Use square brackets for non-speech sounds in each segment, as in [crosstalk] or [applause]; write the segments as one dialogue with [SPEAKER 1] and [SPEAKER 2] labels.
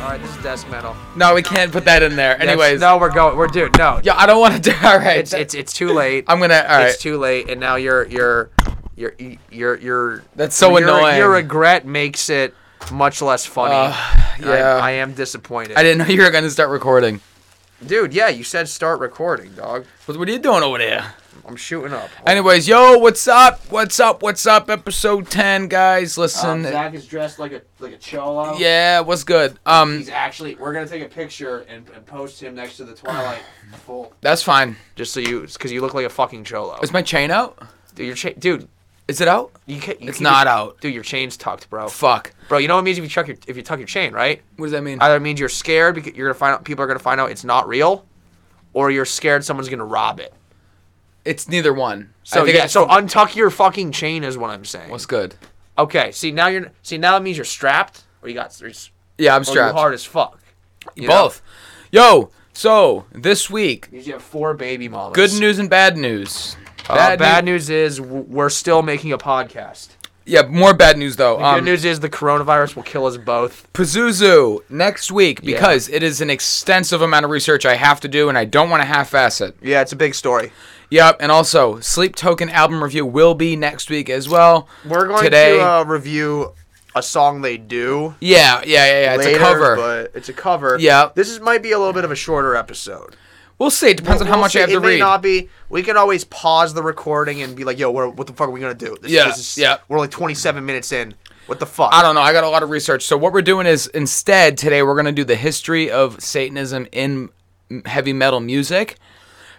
[SPEAKER 1] All right, this is desk metal.
[SPEAKER 2] No, we can't put that in there.
[SPEAKER 1] That's-
[SPEAKER 2] Anyways.
[SPEAKER 1] no, we're going. We're dude. No,
[SPEAKER 2] Yeah, I don't [laughs] want to do. All right.
[SPEAKER 1] it's it's it's too late.
[SPEAKER 2] I'm gonna. All right.
[SPEAKER 1] It's too late, and now you're you're you're you're you're.
[SPEAKER 2] That's so
[SPEAKER 1] your-
[SPEAKER 2] annoying. Uh,
[SPEAKER 1] Your regret makes it much less funny.
[SPEAKER 2] yeah.
[SPEAKER 1] I, I am disappointed,
[SPEAKER 2] I didn't know you were gonna start recording.
[SPEAKER 1] dude. Yeah, you said start recording, dog.
[SPEAKER 2] What, what are you doing over there?
[SPEAKER 1] I'm shooting up.
[SPEAKER 2] Anyways, yo, what's up? What's up? What's up? Episode ten, guys. Listen.
[SPEAKER 1] Um, Oh, is dressed like a like a cholo.
[SPEAKER 2] yeah, what's good? Um,
[SPEAKER 1] actually. We're gonna take a picture and, and post him next to the
[SPEAKER 2] [sighs]
[SPEAKER 1] Twilight full.
[SPEAKER 2] that's fine.
[SPEAKER 1] Just so you, because you look like a fucking cholo.
[SPEAKER 2] Is my chain out?
[SPEAKER 1] Dude, your cha- dude,
[SPEAKER 2] Is it out?
[SPEAKER 1] you can't. You
[SPEAKER 2] It's
[SPEAKER 1] keep
[SPEAKER 2] not
[SPEAKER 1] your-
[SPEAKER 2] out.
[SPEAKER 1] Dude, your chain's tucked, bro.
[SPEAKER 2] Fuck.
[SPEAKER 1] Bro, you know what it means if you tuck your if you tuck your chain, right?
[SPEAKER 2] What does that mean?
[SPEAKER 1] Either it means you're scared because you're gonna find out people are gonna find out it's not real, or you're scared someone's gonna rob it.
[SPEAKER 2] it's neither one.
[SPEAKER 1] So
[SPEAKER 2] I think I
[SPEAKER 1] yeah,
[SPEAKER 2] just-
[SPEAKER 1] so untuck your fucking chain is what I'm saying.
[SPEAKER 2] what's good?
[SPEAKER 1] Okay, see now you're see now that means you're strapped, or Oh, you got or you're s-
[SPEAKER 2] Yeah, I'm
[SPEAKER 1] or you're
[SPEAKER 2] strapped.
[SPEAKER 1] hard as fuck. you know?
[SPEAKER 2] Both. Yo. So this week,
[SPEAKER 1] You usually have four baby mamas.
[SPEAKER 2] good news and bad news.
[SPEAKER 1] Uh, bad news is w- we're still making a podcast.
[SPEAKER 2] Yeah, more bad news though. Um,
[SPEAKER 1] The good news is the coronavirus will kill us both.
[SPEAKER 2] Pazuzu next week because it is an extensive amount of research I have to do and I don't want to half-ass it.
[SPEAKER 1] Yeah, it's a big story.
[SPEAKER 2] Yep, and also Sleep Token album review will be next week as well.
[SPEAKER 1] We're going
[SPEAKER 2] today.
[SPEAKER 1] to uh, review a song they do.
[SPEAKER 2] yeah, yeah, yeah, yeah. It's
[SPEAKER 1] later,
[SPEAKER 2] a cover.
[SPEAKER 1] but it's a cover.
[SPEAKER 2] Yeah.
[SPEAKER 1] this is might be a little bit of a shorter episode.
[SPEAKER 2] we'll see. It depends on how
[SPEAKER 1] We'll
[SPEAKER 2] much
[SPEAKER 1] see.
[SPEAKER 2] I have
[SPEAKER 1] it
[SPEAKER 2] to
[SPEAKER 1] may
[SPEAKER 2] read.
[SPEAKER 1] not be. We can always pause the recording and be like, "Yo, what, what the fuck are we gonna do?" This,
[SPEAKER 2] Yeah,
[SPEAKER 1] this is,
[SPEAKER 2] yeah.
[SPEAKER 1] We're only 27 minutes in. What the fuck?
[SPEAKER 2] I don't know. I got a lot of research. So what we're doing is instead today we're gonna do the history of Satanism in m- heavy metal music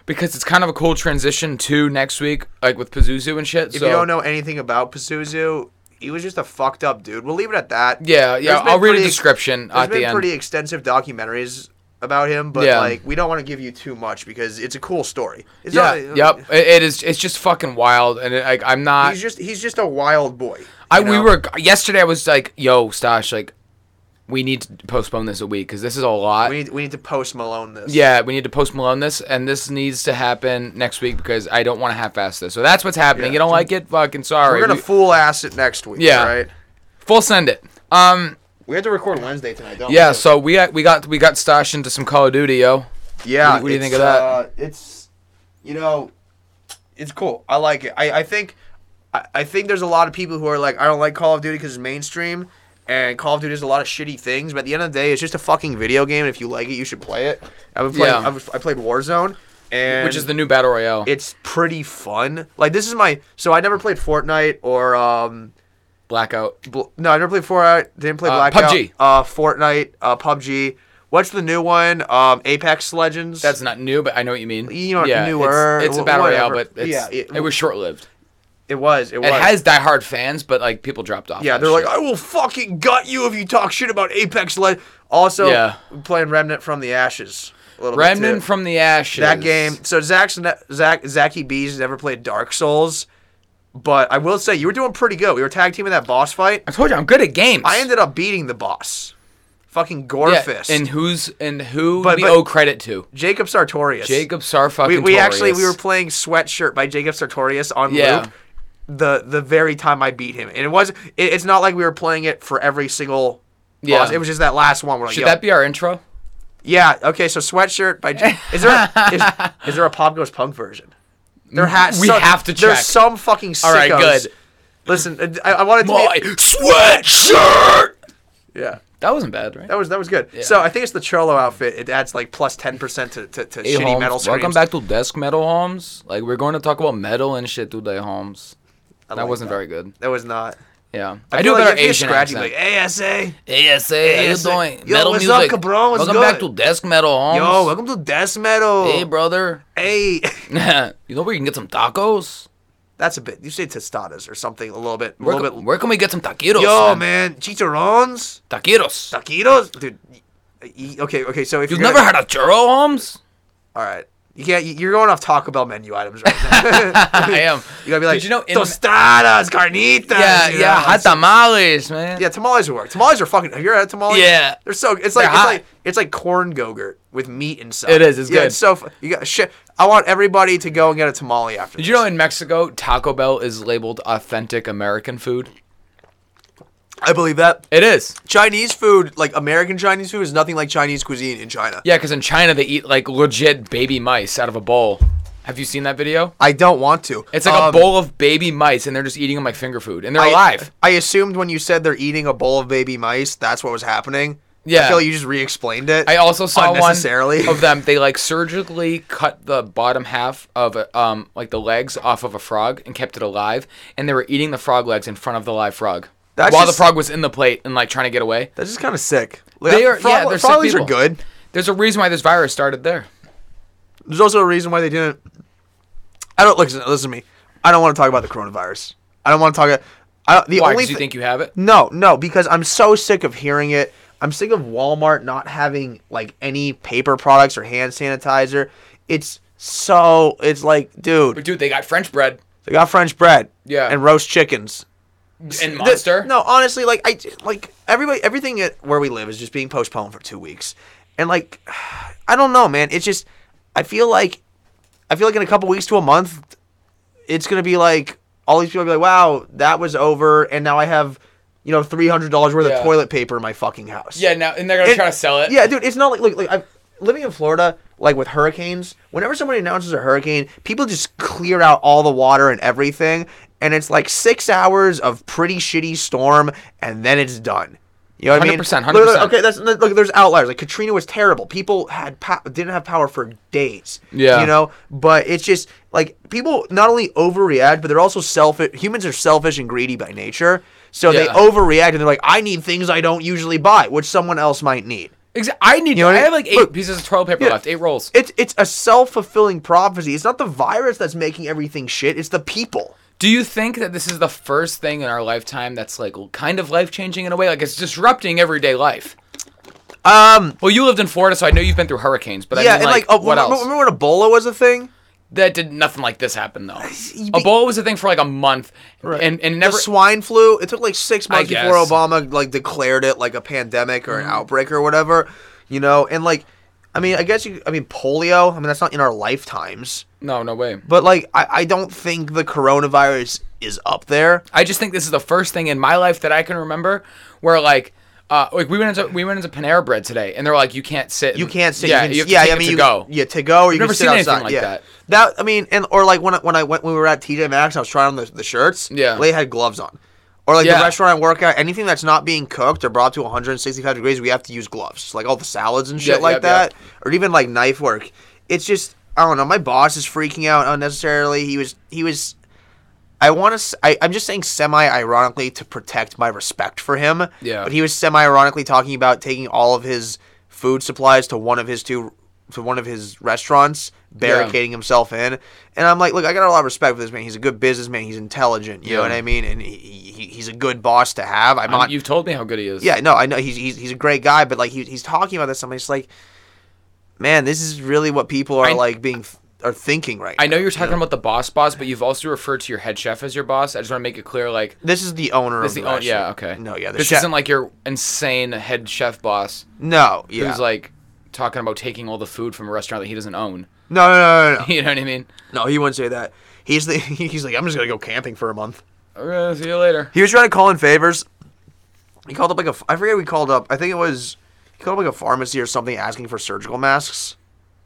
[SPEAKER 2] because it's kind of a cool transition to next week, like with Pazuzu and shit.
[SPEAKER 1] if
[SPEAKER 2] so
[SPEAKER 1] you don't know anything about Pazuzu, he was just a fucked up dude. We'll leave it at that.
[SPEAKER 2] yeah, yeah.
[SPEAKER 1] There's been
[SPEAKER 2] I'll read a
[SPEAKER 1] pretty-
[SPEAKER 2] description
[SPEAKER 1] There's
[SPEAKER 2] at
[SPEAKER 1] been
[SPEAKER 2] the end.
[SPEAKER 1] pretty extensive documentaries about him, but
[SPEAKER 2] Yeah.
[SPEAKER 1] like we don't want to give you too much because it's a cool story. It's
[SPEAKER 2] Yeah,
[SPEAKER 1] not-
[SPEAKER 2] yep. It, it is. It's just fucking wild, and it, like I'm not.
[SPEAKER 1] He's just he's just a wild boy. you
[SPEAKER 2] I we
[SPEAKER 1] know?
[SPEAKER 2] were yesterday. I was like, "Yo, Stash, like, we need to postpone this a week because this is a lot."
[SPEAKER 1] we need we need to post Malone this.
[SPEAKER 2] yeah, we need to post Malone this, and this needs to happen next week because I don't want to half-ass this. So that's what's happening.
[SPEAKER 1] Yeah.
[SPEAKER 2] You don't like it? Fucking sorry.
[SPEAKER 1] we're gonna
[SPEAKER 2] We-
[SPEAKER 1] fool ass it next week.
[SPEAKER 2] Yeah.
[SPEAKER 1] Yeah, right.
[SPEAKER 2] full send it. Um,
[SPEAKER 1] We have to record Wednesday tonight, don't
[SPEAKER 2] yeah. So we got we got we got Stash into some Call of Duty, yo.
[SPEAKER 1] yeah.
[SPEAKER 2] what do you
[SPEAKER 1] it's,
[SPEAKER 2] think of that?
[SPEAKER 1] Uh, it's you know, it's cool. I like it. I I think I, I think there's a lot of people who are like I don't like Call of Duty because it's mainstream. And Call of Duty does a lot of shitty things, but at the end of the day, it's just a fucking video game. And if you like it, you should play it. I've been playing.
[SPEAKER 2] Yeah.
[SPEAKER 1] I've, I played Warzone, and
[SPEAKER 2] Which is the new battle royale?
[SPEAKER 1] it's pretty fun. Like this is my so I never played Fortnite or um
[SPEAKER 2] Blackout.
[SPEAKER 1] Bl- no I never played Fortnite. Didn't play
[SPEAKER 2] Uh,
[SPEAKER 1] Blackout.
[SPEAKER 2] PUBG.
[SPEAKER 1] Uh, Fortnite. Uh, PUBG. What's the new one? Um, Apex Legends.
[SPEAKER 2] That's not new, but I know what you mean.
[SPEAKER 1] You know,
[SPEAKER 2] yeah, it's-
[SPEAKER 1] newer,
[SPEAKER 2] It's, a
[SPEAKER 1] wh-
[SPEAKER 2] battle royale,
[SPEAKER 1] whatever.
[SPEAKER 2] but it's,
[SPEAKER 1] Yeah,
[SPEAKER 2] it,
[SPEAKER 1] it-
[SPEAKER 2] was short-lived.
[SPEAKER 1] it was. It was.
[SPEAKER 2] It has die-hard fans, but like people dropped off.
[SPEAKER 1] Yeah,
[SPEAKER 2] that
[SPEAKER 1] they're like, "Oh,
[SPEAKER 2] shit.
[SPEAKER 1] I will fucking gut you if you talk shit about Apex Legends. Also,
[SPEAKER 2] Yeah.
[SPEAKER 1] playing Remnant from the Ashes. A little bit,
[SPEAKER 2] Remnant
[SPEAKER 1] too.
[SPEAKER 2] from the Ashes.
[SPEAKER 1] that game. So Zach's ne- Zach Zachy B's never played Dark Souls, but I will say you were doing pretty good. We were tag teaming that boss fight.
[SPEAKER 2] I told you I'm good at games.
[SPEAKER 1] I ended up beating the boss. Fucking
[SPEAKER 2] yeah,
[SPEAKER 1] Gorefist.
[SPEAKER 2] And who's and who
[SPEAKER 1] But-
[SPEAKER 2] we
[SPEAKER 1] but-
[SPEAKER 2] owe credit to?
[SPEAKER 1] Jacob Sartorius.
[SPEAKER 2] Jacob Sarfucking.
[SPEAKER 1] We, we actually we were playing Sweatshirt by Jacob Sartorius on
[SPEAKER 2] Yeah.
[SPEAKER 1] loop. The the very time I beat him, and it was it, it's not like we were playing it for every single.
[SPEAKER 2] Yeah.
[SPEAKER 1] boss. it was just that last one. We're like,
[SPEAKER 2] Should
[SPEAKER 1] Yo,
[SPEAKER 2] that be our intro?
[SPEAKER 1] yeah, okay. So Sweatshirt by Ja- is there is, is there a Pop Goes Punk
[SPEAKER 2] [laughs]
[SPEAKER 1] version? There has
[SPEAKER 2] We
[SPEAKER 1] some-
[SPEAKER 2] have to check.
[SPEAKER 1] There's some fucking sickos.
[SPEAKER 2] All right, good.
[SPEAKER 1] Listen, uh, I, I wanted to.
[SPEAKER 2] My
[SPEAKER 1] Be,
[SPEAKER 2] sweatshirt.
[SPEAKER 1] yeah,
[SPEAKER 2] That wasn't bad, right?
[SPEAKER 1] that was that was good. So I think it's the Cholo outfit. It adds like plus ten percent to to, to
[SPEAKER 2] Hey,
[SPEAKER 1] shitty
[SPEAKER 2] Holmes,
[SPEAKER 1] metal screams.
[SPEAKER 2] welcome back to Desk Metal Holmes. Like we're going to talk about metal and shit today, Holmes.
[SPEAKER 1] I
[SPEAKER 2] That
[SPEAKER 1] like
[SPEAKER 2] wasn't
[SPEAKER 1] that.
[SPEAKER 2] very good.
[SPEAKER 1] That was not.
[SPEAKER 2] Yeah,
[SPEAKER 1] I,
[SPEAKER 2] I,
[SPEAKER 1] feel
[SPEAKER 2] do a
[SPEAKER 1] like
[SPEAKER 2] better
[SPEAKER 1] if you're
[SPEAKER 2] Asian
[SPEAKER 1] scratchy,
[SPEAKER 2] accent.
[SPEAKER 1] Like ASA.
[SPEAKER 2] ASA,
[SPEAKER 1] ASA.
[SPEAKER 2] how you doing?
[SPEAKER 1] Yo,
[SPEAKER 2] metal
[SPEAKER 1] what's up,
[SPEAKER 2] music.
[SPEAKER 1] cabron? What's
[SPEAKER 2] welcome
[SPEAKER 1] good?
[SPEAKER 2] back to Desk Metal Holmes.
[SPEAKER 1] Yo, welcome to Death Metal.
[SPEAKER 2] Hey, brother. [laughs]
[SPEAKER 1] Hey. [laughs]
[SPEAKER 2] you know where you can get some tacos?
[SPEAKER 1] That's a bit. You say tostadas or something a little bit. A
[SPEAKER 2] Where,
[SPEAKER 1] little
[SPEAKER 2] ca-
[SPEAKER 1] bit.
[SPEAKER 2] where can we get some taquitos?
[SPEAKER 1] Yo, man. Chicharrones?
[SPEAKER 2] Taquitos.
[SPEAKER 1] Taquitos? Dude. y- y- Okay, okay. So if
[SPEAKER 2] You've
[SPEAKER 1] you're
[SPEAKER 2] never
[SPEAKER 1] gonna-
[SPEAKER 2] had a churro, Holmes?
[SPEAKER 1] All right. You can't. you- You're going off Taco Bell menu items right now. [laughs]
[SPEAKER 2] [laughs] I am.
[SPEAKER 1] you gotta be like,
[SPEAKER 2] Did you know in-
[SPEAKER 1] tostadas, carnitas.
[SPEAKER 2] Yeah,
[SPEAKER 1] you
[SPEAKER 2] yeah,
[SPEAKER 1] know,
[SPEAKER 2] hot
[SPEAKER 1] it's-
[SPEAKER 2] tamales, man.
[SPEAKER 1] Yeah, tamales would work. Tamales are fucking. Have you ever had tamales?
[SPEAKER 2] Yeah.
[SPEAKER 1] they're so. It's like
[SPEAKER 2] They're
[SPEAKER 1] it's
[SPEAKER 2] hot.
[SPEAKER 1] like it's like corn gogurt with meat inside.
[SPEAKER 2] It is, it's
[SPEAKER 1] yeah,
[SPEAKER 2] good.
[SPEAKER 1] It's so. fu- You got shit. I want everybody to go and get a tamale after.
[SPEAKER 2] Did you know in Mexico, Taco Bell is labeled authentic American food?
[SPEAKER 1] I believe that
[SPEAKER 2] It is.
[SPEAKER 1] Chinese food, like American Chinese food, is nothing like Chinese cuisine in China.
[SPEAKER 2] Yeah, because in China they eat like legit baby mice out of a bowl. Have you seen that video?
[SPEAKER 1] I don't want to.
[SPEAKER 2] It's like a
[SPEAKER 1] Um,
[SPEAKER 2] bowl of baby mice, and they're just eating them like finger food, and they're
[SPEAKER 1] I-
[SPEAKER 2] alive.
[SPEAKER 1] I assumed when you said they're eating a bowl of baby mice, that's what was happening. I
[SPEAKER 2] Yeah.
[SPEAKER 1] feel like you just re-explained it.
[SPEAKER 2] I also saw one
[SPEAKER 1] unnecessarily.
[SPEAKER 2] of them. They like surgically cut the bottom half of a- um like the legs off of a frog and kept it alive, and they were eating the frog legs in front of the live frog
[SPEAKER 1] That's
[SPEAKER 2] while
[SPEAKER 1] just-
[SPEAKER 2] the frog was in the plate and like trying to get away.
[SPEAKER 1] [laughs] That's just kind of sick. Like,
[SPEAKER 2] They are-
[SPEAKER 1] frog-
[SPEAKER 2] yeah, they're sick
[SPEAKER 1] frog legs are
[SPEAKER 2] people.
[SPEAKER 1] good.
[SPEAKER 2] There's a reason why this virus started there.
[SPEAKER 1] There's also a reason why they didn't. I don't listen. Listen to me. I don't want to talk about the coronavirus. I don't want to talk. I don't, the
[SPEAKER 2] Why?
[SPEAKER 1] only
[SPEAKER 2] Because you
[SPEAKER 1] thi-
[SPEAKER 2] think you have it?
[SPEAKER 1] No, no, because I'm so sick of hearing it. I'm sick of Walmart not having like any paper products or hand sanitizer. It's so it's like,
[SPEAKER 2] But
[SPEAKER 1] dude,
[SPEAKER 2] dude, they got French bread
[SPEAKER 1] they got French bread,
[SPEAKER 2] Yeah.
[SPEAKER 1] and roast chickens.
[SPEAKER 2] and
[SPEAKER 1] Th-
[SPEAKER 2] Monster.
[SPEAKER 1] no, honestly, like I like everybody, everything at where we live is just being postponed for two weeks, and like, [sighs] I don't know, man. It's just, I feel like, I feel like in a couple weeks to a month, it's gonna be like all these people be like, wow, that was over, and now I have, you know, three hundred dollars worth
[SPEAKER 2] Yeah.
[SPEAKER 1] of toilet paper in my fucking house.
[SPEAKER 2] Yeah, now and they're gonna
[SPEAKER 1] And-
[SPEAKER 2] try to sell it.
[SPEAKER 1] Yeah, dude, it's not like look, like I've, living in Florida, like with hurricanes. Whenever somebody announces a hurricane, people just clear out all the water and everything, and it's like six hours of pretty shitty storm, and then it's done. You know what I mean?
[SPEAKER 2] 100%,
[SPEAKER 1] Look, look,
[SPEAKER 2] 100%.
[SPEAKER 1] okay, that's look. There's outliers. Like Katrina was terrible. People had po- didn't have power for days.
[SPEAKER 2] Yeah.
[SPEAKER 1] you know. But it's just like people not only overreact, but they're also selfish. Humans are selfish and greedy by nature, so they
[SPEAKER 2] Yeah.
[SPEAKER 1] overreact and they're like, "I need things I don't usually buy, which someone else might need."
[SPEAKER 2] Exa- I need.
[SPEAKER 1] know what
[SPEAKER 2] I
[SPEAKER 1] I
[SPEAKER 2] have
[SPEAKER 1] mean?
[SPEAKER 2] like eight
[SPEAKER 1] Look-
[SPEAKER 2] pieces of toilet paper
[SPEAKER 1] Yeah.
[SPEAKER 2] left. Eight rolls.
[SPEAKER 1] It's it's a self fulfilling prophecy. It's not the virus that's making everything shit. It's the people.
[SPEAKER 2] Do you think that this is the first thing in our lifetime that's like kind of life changing in a way? Like it's disrupting everyday life.
[SPEAKER 1] Um.
[SPEAKER 2] Well, you lived in Florida, so I know you've been through hurricanes. But
[SPEAKER 1] yeah,
[SPEAKER 2] I mean,
[SPEAKER 1] and like,
[SPEAKER 2] like,
[SPEAKER 1] oh,
[SPEAKER 2] what
[SPEAKER 1] remember,
[SPEAKER 2] else?
[SPEAKER 1] remember when Ebola was a thing?
[SPEAKER 2] That did nothing like this happen though.
[SPEAKER 1] be-
[SPEAKER 2] Ebola was a thing for like a month, and and
[SPEAKER 1] The
[SPEAKER 2] never.
[SPEAKER 1] swine flu. It took like six months
[SPEAKER 2] I
[SPEAKER 1] before
[SPEAKER 2] guess. Mm-hmm.
[SPEAKER 1] Obama like declared it like a pandemic or an outbreak or whatever. You know, and like, I mean, I guess you. I mean, polio. I mean, that's not in our lifetimes.
[SPEAKER 2] no, no way.
[SPEAKER 1] But like, I, I don't think the coronavirus is up there.
[SPEAKER 2] I just think this is the first thing in my life that I can remember where like. Uh, like we went into we went into Panera Bread today, and they're like, "You can't sit.
[SPEAKER 1] You
[SPEAKER 2] and-
[SPEAKER 1] can't sit.
[SPEAKER 2] Yeah,
[SPEAKER 1] you can,
[SPEAKER 2] you have to
[SPEAKER 1] yeah.
[SPEAKER 2] take
[SPEAKER 1] I
[SPEAKER 2] it
[SPEAKER 1] mean,
[SPEAKER 2] to
[SPEAKER 1] you,
[SPEAKER 2] go.
[SPEAKER 1] Yeah, to go. Or you
[SPEAKER 2] never
[SPEAKER 1] can sit
[SPEAKER 2] seen anything
[SPEAKER 1] outside.
[SPEAKER 2] like
[SPEAKER 1] yeah.
[SPEAKER 2] that.
[SPEAKER 1] That I mean, and or like when I- when I went when we were at TJ Maxx, and I was trying on the, the shirts.
[SPEAKER 2] Yeah.
[SPEAKER 1] they had gloves on. Or like
[SPEAKER 2] Yeah.
[SPEAKER 1] the restaurant I work at, anything that's not being cooked or brought to 165 degrees, we have to use gloves. Like all the salads and shit
[SPEAKER 2] Yeah,
[SPEAKER 1] like
[SPEAKER 2] yep,
[SPEAKER 1] that,
[SPEAKER 2] yep.
[SPEAKER 1] or even like knife work. It's just I don't know. My boss is freaking out unnecessarily. He was he was I want to. I, I'm just saying semi ironically to protect my respect for him.
[SPEAKER 2] Yeah.
[SPEAKER 1] But he was semi ironically talking about taking all of his food supplies to one of his two to one of his restaurants, barricading himself in. And I'm like, look, I got a lot of respect for this man. He's a good businessman. He's intelligent. You know
[SPEAKER 2] Yeah.
[SPEAKER 1] what I mean? And he, he, he's a good boss to have. I'm,
[SPEAKER 2] Um,
[SPEAKER 1] not.
[SPEAKER 2] You've told me how good he is.
[SPEAKER 1] yeah. No, I know he's he's, he's a great guy, but like he, he's talking about this. I'm just like, man, this is really what people are
[SPEAKER 2] I-
[SPEAKER 1] like being are thinking right.
[SPEAKER 2] I
[SPEAKER 1] now.
[SPEAKER 2] know you're talking about the boss boss, but you've also referred to your head chef as your boss. I just want to make it clear, like
[SPEAKER 1] This is the owner
[SPEAKER 2] this
[SPEAKER 1] of
[SPEAKER 2] the
[SPEAKER 1] the
[SPEAKER 2] oh, yeah,
[SPEAKER 1] restaurant.
[SPEAKER 2] okay.
[SPEAKER 1] No, yeah, the
[SPEAKER 2] this
[SPEAKER 1] chef-
[SPEAKER 2] isn't like your insane head chef boss
[SPEAKER 1] No, yeah.
[SPEAKER 2] who's like talking about taking all the food from a restaurant that he doesn't own. [laughs]
[SPEAKER 1] No, no, no, no, no.
[SPEAKER 2] You know what I mean?
[SPEAKER 1] No, he wouldn't say that. He's the [laughs] he's like, I'm just gonna go camping for a month.
[SPEAKER 2] Okay, see you later.
[SPEAKER 1] He was trying to call in favors. He called up like a f- I forget what he called up. I think it was he called up like a pharmacy or something asking for surgical masks.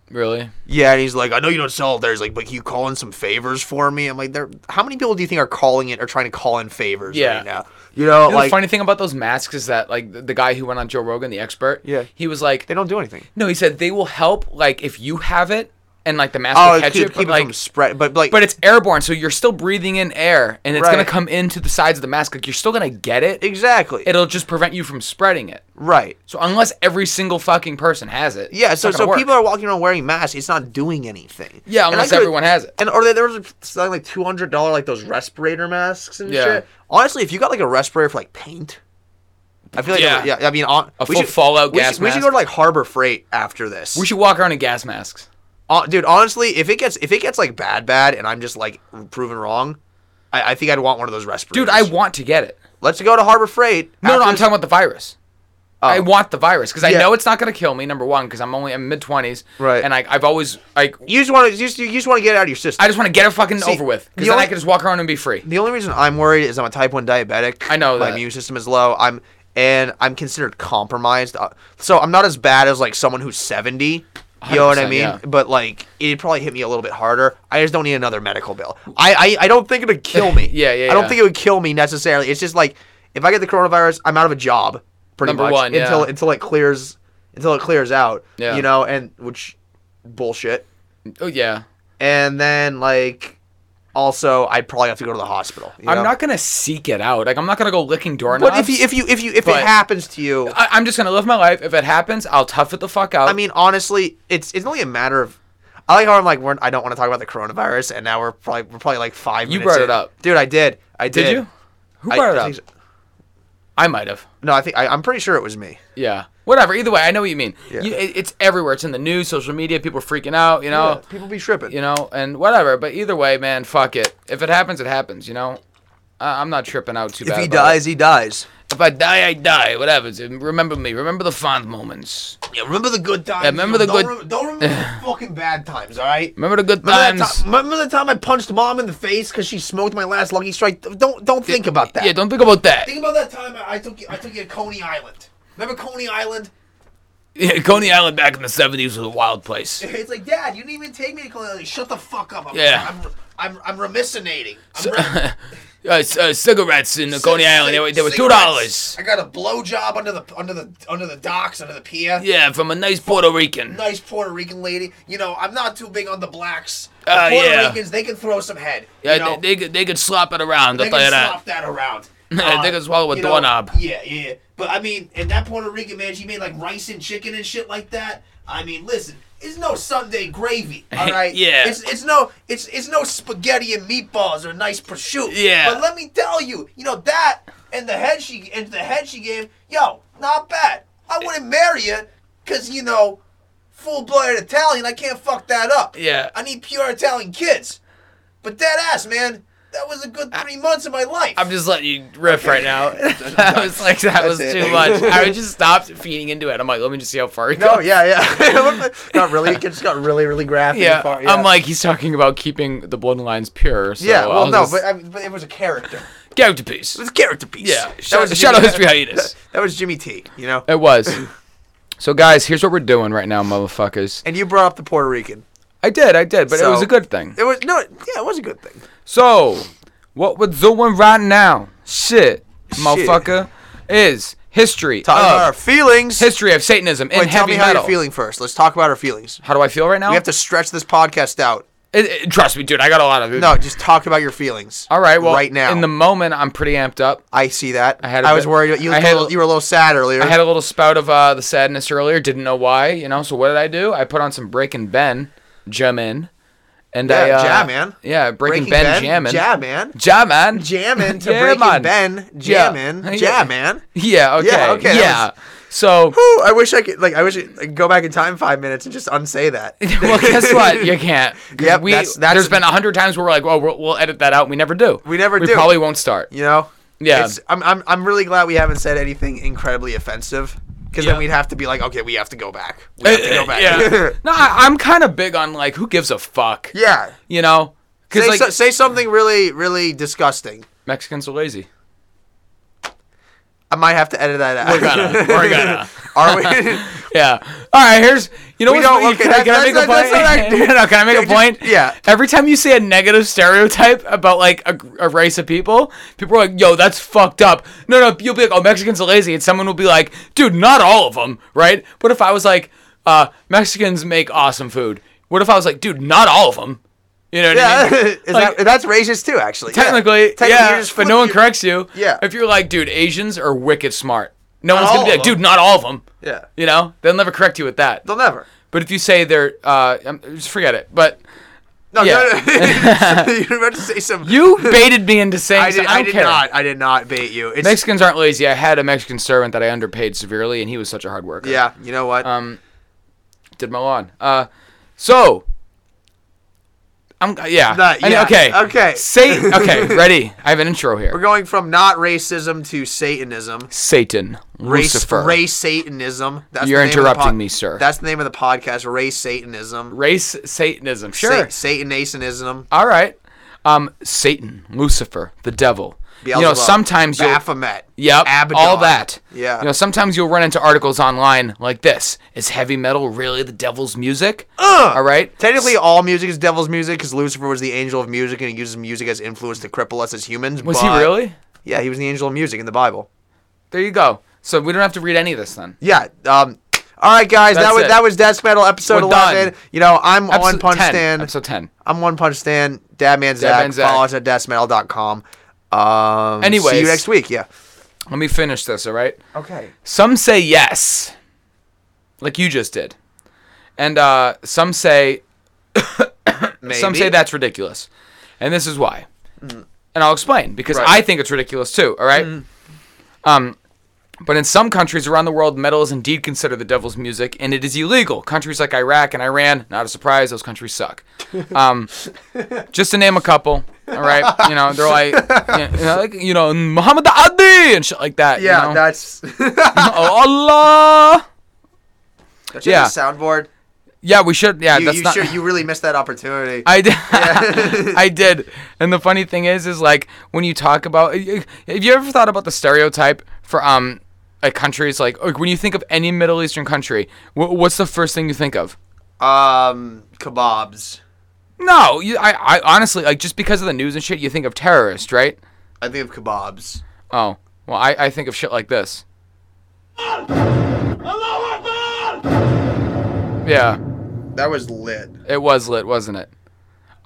[SPEAKER 2] Really?
[SPEAKER 1] Yeah, and he's like, I know you don't sell it there. He's like, but can you call in some favors for me? I'm like, there. How many people do you think are calling it or trying to call in favors
[SPEAKER 2] Yeah.
[SPEAKER 1] right now? You know,
[SPEAKER 2] You know,
[SPEAKER 1] like
[SPEAKER 2] the funny thing about those masks is that like the, the guy who went on Joe Rogan, the expert,
[SPEAKER 1] Yeah.
[SPEAKER 2] he was like,
[SPEAKER 1] they don't do anything.
[SPEAKER 2] no, he said they will help like if you have it and like the mask
[SPEAKER 1] Oh,
[SPEAKER 2] will
[SPEAKER 1] keep,
[SPEAKER 2] catch
[SPEAKER 1] keep
[SPEAKER 2] it, but
[SPEAKER 1] it
[SPEAKER 2] like
[SPEAKER 1] from spread, but like,
[SPEAKER 2] but it's airborne, so you're still breathing in air, and it's gonna
[SPEAKER 1] Right.
[SPEAKER 2] come into the sides of the mask. Like you're still gonna get it.
[SPEAKER 1] exactly,
[SPEAKER 2] It'll just prevent you from spreading it.
[SPEAKER 1] right?
[SPEAKER 2] So unless every single fucking person has it,
[SPEAKER 1] Yeah,
[SPEAKER 2] it's
[SPEAKER 1] so
[SPEAKER 2] not gonna
[SPEAKER 1] so
[SPEAKER 2] work.
[SPEAKER 1] people are walking around wearing masks. It's not doing anything.
[SPEAKER 2] yeah,
[SPEAKER 1] And I
[SPEAKER 2] unless
[SPEAKER 1] could-
[SPEAKER 2] everyone has it.
[SPEAKER 1] And or they, there was selling like two hundred dollar like those respirator masks and
[SPEAKER 2] Yeah.
[SPEAKER 1] shit. Honestly, if you got like a respirator for like paint, I feel like
[SPEAKER 2] Yeah.
[SPEAKER 1] yeah, I mean, on,
[SPEAKER 2] A full fallout
[SPEAKER 1] we
[SPEAKER 2] gas
[SPEAKER 1] should, we should
[SPEAKER 2] mask.
[SPEAKER 1] go to like Harbor Freight after this.
[SPEAKER 2] We should walk around in gas masks.
[SPEAKER 1] Hon- dude. Honestly, if it gets if it gets like bad bad and I'm just like proven wrong, I, I think I'd want one of those respirators.
[SPEAKER 2] Dude, I want to get it.
[SPEAKER 1] let's go to Harbor Freight.
[SPEAKER 2] No,
[SPEAKER 1] after
[SPEAKER 2] no, I'm
[SPEAKER 1] this-
[SPEAKER 2] talking about the virus. I want the virus because
[SPEAKER 1] Oh. Yeah.
[SPEAKER 2] I know it's not gonna kill me. Number one, because I'm only I'm mid twenties,
[SPEAKER 1] Right.
[SPEAKER 2] And I, I've always like
[SPEAKER 1] You just want to you just, you just want to get it out of your system.
[SPEAKER 2] I just want to get it fucking
[SPEAKER 1] See,
[SPEAKER 2] over with
[SPEAKER 1] the
[SPEAKER 2] because then
[SPEAKER 1] only-
[SPEAKER 2] I can just walk around and be free.
[SPEAKER 1] the only reason I'm worried is I'm a type one diabetic.
[SPEAKER 2] I know
[SPEAKER 1] my
[SPEAKER 2] that.
[SPEAKER 1] immune system is low. I'm and I'm considered compromised. Uh, So I'm not as bad as like someone who's 70. You know what I
[SPEAKER 2] 100%,
[SPEAKER 1] mean?
[SPEAKER 2] yeah.
[SPEAKER 1] But like, it probably hit me a little bit harder. I just don't need another medical bill. I I, I don't think it would kill me.
[SPEAKER 2] [laughs] Yeah, yeah,
[SPEAKER 1] I don't
[SPEAKER 2] yeah.
[SPEAKER 1] think it would kill me necessarily. It's just like if I get the coronavirus, I'm out of a job pretty
[SPEAKER 2] Number
[SPEAKER 1] much
[SPEAKER 2] one, yeah.
[SPEAKER 1] until until it clears until it clears out.
[SPEAKER 2] Yeah.
[SPEAKER 1] You know, and which bullshit.
[SPEAKER 2] Oh yeah,
[SPEAKER 1] And then like, also I'd probably have to go to the hospital. you know?
[SPEAKER 2] I'm not gonna seek it out. Like I'm not gonna go licking doorknobs.
[SPEAKER 1] But if you if you if you if
[SPEAKER 2] But-
[SPEAKER 1] it happens to you,
[SPEAKER 2] I, I'm just gonna live my life. If it happens, I'll tough it the fuck out.
[SPEAKER 1] I mean, honestly, it's it's only a matter of. I like how I'm like we're, I don't want to talk about the coronavirus, and now we're probably we're probably like five.
[SPEAKER 2] You
[SPEAKER 1] minutes
[SPEAKER 2] brought
[SPEAKER 1] in.
[SPEAKER 2] it up.
[SPEAKER 1] dude. I did. I did.
[SPEAKER 2] did you? Who
[SPEAKER 1] I-
[SPEAKER 2] brought it
[SPEAKER 1] I
[SPEAKER 2] up?
[SPEAKER 1] think so-
[SPEAKER 2] I might have.
[SPEAKER 1] No, I think I, I'm pretty sure it was me.
[SPEAKER 2] Yeah. Whatever. Either way, I know what you mean.
[SPEAKER 1] Yeah.
[SPEAKER 2] You, it, it's everywhere. It's in the news, social media. People are freaking out. You know.
[SPEAKER 1] Yeah, people be tripping.
[SPEAKER 2] Oh. You know, and whatever. But either way, man, fuck it. If it happens, it happens. You know. I I'm not tripping out too
[SPEAKER 1] if
[SPEAKER 2] bad.
[SPEAKER 1] he
[SPEAKER 2] about it.
[SPEAKER 1] dies, he dies.
[SPEAKER 2] If I die, I die. What happens? And Remember me. Remember the fond moments.
[SPEAKER 1] Yeah, remember the good times.
[SPEAKER 2] Yeah, remember the
[SPEAKER 1] don't
[SPEAKER 2] good-
[SPEAKER 1] rem- don't remember
[SPEAKER 2] [laughs]
[SPEAKER 1] the fucking bad times. All right.
[SPEAKER 2] Remember the good
[SPEAKER 1] Remember, that
[SPEAKER 2] times.
[SPEAKER 1] ti- remember the time I punched mom in the face because she smoked my last Lucky Strike? Don't don't think about that.
[SPEAKER 2] Yeah, don't think about that.
[SPEAKER 1] Think about that time I, I took you, I took you to Coney Island. Remember Coney Island?
[SPEAKER 2] Yeah, Coney Island back in the '70s was a wild place.
[SPEAKER 1] It's like, Dad, you didn't even take me to Coney Island. Shut the fuck up. I'm,
[SPEAKER 2] Yeah.
[SPEAKER 1] I'm, I'm, I'm remissinating. I'm
[SPEAKER 2] uh, c- uh, cigarettes in [laughs] Coney Island, they were, they were two
[SPEAKER 1] Cigarettes.
[SPEAKER 2] dollars.
[SPEAKER 1] I got a blowjob under the under the under the docks under the pier.
[SPEAKER 2] Yeah, from a nice Puerto Rican.
[SPEAKER 1] Nice Puerto Rican lady. You know, I'm not too big on the blacks. The
[SPEAKER 2] Uh,
[SPEAKER 1] Puerto
[SPEAKER 2] yeah.
[SPEAKER 1] Ricans, they can throw some head. You
[SPEAKER 2] Yeah,
[SPEAKER 1] know?
[SPEAKER 2] they, they could they could slop it around. I'll
[SPEAKER 1] They
[SPEAKER 2] tell you
[SPEAKER 1] can
[SPEAKER 2] that.
[SPEAKER 1] slop that around. Uh,
[SPEAKER 2] Yeah, [laughs] they can swallow a
[SPEAKER 1] you know,
[SPEAKER 2] doorknob.
[SPEAKER 1] Yeah, yeah. But I mean, and that Puerto Rican man, she made like rice and chicken and shit like that. I mean, listen, it's no Sunday gravy,
[SPEAKER 2] [laughs]
[SPEAKER 1] all right?
[SPEAKER 2] Yeah.
[SPEAKER 1] It's it's no it's it's no spaghetti and meatballs or nice prosciutto.
[SPEAKER 2] Yeah.
[SPEAKER 1] But let me tell you, you know that and the head she and the head she gave, yo, not bad. I wouldn't marry you, cause you know, full blooded Italian. I can't fuck that up.
[SPEAKER 2] Yeah.
[SPEAKER 1] I need pure Italian kids. But dead ass, man, that was a good three months of my life.
[SPEAKER 2] I'm just letting you riff right now. [laughs] that was like that was
[SPEAKER 1] it.
[SPEAKER 2] too much. I just stopped feeding into it. I'm like, let me just see how far he
[SPEAKER 1] No,
[SPEAKER 2] goes.
[SPEAKER 1] Oh, yeah, [laughs] yeah. Not really. It just got really, really graphic.
[SPEAKER 2] Yeah.
[SPEAKER 1] and far- yeah.
[SPEAKER 2] I'm like he's talking about keeping the bloodlines pure. So
[SPEAKER 1] yeah. Well,
[SPEAKER 2] I'll
[SPEAKER 1] no,
[SPEAKER 2] just-
[SPEAKER 1] but, I mean, but it was a character. It
[SPEAKER 2] character piece.
[SPEAKER 1] was a character piece.
[SPEAKER 2] Yeah,
[SPEAKER 1] That
[SPEAKER 2] shout,
[SPEAKER 1] was
[SPEAKER 2] shout out
[SPEAKER 1] Jimmy-
[SPEAKER 2] history hiatus.
[SPEAKER 1] [laughs] That was Jimmy T. You know.
[SPEAKER 2] It was. So guys, here's what we're doing right now, motherfuckers.
[SPEAKER 1] And you brought up the Puerto Rican.
[SPEAKER 2] I did, I did, but it was
[SPEAKER 1] So-
[SPEAKER 2] a good thing.
[SPEAKER 1] It was no. Yeah, it was a good thing.
[SPEAKER 2] So, what we're doing right now, shit, motherfucker, is history
[SPEAKER 1] Talking about our
[SPEAKER 2] of
[SPEAKER 1] feelings.
[SPEAKER 2] Oh. history of Satanism in
[SPEAKER 1] Wait, tell
[SPEAKER 2] heavy
[SPEAKER 1] me how
[SPEAKER 2] metal.
[SPEAKER 1] you're feeling first. Let's talk about our feelings.
[SPEAKER 2] How do I feel right now?
[SPEAKER 1] We have to stretch this podcast out.
[SPEAKER 2] It- it- trust me, dude. I got a lot of it.
[SPEAKER 1] No, just talk about your feelings.
[SPEAKER 2] All right, well,
[SPEAKER 1] right now,
[SPEAKER 2] in the moment, I'm pretty amped up.
[SPEAKER 1] I see that. I
[SPEAKER 2] had a
[SPEAKER 1] was
[SPEAKER 2] bit-
[SPEAKER 1] worried. About, you,
[SPEAKER 2] I
[SPEAKER 1] looked
[SPEAKER 2] had
[SPEAKER 1] a
[SPEAKER 2] a-
[SPEAKER 1] little, you were a little sad earlier.
[SPEAKER 2] I had a little spout of uh, the sadness earlier. Didn't know why, you know. So what did I do? I put on some Breaking Ben, jamming, and I
[SPEAKER 1] Yeah,
[SPEAKER 2] uh,
[SPEAKER 1] jam, man.
[SPEAKER 2] Yeah, Breaking,
[SPEAKER 1] Breaking
[SPEAKER 2] Ben,
[SPEAKER 1] Ben,
[SPEAKER 2] jamming,
[SPEAKER 1] jam, man.
[SPEAKER 2] jamming,
[SPEAKER 1] [laughs] jamming to
[SPEAKER 2] Yeah,
[SPEAKER 1] Breaking
[SPEAKER 2] man.
[SPEAKER 1] Ben,
[SPEAKER 2] Yeah. [laughs]
[SPEAKER 1] jamming,
[SPEAKER 2] Yeah.
[SPEAKER 1] yeah. man.
[SPEAKER 2] Yeah. Okay. Yeah.
[SPEAKER 1] okay, that [laughs]
[SPEAKER 2] So
[SPEAKER 1] Whew, I wish I could like I wish I could go back in time five minutes and just unsay that.
[SPEAKER 2] [laughs] well, guess
[SPEAKER 1] [laughs]
[SPEAKER 2] what? You can't. 'Cause
[SPEAKER 1] Yep,
[SPEAKER 2] We,
[SPEAKER 1] that's- that's-
[SPEAKER 2] there's been a hundred times where we're like, "Oh, we'll, we'll edit that out." We never do.
[SPEAKER 1] We never
[SPEAKER 2] we
[SPEAKER 1] do.
[SPEAKER 2] probably won't start.
[SPEAKER 1] you know.
[SPEAKER 2] Yeah.
[SPEAKER 1] It's, I'm, I'm I'm really glad we haven't said anything incredibly offensive because
[SPEAKER 2] Yeah. Uh,
[SPEAKER 1] then we'd have to be like, okay, we have to go back. We have to go back.
[SPEAKER 2] [laughs] yeah. no, I, I'm kind of big on like, who gives a fuck?
[SPEAKER 1] [laughs] Yeah.
[SPEAKER 2] You know, because
[SPEAKER 1] Say,
[SPEAKER 2] like
[SPEAKER 1] so- say something really really disgusting.
[SPEAKER 2] Mexicans
[SPEAKER 1] [laughs]
[SPEAKER 2] are lazy.
[SPEAKER 1] I might have to edit that out.
[SPEAKER 2] We're gonna. We're gonna. [laughs]
[SPEAKER 1] Are we?
[SPEAKER 2] Yeah. All right. Here's. You know
[SPEAKER 1] We
[SPEAKER 2] what?
[SPEAKER 1] don't- okay,
[SPEAKER 2] can,
[SPEAKER 1] that's-
[SPEAKER 2] I- can I
[SPEAKER 1] that's-
[SPEAKER 2] make a
[SPEAKER 1] that's- that's
[SPEAKER 2] point?
[SPEAKER 1] all right.
[SPEAKER 2] [laughs] no, can I make
[SPEAKER 1] Yeah,
[SPEAKER 2] a
[SPEAKER 1] just-
[SPEAKER 2] point?
[SPEAKER 1] yeah.
[SPEAKER 2] Every time you say a negative stereotype about like a, a race of people, people are like, "Yo, that's fucked up." No, no. You'll be like, "Oh, Mexicans are lazy," and someone will be like, "Dude, not all of them, right?" But if I was like, uh, "Mexicans make awesome food," what if I was like, "Dude, not all of them," you know what
[SPEAKER 1] [laughs] yeah.
[SPEAKER 2] I mean?
[SPEAKER 1] [laughs] Is
[SPEAKER 2] Like,
[SPEAKER 1] that, that's racist too, actually. Yeah.
[SPEAKER 2] Technically, yeah,
[SPEAKER 1] you're just
[SPEAKER 2] but no one
[SPEAKER 1] flipping your-
[SPEAKER 2] corrects you.
[SPEAKER 1] Yeah.
[SPEAKER 2] If you're like, dude, Asians are wicked smart. No one's
[SPEAKER 1] all
[SPEAKER 2] gonna be
[SPEAKER 1] of
[SPEAKER 2] like,
[SPEAKER 1] them.
[SPEAKER 2] dude, not all of them.
[SPEAKER 1] Yeah.
[SPEAKER 2] You know, they'll never correct you with that.
[SPEAKER 1] They'll never.
[SPEAKER 2] But if you say they're, uh, um, just forget it.
[SPEAKER 1] [laughs]
[SPEAKER 2] But
[SPEAKER 1] No,
[SPEAKER 2] Yeah.
[SPEAKER 1] no, [laughs] no.
[SPEAKER 2] [laughs]
[SPEAKER 1] You're about to say some.
[SPEAKER 2] you baited me into saying
[SPEAKER 1] I did,
[SPEAKER 2] something.
[SPEAKER 1] I
[SPEAKER 2] don't
[SPEAKER 1] did
[SPEAKER 2] care.
[SPEAKER 1] not. I did not bait you. It's,
[SPEAKER 2] Mexicans aren't lazy. I had a Mexican servant that I underpaid severely, and he was such a hard worker.
[SPEAKER 1] yeah, you know what?
[SPEAKER 2] Um, did my lawn. Uh, so I'm yeah.
[SPEAKER 1] Not-
[SPEAKER 2] I know-
[SPEAKER 1] yeah.
[SPEAKER 2] Okay.
[SPEAKER 1] Okay. [laughs]
[SPEAKER 2] Satan. Okay. Ready. I have an intro
[SPEAKER 1] We're
[SPEAKER 2] here.
[SPEAKER 1] going from not racism to Satanism.
[SPEAKER 2] Satan.
[SPEAKER 1] Race,
[SPEAKER 2] Lucifer.
[SPEAKER 1] race Satanism. That's
[SPEAKER 2] You're
[SPEAKER 1] the name of the
[SPEAKER 2] interrupting
[SPEAKER 1] pod-
[SPEAKER 2] me, sir.
[SPEAKER 1] That's the name of the podcast. Race Satanism.
[SPEAKER 2] Race Satanism. Sure.
[SPEAKER 1] Sa- Satanationism.
[SPEAKER 2] All right. Um, Satan, Lucifer, the devil. you know,
[SPEAKER 1] Beelzebub,
[SPEAKER 2] sometimes you'll.
[SPEAKER 1] Baphomet.
[SPEAKER 2] Yep,
[SPEAKER 1] Abaddon.
[SPEAKER 2] all that.
[SPEAKER 1] Yeah.
[SPEAKER 2] You know, sometimes you'll run into articles online like this: Is heavy metal really the devil's music? All right.
[SPEAKER 1] Technically, all music is devil's music because Lucifer was the angel of music and he uses music as influence to cripple us as humans.
[SPEAKER 2] Was
[SPEAKER 1] but-
[SPEAKER 2] he really?
[SPEAKER 1] Yeah, he was the angel of music in the Bible.
[SPEAKER 2] There you go. So we don't have to read any of this then.
[SPEAKER 1] Yeah. Um. All right, guys.
[SPEAKER 2] That's
[SPEAKER 1] that was
[SPEAKER 2] it.
[SPEAKER 1] that was Death Metal episode
[SPEAKER 2] We're done.
[SPEAKER 1] eleven. You know, I'm
[SPEAKER 2] Episode
[SPEAKER 1] One Punch
[SPEAKER 2] 10.
[SPEAKER 1] Stan.
[SPEAKER 2] Episode ten.
[SPEAKER 1] I'm One Punch Stan. Dadman Zach.
[SPEAKER 2] Man Zach.
[SPEAKER 1] Follow us at deathmetal.com. Um. see
[SPEAKER 2] Anyways.
[SPEAKER 1] you next week. Yeah.
[SPEAKER 2] Let me finish this. All right.
[SPEAKER 1] Okay.
[SPEAKER 2] Some say yes, like you just did, and uh, some say
[SPEAKER 1] Maybe. Mm.
[SPEAKER 2] Some say that's ridiculous. And this is why. And I'll explain because
[SPEAKER 1] Right. Mm.
[SPEAKER 2] I think it's ridiculous too, all right? Um but in some countries around the world, metal is indeed considered the devil's music, and it is illegal. Countries like Iraq and Iran, not a surprise, those countries
[SPEAKER 1] [laughs]
[SPEAKER 2] suck. Um, just to name a couple, all right? You know, they're like, you know, like, you know Muhammad Ali and shit like that. you
[SPEAKER 1] Yeah.
[SPEAKER 2] know?
[SPEAKER 1] That's.
[SPEAKER 2] [laughs]
[SPEAKER 1] [laughs]
[SPEAKER 2] oh, Allah.
[SPEAKER 1] that's
[SPEAKER 2] Yeah.
[SPEAKER 1] yeah. Soundboard.
[SPEAKER 2] Yeah, we should. Yeah,
[SPEAKER 1] You,
[SPEAKER 2] that's
[SPEAKER 1] you
[SPEAKER 2] not.
[SPEAKER 1] sure you really missed that opportunity.
[SPEAKER 2] I did. [laughs] I did. And the funny thing is, is like when you talk about, have you ever thought about the stereotype for um, like countries like, like when you think of any Middle Eastern country, wh- what's the first thing you think of?
[SPEAKER 1] um. Kebabs.
[SPEAKER 2] No, you, I, I honestly like just because of the news and shit, you think of terrorist, right?
[SPEAKER 1] I think of kebabs.
[SPEAKER 2] Oh, well, I, I think of shit like this. Yeah,
[SPEAKER 1] That was lit.
[SPEAKER 2] it was lit, wasn't it?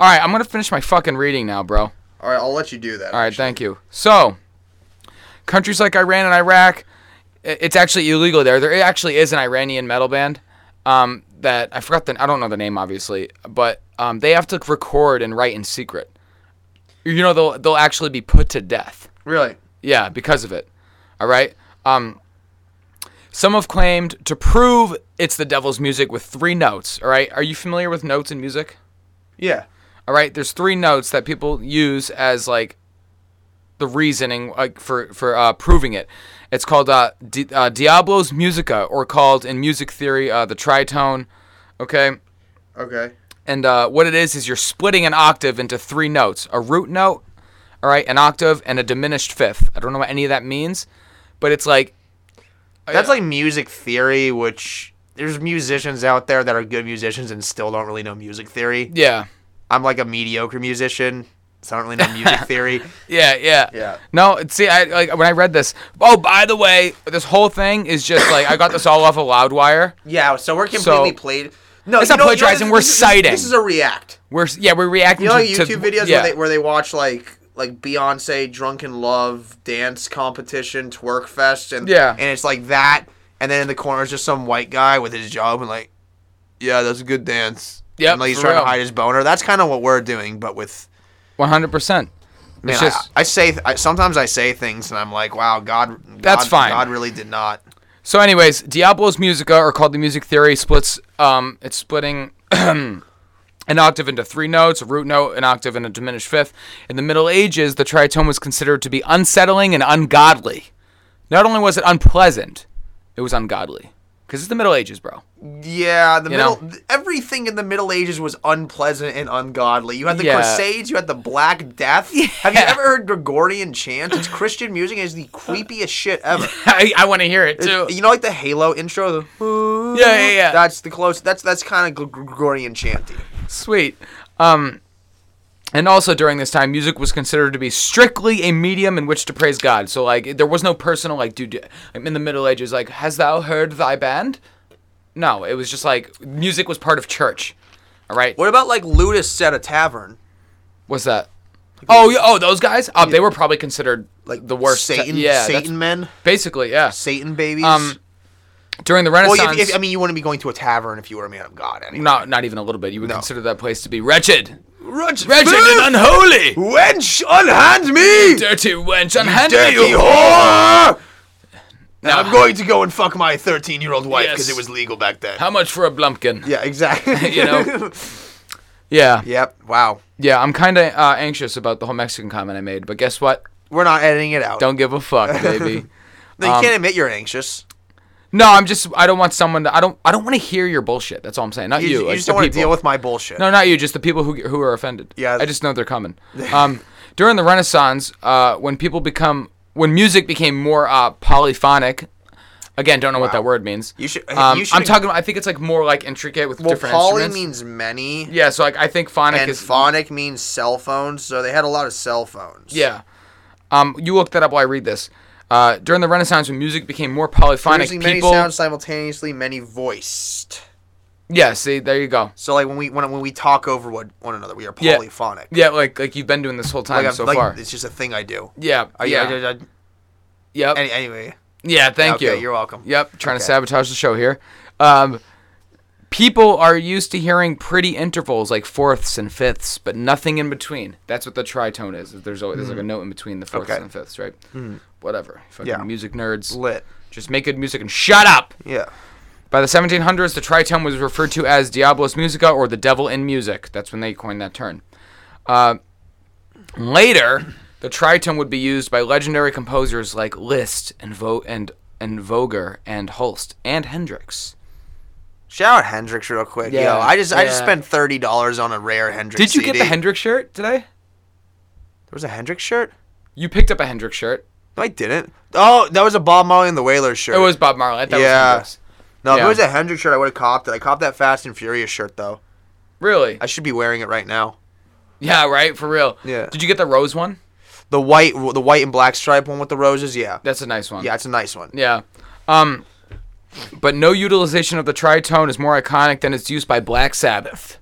[SPEAKER 2] All right, I'm gonna finish my fucking reading now, bro.
[SPEAKER 1] All right. I'll let you do that.
[SPEAKER 2] All right, thank you. So, countries like Iran and Iraq, i- it's actually illegal there. There actually is an Iranian metal band um, that I forgot the I don't know the name obviously, but um, they have to record and write in secret. You know they'll they'll actually be put to death.
[SPEAKER 1] Really.
[SPEAKER 2] Yeah, because of it. All right. Um, some have claimed to prove it's the devil's music with three notes. All right. Are you familiar with notes in music?
[SPEAKER 1] Yeah.
[SPEAKER 2] All right, there's three notes that people use as like the reasoning like for for uh, proving it. It's called uh, Di- uh, Diablo's Musica, or called in music theory uh, the tritone. Okay,
[SPEAKER 1] Okay.
[SPEAKER 2] and uh, what it is is you're splitting an octave into three notes: a root note, all right, an octave, and a diminished fifth. I don't know what any of that means, but it's like
[SPEAKER 1] That's like music theory, which there's musicians out there that are good musicians and still don't really know music theory.
[SPEAKER 2] yeah,
[SPEAKER 1] I'm like a mediocre musician, so I don't really know [laughs] music theory.
[SPEAKER 2] Yeah, yeah.
[SPEAKER 1] Yeah.
[SPEAKER 2] No, it- see, I like when I read this. Oh, by the way, this whole thing is just like I got this all off of Loudwire.
[SPEAKER 1] Yeah, so we're completely
[SPEAKER 2] So-
[SPEAKER 1] played. No,
[SPEAKER 2] It's
[SPEAKER 1] you
[SPEAKER 2] not
[SPEAKER 1] know- you know
[SPEAKER 2] plagiarizing,
[SPEAKER 1] this-
[SPEAKER 2] we're
[SPEAKER 1] this is-
[SPEAKER 2] citing.
[SPEAKER 1] This is a react.
[SPEAKER 2] We're s- yeah, we're reacting
[SPEAKER 1] You know,
[SPEAKER 2] to
[SPEAKER 1] YouTube
[SPEAKER 2] to-
[SPEAKER 1] videos where
[SPEAKER 2] yeah.
[SPEAKER 1] they where they watch like like Beyonce drunken love dance competition twerk fest and
[SPEAKER 2] Yeah.
[SPEAKER 1] and it's like that, and then in the corner is just some white guy with his job and like, yeah, that's a good dance.
[SPEAKER 2] Yep,
[SPEAKER 1] and like he's
[SPEAKER 2] for
[SPEAKER 1] trying
[SPEAKER 2] real.
[SPEAKER 1] to hide his boner. That's kind of what we're doing, but with
[SPEAKER 2] One hundred percent.
[SPEAKER 1] Man,
[SPEAKER 2] It's just
[SPEAKER 1] I, I say I, sometimes I say things and I'm like, wow, God,
[SPEAKER 2] That's
[SPEAKER 1] God-
[SPEAKER 2] fine.
[SPEAKER 1] God really did not.
[SPEAKER 2] so. Anyways, Diablo's Musica, or called the music theory, splits. Um, it's splitting. [clears throat] An octave into three notes, a root note, an octave, and a diminished fifth. In the Middle Ages, the tritone was considered to be unsettling and ungodly. Not only was it unpleasant, it was ungodly. Because it's the Middle Ages, bro. [laughs]
[SPEAKER 1] Yeah, the
[SPEAKER 2] You
[SPEAKER 1] middle,
[SPEAKER 2] know?
[SPEAKER 1] th- everything in the Middle Ages was unpleasant and ungodly. You had the
[SPEAKER 2] Yeah.
[SPEAKER 1] Crusades, you had the Black Death. Have you ever heard Gregorian chants? It's Christian music. It's the creepiest shit ever.
[SPEAKER 2] [laughs] I, I want to hear it too.
[SPEAKER 1] You know, like the Halo intro. The,
[SPEAKER 2] Yeah, yeah, yeah.
[SPEAKER 1] That's the close. That's that's kind of Gregorian chanty.
[SPEAKER 2] Sweet. Um, and also during this time, music was considered to be strictly a medium in which to praise God. So like, there was no personal like, dude, I'm in the Middle Ages. Like, has thou heard thy band? No, it was just like music was part of church. All right,
[SPEAKER 1] What about like Ludus at a tavern?
[SPEAKER 2] what's that? Oh, yeah, oh, those guys. Oh, they were probably considered
[SPEAKER 1] Like
[SPEAKER 2] like the worst.
[SPEAKER 1] Satan,
[SPEAKER 2] yeah, that's-
[SPEAKER 1] Satan men,
[SPEAKER 2] Basically, yeah.
[SPEAKER 1] Satan babies.
[SPEAKER 2] Um, During the Renaissance,
[SPEAKER 1] well, if, if, I mean, you wouldn't be going to a tavern if you were a man of God. Anyway.
[SPEAKER 2] not not even a little bit. You would consider that place to be wretched,
[SPEAKER 1] Wretch,
[SPEAKER 2] wretched and unholy.
[SPEAKER 1] wench, unhand me,
[SPEAKER 2] Dirty wench, unhand me,
[SPEAKER 1] dirty
[SPEAKER 2] you
[SPEAKER 1] whore!
[SPEAKER 2] Now-
[SPEAKER 1] I'm going to go and fuck my 13 year old wife because it
[SPEAKER 2] Yes.
[SPEAKER 1] was legal back then.
[SPEAKER 2] [laughs] How much for a blumpkin?
[SPEAKER 1] yeah, exactly.
[SPEAKER 2] You know? Yeah.
[SPEAKER 1] [laughs] Yep. Wow.
[SPEAKER 2] Yeah, I'm kind of uh, anxious about the whole Mexican comment I made, but guess what?
[SPEAKER 1] We're not editing it out.
[SPEAKER 2] Don't um, give a fuck,
[SPEAKER 1] [laughs]
[SPEAKER 2] baby.
[SPEAKER 1] No, you can't admit you're anxious.
[SPEAKER 2] No, I'm just I don't want someone to I don't I don't want to hear your bullshit. That's all I'm saying. Not
[SPEAKER 1] You,
[SPEAKER 2] you.
[SPEAKER 1] you
[SPEAKER 2] like
[SPEAKER 1] just
[SPEAKER 2] the
[SPEAKER 1] don't want to
[SPEAKER 2] people.
[SPEAKER 1] deal with my bullshit.
[SPEAKER 2] No, not you. Just the people who get- who are offended.
[SPEAKER 1] Yeah.
[SPEAKER 2] I just know
[SPEAKER 1] [laughs]
[SPEAKER 2] they're coming. Um, during the Renaissance, uh, when people become when music became more uh, polyphonic. Again, don't know what that word means.
[SPEAKER 1] You should-
[SPEAKER 2] Um,
[SPEAKER 1] you should-
[SPEAKER 2] I'm talking. About, I think it's like more like intricate with
[SPEAKER 1] well,
[SPEAKER 2] different
[SPEAKER 1] poly
[SPEAKER 2] instruments.
[SPEAKER 1] means many,
[SPEAKER 2] yeah. So like I think phonic
[SPEAKER 1] and
[SPEAKER 2] is
[SPEAKER 1] phonic means cell phones. So they had a lot of cell phones.
[SPEAKER 2] Yeah. Um, you look that up while I read this. Uh, during the Renaissance, when music became more polyphonic,
[SPEAKER 1] Producing many
[SPEAKER 2] people.
[SPEAKER 1] sounds simultaneously, many voiced.
[SPEAKER 2] Yeah. See, there you go.
[SPEAKER 1] So like when we when, when we talk over one, one another, we are
[SPEAKER 2] Yeah.
[SPEAKER 1] polyphonic.
[SPEAKER 2] Yeah, like like you've been doing this whole time
[SPEAKER 1] Like, I'm-
[SPEAKER 2] so
[SPEAKER 1] like, Oh,
[SPEAKER 2] far.
[SPEAKER 1] it's just a thing I do.
[SPEAKER 2] Yeah.
[SPEAKER 1] I,
[SPEAKER 2] yeah.
[SPEAKER 1] I- I- I-
[SPEAKER 2] yep.
[SPEAKER 1] any- anyway,
[SPEAKER 2] Yeah, thank
[SPEAKER 1] Okay,
[SPEAKER 2] you.
[SPEAKER 1] you're welcome.
[SPEAKER 2] Yep, trying to
[SPEAKER 1] Okay.
[SPEAKER 2] sabotage the show here. Um, people are used to hearing pretty intervals like fourths and fifths, but nothing in between. That's what the tritone is. is There's always there's like a note in between the fourths
[SPEAKER 1] Hmm. Okay. Hmm.
[SPEAKER 2] and fifths, right? Whatever. Fucking
[SPEAKER 1] Yeah.
[SPEAKER 2] music nerds.
[SPEAKER 1] lit.
[SPEAKER 2] Just make good music and shut up.
[SPEAKER 1] Yeah.
[SPEAKER 2] By the 1700s, the tritone was referred to as Diabolus Musica or the devil in music. That's when they coined that term. Uh, later, the tritone would be used by legendary composers like Liszt and Vo- and and Voger and Holst and Hendrix.
[SPEAKER 1] Shout out Hendrix real quick.
[SPEAKER 2] Yeah,
[SPEAKER 1] Yo, I just I just
[SPEAKER 2] yeah.
[SPEAKER 1] spent thirty dollars on a rare Hendrix.
[SPEAKER 2] Did you get the
[SPEAKER 1] CD.
[SPEAKER 2] Hendrix shirt today?
[SPEAKER 1] There was a Hendrix shirt.
[SPEAKER 2] You picked up a Hendrix shirt.
[SPEAKER 1] No, I didn't. Oh, that was a Bob Marley and the Wailers shirt.
[SPEAKER 2] It was Bob Marley. I thought
[SPEAKER 1] Yeah.
[SPEAKER 2] It was Hendrix.
[SPEAKER 1] no, if
[SPEAKER 2] yeah.
[SPEAKER 1] it was a Hendrix shirt, I would have copped it. I copped that Fast and Furious shirt though.
[SPEAKER 2] Really?
[SPEAKER 1] I should be wearing it right now.
[SPEAKER 2] Yeah. Right. For real.
[SPEAKER 1] Yeah.
[SPEAKER 2] Did you get the rose one?
[SPEAKER 1] The white, the white and black stripe one with the roses. Yeah,
[SPEAKER 2] That's a nice one.
[SPEAKER 1] yeah, it's a nice one.
[SPEAKER 2] Yeah. Um but no utilization of the tritone is more iconic than its use by Black Sabbath.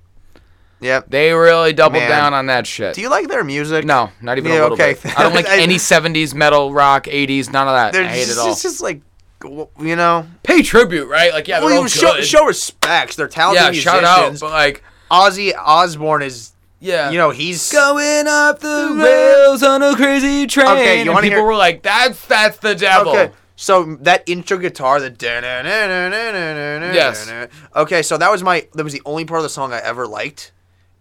[SPEAKER 1] Yep.
[SPEAKER 2] They really doubled
[SPEAKER 1] Man.
[SPEAKER 2] down on that shit.
[SPEAKER 1] Do you like their music?
[SPEAKER 2] no, not even
[SPEAKER 1] Yeah,
[SPEAKER 2] a little
[SPEAKER 1] okay.
[SPEAKER 2] bit. I don't
[SPEAKER 1] [laughs]
[SPEAKER 2] like
[SPEAKER 1] I-
[SPEAKER 2] any 70s metal, rock, 80s, none of that.
[SPEAKER 1] They're
[SPEAKER 2] I hate
[SPEAKER 1] just,
[SPEAKER 2] it all.
[SPEAKER 1] It's just like, w- you know.
[SPEAKER 2] Pay tribute, right? Like, yeah, they're
[SPEAKER 1] Well,
[SPEAKER 2] all
[SPEAKER 1] you show,
[SPEAKER 2] good.
[SPEAKER 1] show respects. They're talented
[SPEAKER 2] yeah,
[SPEAKER 1] musicians.
[SPEAKER 2] shout out, but like,
[SPEAKER 1] Ozzy Osbourne is,
[SPEAKER 2] yeah.
[SPEAKER 1] you know, he's
[SPEAKER 2] going up the rails on a crazy train.
[SPEAKER 1] Okay, you
[SPEAKER 2] and
[SPEAKER 1] wanna
[SPEAKER 2] people
[SPEAKER 1] hear-
[SPEAKER 2] were like, that's that's the devil.
[SPEAKER 1] okay. So that intro guitar, the yes. Okay, so that was my that was the only part of the song I ever liked,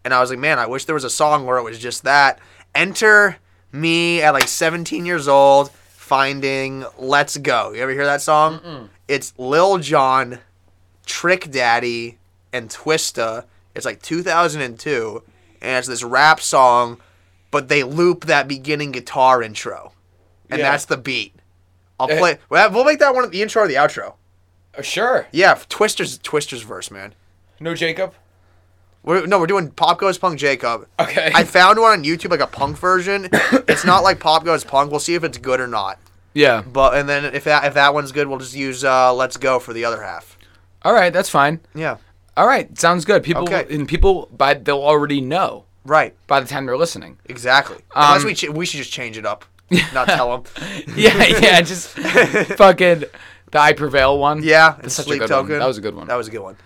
[SPEAKER 1] and I was like, man, I wish there was a song where it was just that. Enter me at like 17 years old, finding "Let's Go." You ever hear that song? It's Lil Jon, Trick Daddy, and Twista. It's like 2002, and it's this rap song, but they loop that beginning guitar intro, and
[SPEAKER 2] Yeah.
[SPEAKER 1] that's the beat. I'll
[SPEAKER 2] Eh.
[SPEAKER 1] play. We'll have- we'll make that one at the intro or the outro.
[SPEAKER 2] Uh, Sure.
[SPEAKER 1] Yeah, f- Twister's Twister's verse, man.
[SPEAKER 2] No Jacob?
[SPEAKER 1] We're, no, we're doing Pop Goes Punk Jacob.
[SPEAKER 2] Okay. [laughs]
[SPEAKER 1] I found one on YouTube, like a punk
[SPEAKER 2] [coughs]
[SPEAKER 1] version. it's not like Pop Goes Punk. We'll see if it's good or not.
[SPEAKER 2] yeah.
[SPEAKER 1] But and then if that if that one's good, we'll just use uh, Let's Go for the other half.
[SPEAKER 2] All right, that's fine.
[SPEAKER 1] Yeah.
[SPEAKER 2] All right, sounds good. People
[SPEAKER 1] Okay.
[SPEAKER 2] and people by they'll already know
[SPEAKER 1] Right.
[SPEAKER 2] by the time they're listening.
[SPEAKER 1] Exactly. Unless
[SPEAKER 2] Um,
[SPEAKER 1] we ch- we should just change it
[SPEAKER 2] [laughs]
[SPEAKER 1] up. Not tell them.
[SPEAKER 2] yeah, [laughs]
[SPEAKER 1] [laughs]
[SPEAKER 2] yeah, just fucking the I Prevail one.
[SPEAKER 1] Yeah. and
[SPEAKER 2] that's such a
[SPEAKER 1] Sleep
[SPEAKER 2] good
[SPEAKER 1] Token.
[SPEAKER 2] one. That was a good one.
[SPEAKER 1] That was a good one.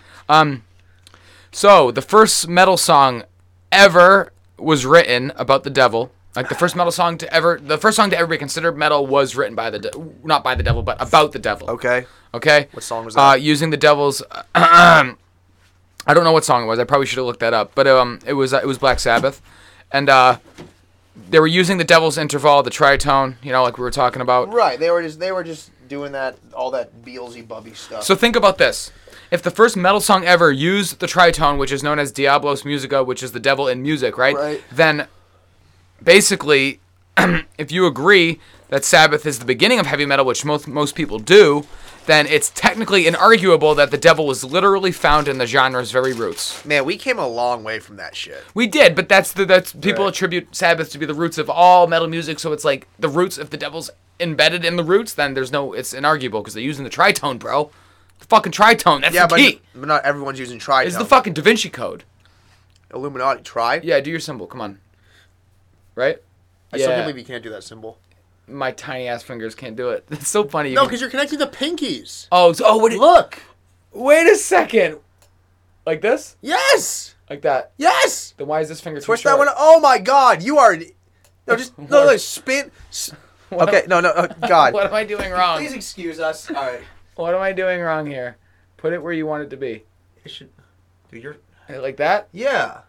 [SPEAKER 2] so the first metal song ever was written about the devil. Like the first metal song to ever, the first song to ever be considered metal was written by the, de- not by the devil, but about the devil.
[SPEAKER 1] Okay.
[SPEAKER 2] Okay. What
[SPEAKER 1] song was
[SPEAKER 2] Uh,
[SPEAKER 1] that?
[SPEAKER 2] using the devil's. [clears throat] I don't know what song it was. I probably should have looked that up, but um, it was uh, it was Black Sabbath, and uh, they were using the devil's interval, the tritone. You know, like we were talking about.
[SPEAKER 1] Right. They were just they were just doing that all that Beelzebubby stuff.
[SPEAKER 2] So think about this: if the first metal song ever used the tritone, which is known as Diablos Musica, which is the devil in music, right?
[SPEAKER 1] Right.
[SPEAKER 2] Then, basically, [clears throat] if you agree that Sabbath is the beginning of heavy metal, which most most people do, then it's technically inarguable that the devil was literally found in the genre's very roots.
[SPEAKER 1] Man, we came a long way from that shit.
[SPEAKER 2] We did, but that's the that's people
[SPEAKER 1] Right.
[SPEAKER 2] attribute Sabbath to be the roots of all metal music. So it's like the roots. If the devil's embedded in the roots, then there's no. It's inarguable because they're using the tritone, bro. The fucking tritone. That's
[SPEAKER 1] Yeah,
[SPEAKER 2] the
[SPEAKER 1] but,
[SPEAKER 2] key.
[SPEAKER 1] but not everyone's using tritone.
[SPEAKER 2] It's the fucking Da Vinci Code.
[SPEAKER 1] Illuminati try.
[SPEAKER 2] Yeah, do your symbol. Come on. Right?
[SPEAKER 1] I
[SPEAKER 2] yeah.
[SPEAKER 1] still can't believe you can't do that symbol.
[SPEAKER 2] My tiny ass fingers can't do it. [laughs] It's so funny. you
[SPEAKER 1] No,
[SPEAKER 2] can-
[SPEAKER 1] because you're connecting the pinkies.
[SPEAKER 2] oh, so, oh, what?
[SPEAKER 1] Look.
[SPEAKER 2] Wait a second. Like this?
[SPEAKER 1] Yes.
[SPEAKER 2] Like that?
[SPEAKER 1] Yes.
[SPEAKER 2] Then why is this finger too
[SPEAKER 1] Twist that
[SPEAKER 2] short?
[SPEAKER 1] one. Oh my God! You are. an- No, just no, no. Spin. s- Okay. No, no. Oh,
[SPEAKER 2] [laughs] [laughs] What
[SPEAKER 1] God.
[SPEAKER 2] am I doing wrong?
[SPEAKER 1] Please excuse us. All right.
[SPEAKER 2] What am I doing wrong here? Put it where you want it to be.
[SPEAKER 1] It should. Dude, you're.
[SPEAKER 2] Like that?
[SPEAKER 1] Yeah.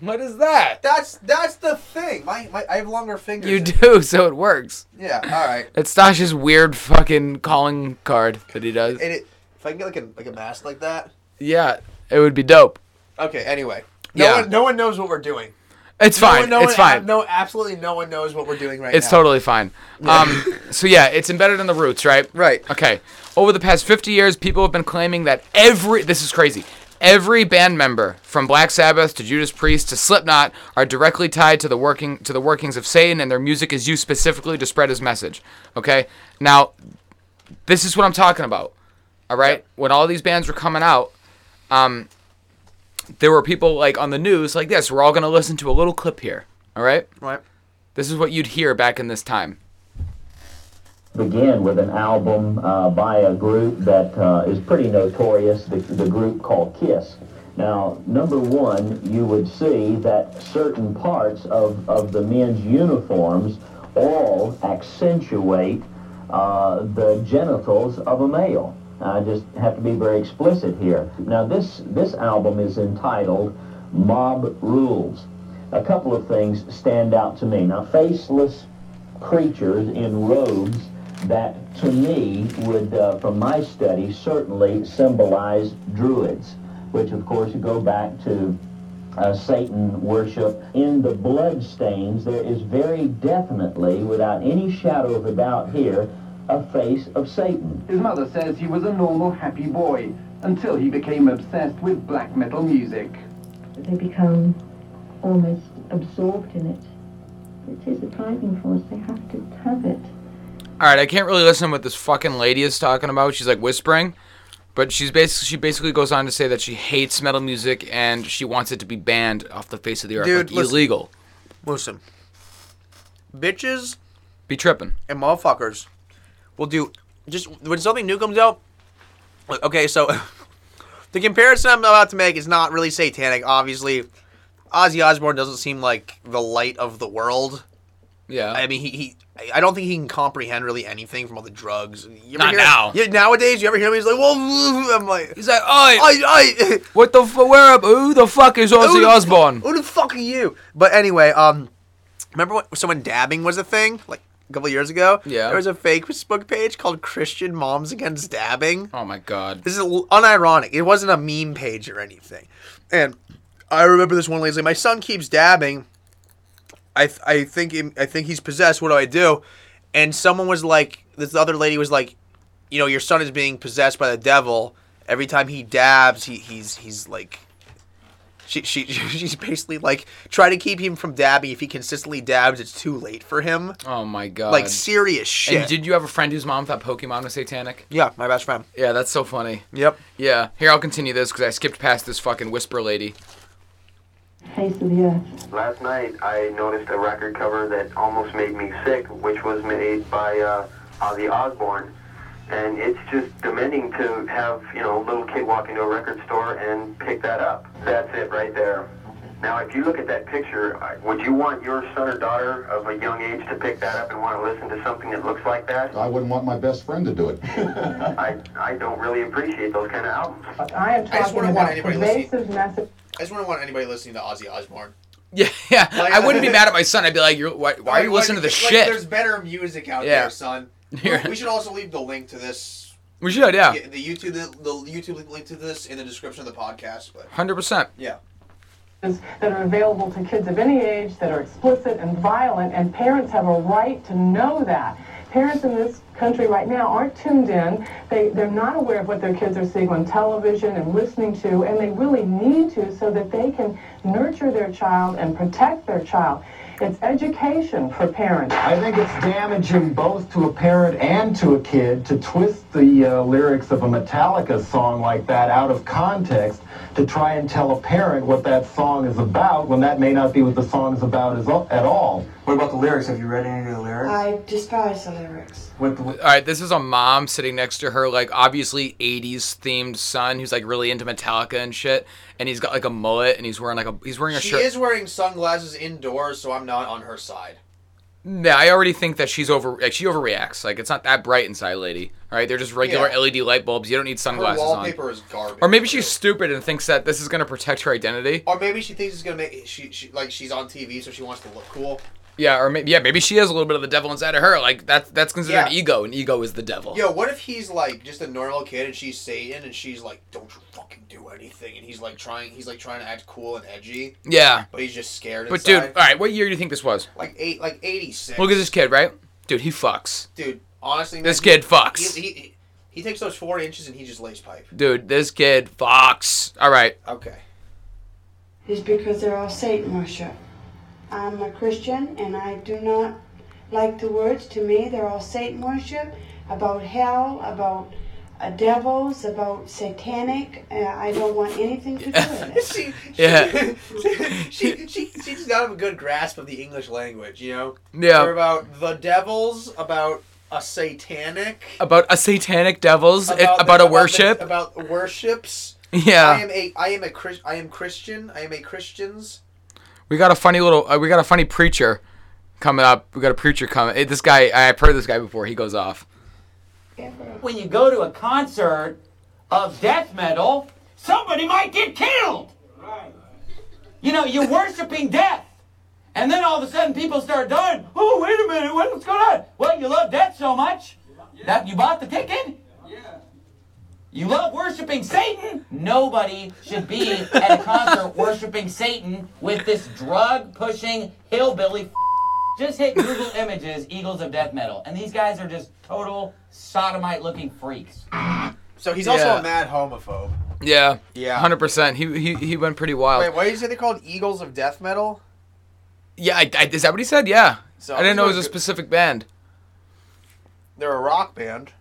[SPEAKER 2] What is that?
[SPEAKER 1] That's that's the thing. My, my I have longer fingers.
[SPEAKER 2] You do, [laughs] so it works.
[SPEAKER 1] Yeah. All right.
[SPEAKER 2] It's Stasha's weird fucking calling card that he does.
[SPEAKER 1] And it, if I can get like a like a mask like that.
[SPEAKER 2] Yeah, it would be dope.
[SPEAKER 1] Okay. Anyway. No
[SPEAKER 2] Yeah.
[SPEAKER 1] One, no one knows what we're doing.
[SPEAKER 2] It's
[SPEAKER 1] No
[SPEAKER 2] fine.
[SPEAKER 1] one- no
[SPEAKER 2] it's
[SPEAKER 1] one-
[SPEAKER 2] fine.
[SPEAKER 1] No, absolutely no one knows what we're doing right
[SPEAKER 2] It's
[SPEAKER 1] now.
[SPEAKER 2] totally fine. Um, so yeah, it's embedded in the roots, right?
[SPEAKER 1] Right.
[SPEAKER 2] Okay. Over the past 50 years, people have been claiming that every this is crazy. Every band member, from Black Sabbath to Judas Priest to Slipknot, are directly tied to the working to the workings of Satan, and their music is used specifically to spread his message. Okay. Now, this is what I'm talking about. All right. When all these bands were coming out, um, there were people like on the news like this. We're all gonna listen to a little clip here. All right.
[SPEAKER 1] Right.
[SPEAKER 2] This is what you'd hear back in this time.
[SPEAKER 3] begin with an album uh, by a group that uh, is pretty notorious, the, the group called Kiss. Now, number one, you would see that certain parts of, of the men's uniforms all accentuate uh, the genitals of a male. I just have to be very explicit here. Now, this, this album is entitled Mob Rules. A couple of things stand out to me. Now, faceless creatures in robes that to me would, uh, from my study, certainly symbolize druids, which of course go back to uh, Satan worship. In the blood stains, there is very definitely, without any shadow of a doubt here, a face of Satan.
[SPEAKER 4] His mother says he was a normal, happy boy until he became obsessed with black metal music.
[SPEAKER 5] they become almost absorbed in it. It is surprising for us. They have to have it.
[SPEAKER 2] All right, I can't really listen to what this fucking lady is talking about. She's like whispering, but she's basically she basically goes on to say that she hates metal music and she wants it to be banned off the face of the earth,
[SPEAKER 1] Dude,
[SPEAKER 2] like
[SPEAKER 1] listen.
[SPEAKER 2] illegal.
[SPEAKER 1] Listen. Bitches
[SPEAKER 2] Be tripping.
[SPEAKER 1] and motherfuckers will do just when something new comes out. like, Okay, so [laughs] the comparison I'm about to make is not really satanic. Obviously, Ozzy Osbourne doesn't seem like the light of the world.
[SPEAKER 2] Yeah.
[SPEAKER 1] I mean, he, he I don't think he can comprehend really anything from all the drugs. You ever
[SPEAKER 2] Not
[SPEAKER 1] hear-
[SPEAKER 2] now.
[SPEAKER 1] Yeah, nowadays, you ever hear me? He's like, well, [laughs] I'm like,
[SPEAKER 2] He's like, oh,
[SPEAKER 1] I, I,
[SPEAKER 2] what the fuck? Where up? Who the fuck is
[SPEAKER 1] Who
[SPEAKER 2] Ozzy
[SPEAKER 1] the fu-
[SPEAKER 2] Osbourne?
[SPEAKER 1] Who the fuck are you? But anyway, um, remember when someone dabbing was a thing like a couple years ago?
[SPEAKER 2] Yeah.
[SPEAKER 1] There was a Facebook page called Christian Moms Against Dabbing.
[SPEAKER 2] Oh my god.
[SPEAKER 1] This is l- unironic. It wasn't a meme page or anything. And I remember this one lady's like, my son keeps dabbing. I th- I think him- I think he's possessed. What do I do? And someone was like, this other lady was like, you know, your son is being possessed by the devil. Every time he dabs, he, he's he's like. She, she, [laughs] she's basically like try to keep him from dabbing. If he consistently dabs, it's too late for him.
[SPEAKER 2] Oh my god.
[SPEAKER 1] Like serious shit.
[SPEAKER 2] and did you have a friend whose mom thought Pokemon was satanic?
[SPEAKER 1] yeah, my best friend.
[SPEAKER 2] Yeah, that's so funny.
[SPEAKER 1] Yep.
[SPEAKER 2] Yeah. Here, I'll continue this because I skipped past this fucking whisper lady.
[SPEAKER 5] Face of the earth.
[SPEAKER 6] Last night, I noticed a record cover that almost made me sick, which was made by uh, Ozzy Osbourne. And it's just demeaning to have, you know, a little kid walk into a record store and pick that up. That's it right there. Now, if you look at that picture, I- would you want your son or daughter of a young age to pick that up and want to listen to something that looks like that?
[SPEAKER 7] I wouldn't want my best friend to do it. [laughs]
[SPEAKER 6] I, I don't really appreciate those kind of albums.
[SPEAKER 5] I am
[SPEAKER 1] just wouldn't want anybody listening.
[SPEAKER 5] massive.
[SPEAKER 1] I just wouldn't want anybody listening to Ozzy Osbourne.
[SPEAKER 2] Yeah, [laughs] yeah.
[SPEAKER 1] Like-
[SPEAKER 2] I wouldn't be
[SPEAKER 1] [laughs]
[SPEAKER 2] mad at my son. I'd be like, You're, why, why are you
[SPEAKER 1] Like,
[SPEAKER 2] listening to this
[SPEAKER 1] like,
[SPEAKER 2] shit?
[SPEAKER 1] There's better music out
[SPEAKER 2] Yeah.
[SPEAKER 1] there,
[SPEAKER 2] [laughs]
[SPEAKER 1] son.
[SPEAKER 2] Yeah.
[SPEAKER 1] We should also leave the link to this,
[SPEAKER 2] we should, yeah.
[SPEAKER 1] the YouTube, the, the YouTube link to this in the description of the podcast. But
[SPEAKER 2] 100%.
[SPEAKER 1] yeah,
[SPEAKER 8] that are available to kids of any age that are explicit and violent, and parents have a right to know that. Parents in this country right now aren't tuned in. They, they're not aware of what their kids are seeing on television and listening to, and they really need to so that they can nurture their child and protect their child. It's education for parents.
[SPEAKER 9] I think it's damaging both to a parent and to a kid to twist the uh, lyrics of a Metallica song like that out of context to try and tell a parent what that song is about when that may not be what the song is about as, at all.
[SPEAKER 10] What about the lyrics? Have you read any of the lyrics?
[SPEAKER 11] I despise the lyrics.
[SPEAKER 10] What the,
[SPEAKER 2] All right, this is a mom sitting next to her, like, obviously 80s themed son who's, like, really into Metallica and shit. And he's got, like, a mullet and he's wearing, like, a he's wearing a
[SPEAKER 1] she
[SPEAKER 2] shirt.
[SPEAKER 1] is wearing sunglasses indoors, so I'm not on her side.
[SPEAKER 2] Yeah, I already think that she's over. Like she overreacts. Like it's not that bright inside, lady. All right, they're just regular
[SPEAKER 1] Yeah.
[SPEAKER 2] LED light bulbs. You don't need
[SPEAKER 1] Her
[SPEAKER 2] sunglasses on.
[SPEAKER 1] wallpaper is garbage.
[SPEAKER 2] Or maybe she's stupid and thinks that this is gonna protect her identity.
[SPEAKER 1] Or maybe she thinks it's gonna make she, she like she's on TV, so she wants to look cool.
[SPEAKER 2] Yeah, or maybe yeah, maybe she has a little bit of the devil inside of her. Like that's that's considered
[SPEAKER 1] Yeah.
[SPEAKER 2] ego, and ego is the devil.
[SPEAKER 1] Yo, what if he's like just a normal kid and she's Satan and she's like, "Don't you fucking do anything," and he's like trying, he's like trying to act cool and edgy.
[SPEAKER 2] Yeah.
[SPEAKER 1] But he's just scared.
[SPEAKER 2] But dude, all
[SPEAKER 1] inside.
[SPEAKER 2] right, what year do you think this was?
[SPEAKER 1] like eight, like eighty six.
[SPEAKER 2] Look at this kid, right? Dude, he fucks.
[SPEAKER 1] dude. Honestly,
[SPEAKER 2] This
[SPEAKER 1] man,
[SPEAKER 2] kid fucks.
[SPEAKER 1] He, he, he, he takes those four inches and he just lays pipe.
[SPEAKER 2] Dude, this kid fucks. All right.
[SPEAKER 1] Okay. [laughs]
[SPEAKER 8] It's because they're all Satan worship. I'm a Christian and I do not like the words. To me, they're all Satan worship about hell, about uh, devils, about satanic. Uh, I don't want anything to do with it.
[SPEAKER 2] Yeah.
[SPEAKER 1] [laughs] she, she, she does not have a good grasp of the English language, you know?
[SPEAKER 2] Yeah.
[SPEAKER 1] They're about the devils, about a satanic,
[SPEAKER 2] About a satanic devils, it- about,
[SPEAKER 1] the-
[SPEAKER 2] a
[SPEAKER 1] the-
[SPEAKER 2] worship.
[SPEAKER 1] about worships.
[SPEAKER 2] Yeah.
[SPEAKER 1] I am a I am a Chris, I am Christian. I am a Christians.
[SPEAKER 2] we got a funny little. Uh, we got a funny preacher coming up. We got a preacher coming. eh, this guy, I've heard this guy before. He goes off.
[SPEAKER 3] When you go to a concert of death metal, somebody might get killed. You know, you're worshiping death. And then all of a sudden people start dying. Oh, wait a minute, what- what's going on? Well, you love death so much that you bought the ticket. You love worshiping Satan. Nobody should be at a concert worshiping Satan with this drug pushing hillbilly. Just hit Google Images Eagles of Death Metal, and these guys are just total sodomite looking freaks.
[SPEAKER 1] So he's also
[SPEAKER 2] Yeah.
[SPEAKER 1] a mad homophobe.
[SPEAKER 2] Yeah.
[SPEAKER 1] Yeah.
[SPEAKER 2] Hundred percent. He he he went pretty wild.
[SPEAKER 1] Wait, what did you say they called Eagles of Death Metal?
[SPEAKER 2] Yeah. I, I, is that what he said? Yeah.
[SPEAKER 1] So-
[SPEAKER 2] I didn't know it was a
[SPEAKER 1] Good.
[SPEAKER 2] specific band.
[SPEAKER 1] They're a rock band.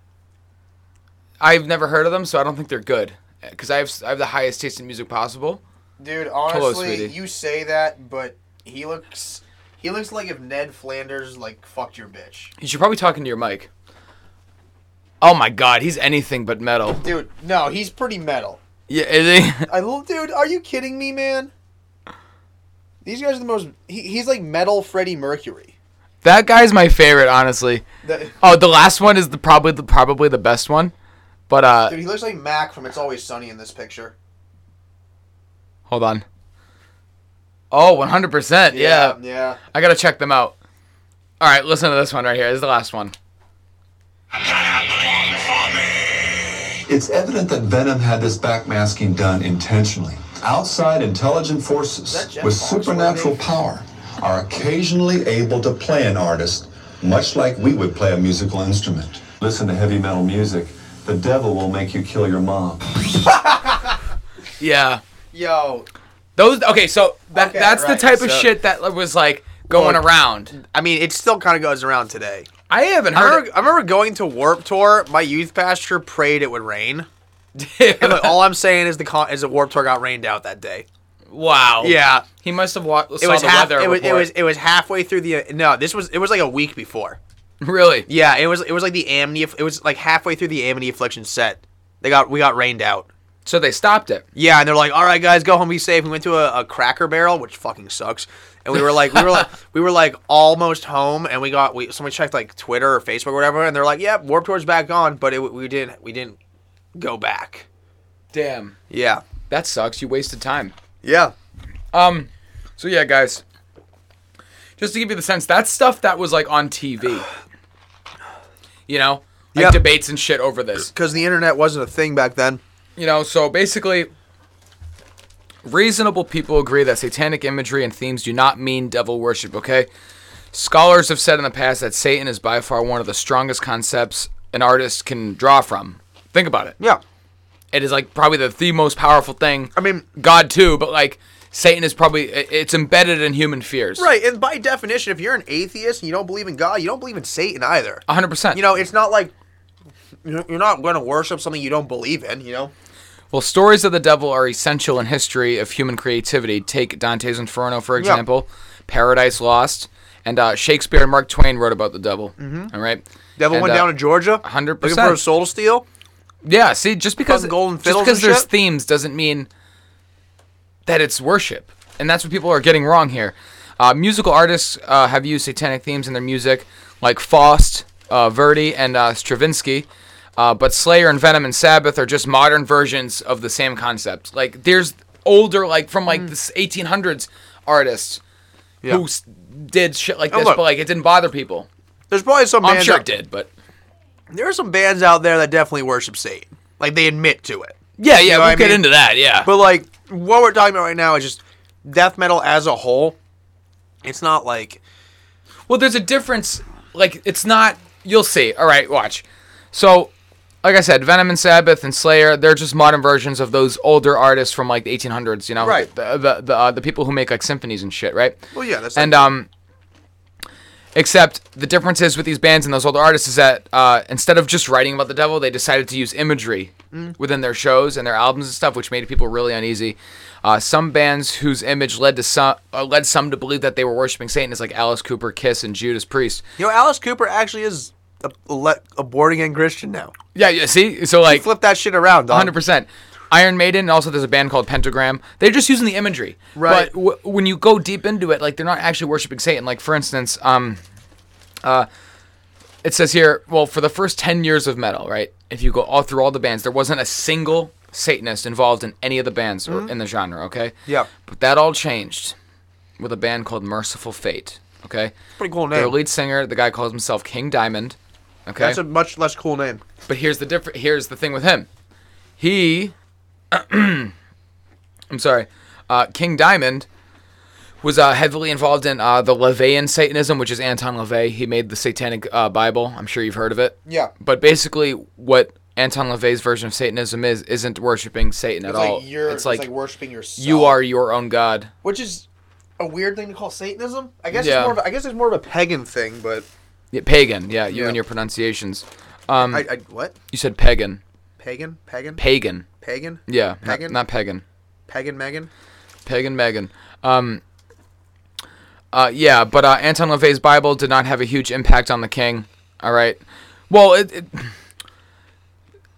[SPEAKER 2] I've never heard of them, so I don't think they're good. Because I have s- I have the highest taste in music possible.
[SPEAKER 1] Dude,
[SPEAKER 2] Hello,
[SPEAKER 1] honestly,
[SPEAKER 2] sweetie.
[SPEAKER 1] you say that, but he looks he looks like if Ned Flanders like fucked your bitch.
[SPEAKER 2] You should probably talk into your mic. Oh my God, he's anything but metal.
[SPEAKER 1] Dude, no, he's pretty metal.
[SPEAKER 2] Yeah,
[SPEAKER 1] [laughs]
[SPEAKER 2] is he?
[SPEAKER 1] I love, dude. Are you kidding me, man? These guys are the most. He, he's like metal Freddie Mercury.
[SPEAKER 2] That guy's my favorite, honestly.
[SPEAKER 1] The-
[SPEAKER 2] oh, the last one is the probably the probably the best one. But uh,
[SPEAKER 1] dude, he looks like Mac from It's Always Sunny in this picture.
[SPEAKER 2] hold on. Oh, 100%. Yeah.
[SPEAKER 1] Yeah, yeah.
[SPEAKER 2] I got to check them out. All right, listen to this one right here. This is the last one.
[SPEAKER 6] It's evident that Venom had this backmasking done intentionally. Outside intelligent forces with supernatural power are occasionally able to play an artist, much like we would play a musical instrument. Listen to heavy metal music. The devil will make you kill your mom.
[SPEAKER 2] Yeah.
[SPEAKER 1] Yo.
[SPEAKER 2] Those okay, so that, that's the type of shit that was like going
[SPEAKER 1] Look,
[SPEAKER 2] around.
[SPEAKER 1] I mean, it still kind of goes around today.
[SPEAKER 2] I haven't
[SPEAKER 1] I
[SPEAKER 2] heard
[SPEAKER 1] [laughs] remember, I remember going to Warp Tour. My youth pastor prayed it would rain. And look, all I'm saying is the con- is the Warp Tour got rained out that day.
[SPEAKER 2] Wow.
[SPEAKER 1] Yeah.
[SPEAKER 2] He must have wa-
[SPEAKER 1] It
[SPEAKER 2] Oh, saw
[SPEAKER 1] was
[SPEAKER 2] the
[SPEAKER 1] half.
[SPEAKER 2] weather
[SPEAKER 1] It was, it
[SPEAKER 2] report.
[SPEAKER 1] was it was halfway through the no. This was it was like a week before.
[SPEAKER 2] Really?
[SPEAKER 1] Yeah. It was it was like the Amity. It was like halfway through the Amity Affliction set. They got we got rained out.
[SPEAKER 2] So they stopped it.
[SPEAKER 1] Yeah, and they're like, "All right, guys, go home, be safe." We went to a, a Cracker Barrel, which fucking sucks. And we were like, we were [laughs] like, we were like almost home, and we got we someone checked like Twitter or Facebook or whatever, and they're like, "Yep, Warp Tour's back on," but it, we didn't we didn't go back.
[SPEAKER 2] Damn.
[SPEAKER 1] Yeah.
[SPEAKER 2] That sucks. You wasted time.
[SPEAKER 1] Yeah.
[SPEAKER 2] Um so yeah, guys. Just to give you the sense, that's stuff that was like on TV. You know? Like
[SPEAKER 1] Yep.
[SPEAKER 2] debates and shit over this.
[SPEAKER 1] Because the internet wasn't a thing back then.
[SPEAKER 2] You know, so basically reasonable people agree that satanic imagery and themes do not mean devil worship, okay? Scholars have said in the past that Satan is by far one of the strongest concepts an artist can draw from. Think about it.
[SPEAKER 1] Yeah.
[SPEAKER 2] It is like probably the, the most powerful thing. I
[SPEAKER 1] mean,
[SPEAKER 2] God too, but like Satan is probably i- it's embedded in human fears.
[SPEAKER 1] Right, and by definition, if you're an atheist and you don't believe in God, you don't believe in Satan either.
[SPEAKER 2] 100%.
[SPEAKER 1] You know, it's not like you're you're not going to worship something you don't believe in. You know.
[SPEAKER 2] Well, stories of the devil are essential in history of human creativity. Take Dante's Inferno for
[SPEAKER 1] Yeah.
[SPEAKER 2] example, Paradise Lost, and uh, Shakespeare and Mark Twain wrote about the devil.
[SPEAKER 1] Mhm.
[SPEAKER 2] All right,
[SPEAKER 1] Devil
[SPEAKER 2] And,
[SPEAKER 1] went
[SPEAKER 2] uh,
[SPEAKER 1] down to Georgia.
[SPEAKER 2] Hundred
[SPEAKER 1] Looking for a
[SPEAKER 2] percent.
[SPEAKER 1] soul to steal.
[SPEAKER 2] Yeah. See, just because
[SPEAKER 1] Fucking golden
[SPEAKER 2] just
[SPEAKER 1] fiddles
[SPEAKER 2] because
[SPEAKER 1] and
[SPEAKER 2] there's
[SPEAKER 1] shit?
[SPEAKER 2] themes doesn't mean that it's worship, and that's what people are getting wrong here. Uh, musical artists uh, have used satanic themes in their music, like Faust, uh, Verdi, and uh, Stravinsky. Uh, but Slayer and Venom and Sabbath are just modern versions of the same concept. Like there's older, like from like the 1800s artists
[SPEAKER 1] Mm. Yeah.
[SPEAKER 2] who s- did shit like
[SPEAKER 1] And
[SPEAKER 2] this,
[SPEAKER 1] look-
[SPEAKER 2] but like it didn't bother people.
[SPEAKER 1] There's probably some
[SPEAKER 2] I'm
[SPEAKER 1] bands
[SPEAKER 2] sure
[SPEAKER 1] out-
[SPEAKER 2] it did, but
[SPEAKER 1] There are some bands out there that definitely worship Satan. Like they admit to it.
[SPEAKER 2] Yeah, yeah,
[SPEAKER 1] what
[SPEAKER 2] we'll get into that, yeah.
[SPEAKER 1] But like what we're talking about right now is just death metal as a whole. It's not like
[SPEAKER 2] Well, there's a difference. Like, it's not. You'll see. All right, watch. So, like I said, Venom and Sabbath and Slayer, they're just modern versions of those older artists from like the 1800s. You know,
[SPEAKER 1] Right.
[SPEAKER 2] The the the, uh, the people who make like symphonies and shit, right?
[SPEAKER 1] Well, yeah, that's
[SPEAKER 2] and um. Except the difference is with these bands and those older artists is that uh, instead of just writing about the devil, they decided to use imagery
[SPEAKER 1] Mm.
[SPEAKER 2] within their shows and their albums and stuff, which made people really uneasy. Uh, some bands whose image led to some uh, led some to believe that they were worshiping Satan is like Alice Cooper, Kiss, and Judas Priest.
[SPEAKER 1] you know Alice Cooper actually is a, le- a born again Christian now.
[SPEAKER 2] Yeah, yeah. See, so like
[SPEAKER 1] flip that shit around.
[SPEAKER 2] One hundred percent. Iron Maiden, and also there's a band called Pentagram. They're just using the imagery,
[SPEAKER 1] Right.
[SPEAKER 2] But w- when you go deep into it, like they're not actually worshiping Satan. Like for instance, um, uh, it says here, well, for the first ten years of metal, right? If you go all through all the bands, there wasn't a single Satanist involved in any of the bands or
[SPEAKER 1] Mhm.
[SPEAKER 2] in the genre. Okay.
[SPEAKER 1] Yeah.
[SPEAKER 2] But that all changed with a band called Merciful Fate. Okay.
[SPEAKER 1] Pretty cool
[SPEAKER 2] Their
[SPEAKER 1] name.
[SPEAKER 2] lead singer, the guy calls himself King Diamond. Okay.
[SPEAKER 1] That's a much less cool name.
[SPEAKER 2] But here's the different. Here's the thing with him. He, [clears throat] I'm sorry, uh, King Diamond was uh, heavily involved in uh, the Levian Satanism, which is Anton LaVey. He made the Satanic uh, Bible. I'm sure you've heard of it.
[SPEAKER 1] Yeah.
[SPEAKER 2] But basically, what Anton LaVey's version of Satanism is isn't worshiping Satan
[SPEAKER 1] It's
[SPEAKER 2] at
[SPEAKER 1] like
[SPEAKER 2] all.
[SPEAKER 1] you're- it's like worshiping yourself.
[SPEAKER 2] You are your own god.
[SPEAKER 1] Which is a weird thing to call Satanism. I guess
[SPEAKER 2] Yeah.
[SPEAKER 1] it's more of a, I guess it's more of a pagan thing, but
[SPEAKER 2] Yeah, pagan. Yeah, you and your pronunciations. Um,
[SPEAKER 1] I- I- what?
[SPEAKER 2] You said pagan.
[SPEAKER 1] pagan, pagan,
[SPEAKER 2] Pagan.
[SPEAKER 1] pagan.
[SPEAKER 2] Yeah. not-
[SPEAKER 1] pagan,
[SPEAKER 2] not pagan.
[SPEAKER 1] pagan, Megan.
[SPEAKER 2] Pagan Megan. Um, uh, yeah, but uh, Anton LaVey's Bible did not have a huge impact on the king. All right. Well, it, it,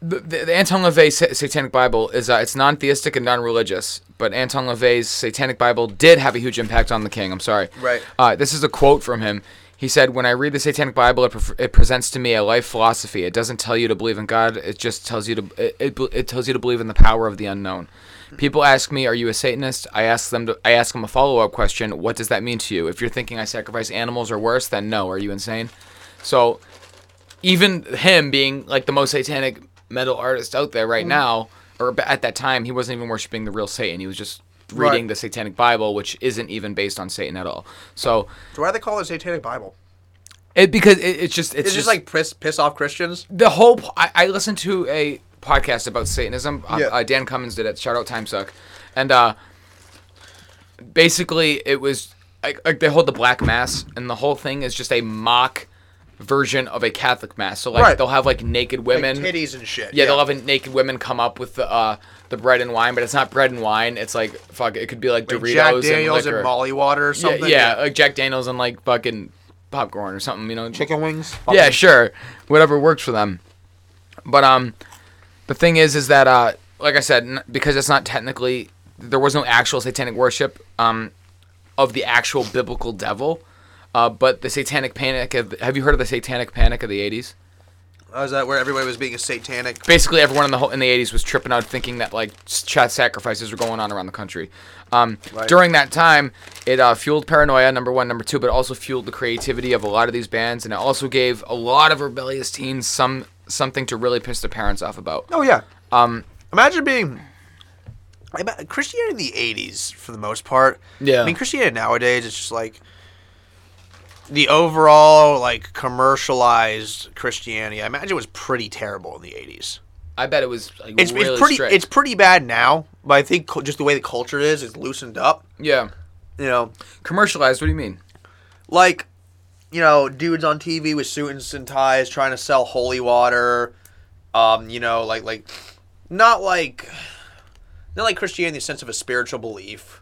[SPEAKER 2] the, the, the Anton LaVey sa- Satanic Bible is uh, it's non-theistic and non-religious, but Anton LaVey's Satanic Bible did have a huge impact on the king. I'm sorry.
[SPEAKER 1] Right.
[SPEAKER 2] Uh, this is a quote from him. He said, "When I read the Satanic Bible, it, pref it presents to me a life philosophy. It doesn't tell you to believe in God. It just tells you to it, it, bel- it tells you to believe in the power of the unknown." People ask me, "Are you a Satanist?" I ask them. To, I ask them a follow-up question: What does that mean to you? If you're thinking I sacrifice animals or worse, then no. Are you insane? So, even him being like the most satanic metal artist out there right
[SPEAKER 1] Mhm.
[SPEAKER 2] now, or ba- at that time, he wasn't even worshiping the real Satan. He was just
[SPEAKER 1] Right.
[SPEAKER 2] reading the Satanic Bible, which isn't even based on Satan at all. So
[SPEAKER 1] So why do they call it Satanic Bible?
[SPEAKER 2] it because it, it's just it's,
[SPEAKER 1] It's, just, like piss, piss off Christians.
[SPEAKER 2] the whole. p- I, I listened to a podcast about Satanism. Uh,
[SPEAKER 1] Yeah.
[SPEAKER 2] uh, Dan Cummins did it. Shout out Time Suck, and uh, basically it was like, like they hold the black mass, and the whole thing is just a mock version of a Catholic mass. So like
[SPEAKER 1] Right.
[SPEAKER 2] they'll have like naked women,
[SPEAKER 1] like titties and shit.
[SPEAKER 2] yeah, they'll have naked women come up with the uh, the bread and wine, but it's not bread and wine. It's like fuck. It could be like
[SPEAKER 1] Like
[SPEAKER 2] Doritos
[SPEAKER 1] Jack
[SPEAKER 2] and,
[SPEAKER 1] Daniels and,
[SPEAKER 2] liquor.
[SPEAKER 1] Molly water or
[SPEAKER 2] Yeah,
[SPEAKER 1] something.
[SPEAKER 2] Yeah, like Jack Daniels and like fucking popcorn or something. You know,
[SPEAKER 1] chicken wings.
[SPEAKER 2] Yeah, sure, whatever works for them. But um, the thing is, is that uh, like I said, n- because it's not technically there was no actual satanic worship um of the actual biblical devil. Uh, but the satanic panic. Of, have you heard of the satanic panic of the '80s?
[SPEAKER 1] Oh, is that where everybody was being a satanic?
[SPEAKER 2] basically everyone in the whole in the 80s was tripping out thinking that like s- child sacrifices were going on around the country um,
[SPEAKER 1] Right.
[SPEAKER 2] during that time it uh, fueled paranoia number one number two but also fueled the creativity of a lot of these bands and it also gave a lot of rebellious teens some something to really piss their parents off about
[SPEAKER 1] Oh yeah.
[SPEAKER 2] um,
[SPEAKER 1] Imagine being I bet- Christianity in the '80s for the most part.
[SPEAKER 2] Yeah.
[SPEAKER 1] I mean, Christianity nowadays it's just like the overall like commercialized Christianity. I imagine was pretty terrible in the '80s.
[SPEAKER 2] i bet it was like
[SPEAKER 1] It's,
[SPEAKER 2] really
[SPEAKER 1] it's pretty
[SPEAKER 2] strict.
[SPEAKER 1] it's pretty bad now, but I think cu- just the way the culture is is loosened up.
[SPEAKER 2] yeah
[SPEAKER 1] You know,
[SPEAKER 2] commercialized what do you mean
[SPEAKER 1] like you know dudes on TV with suits and ties trying to sell holy water. Um, you know, like like not like not like Christianity in the sense of a spiritual belief.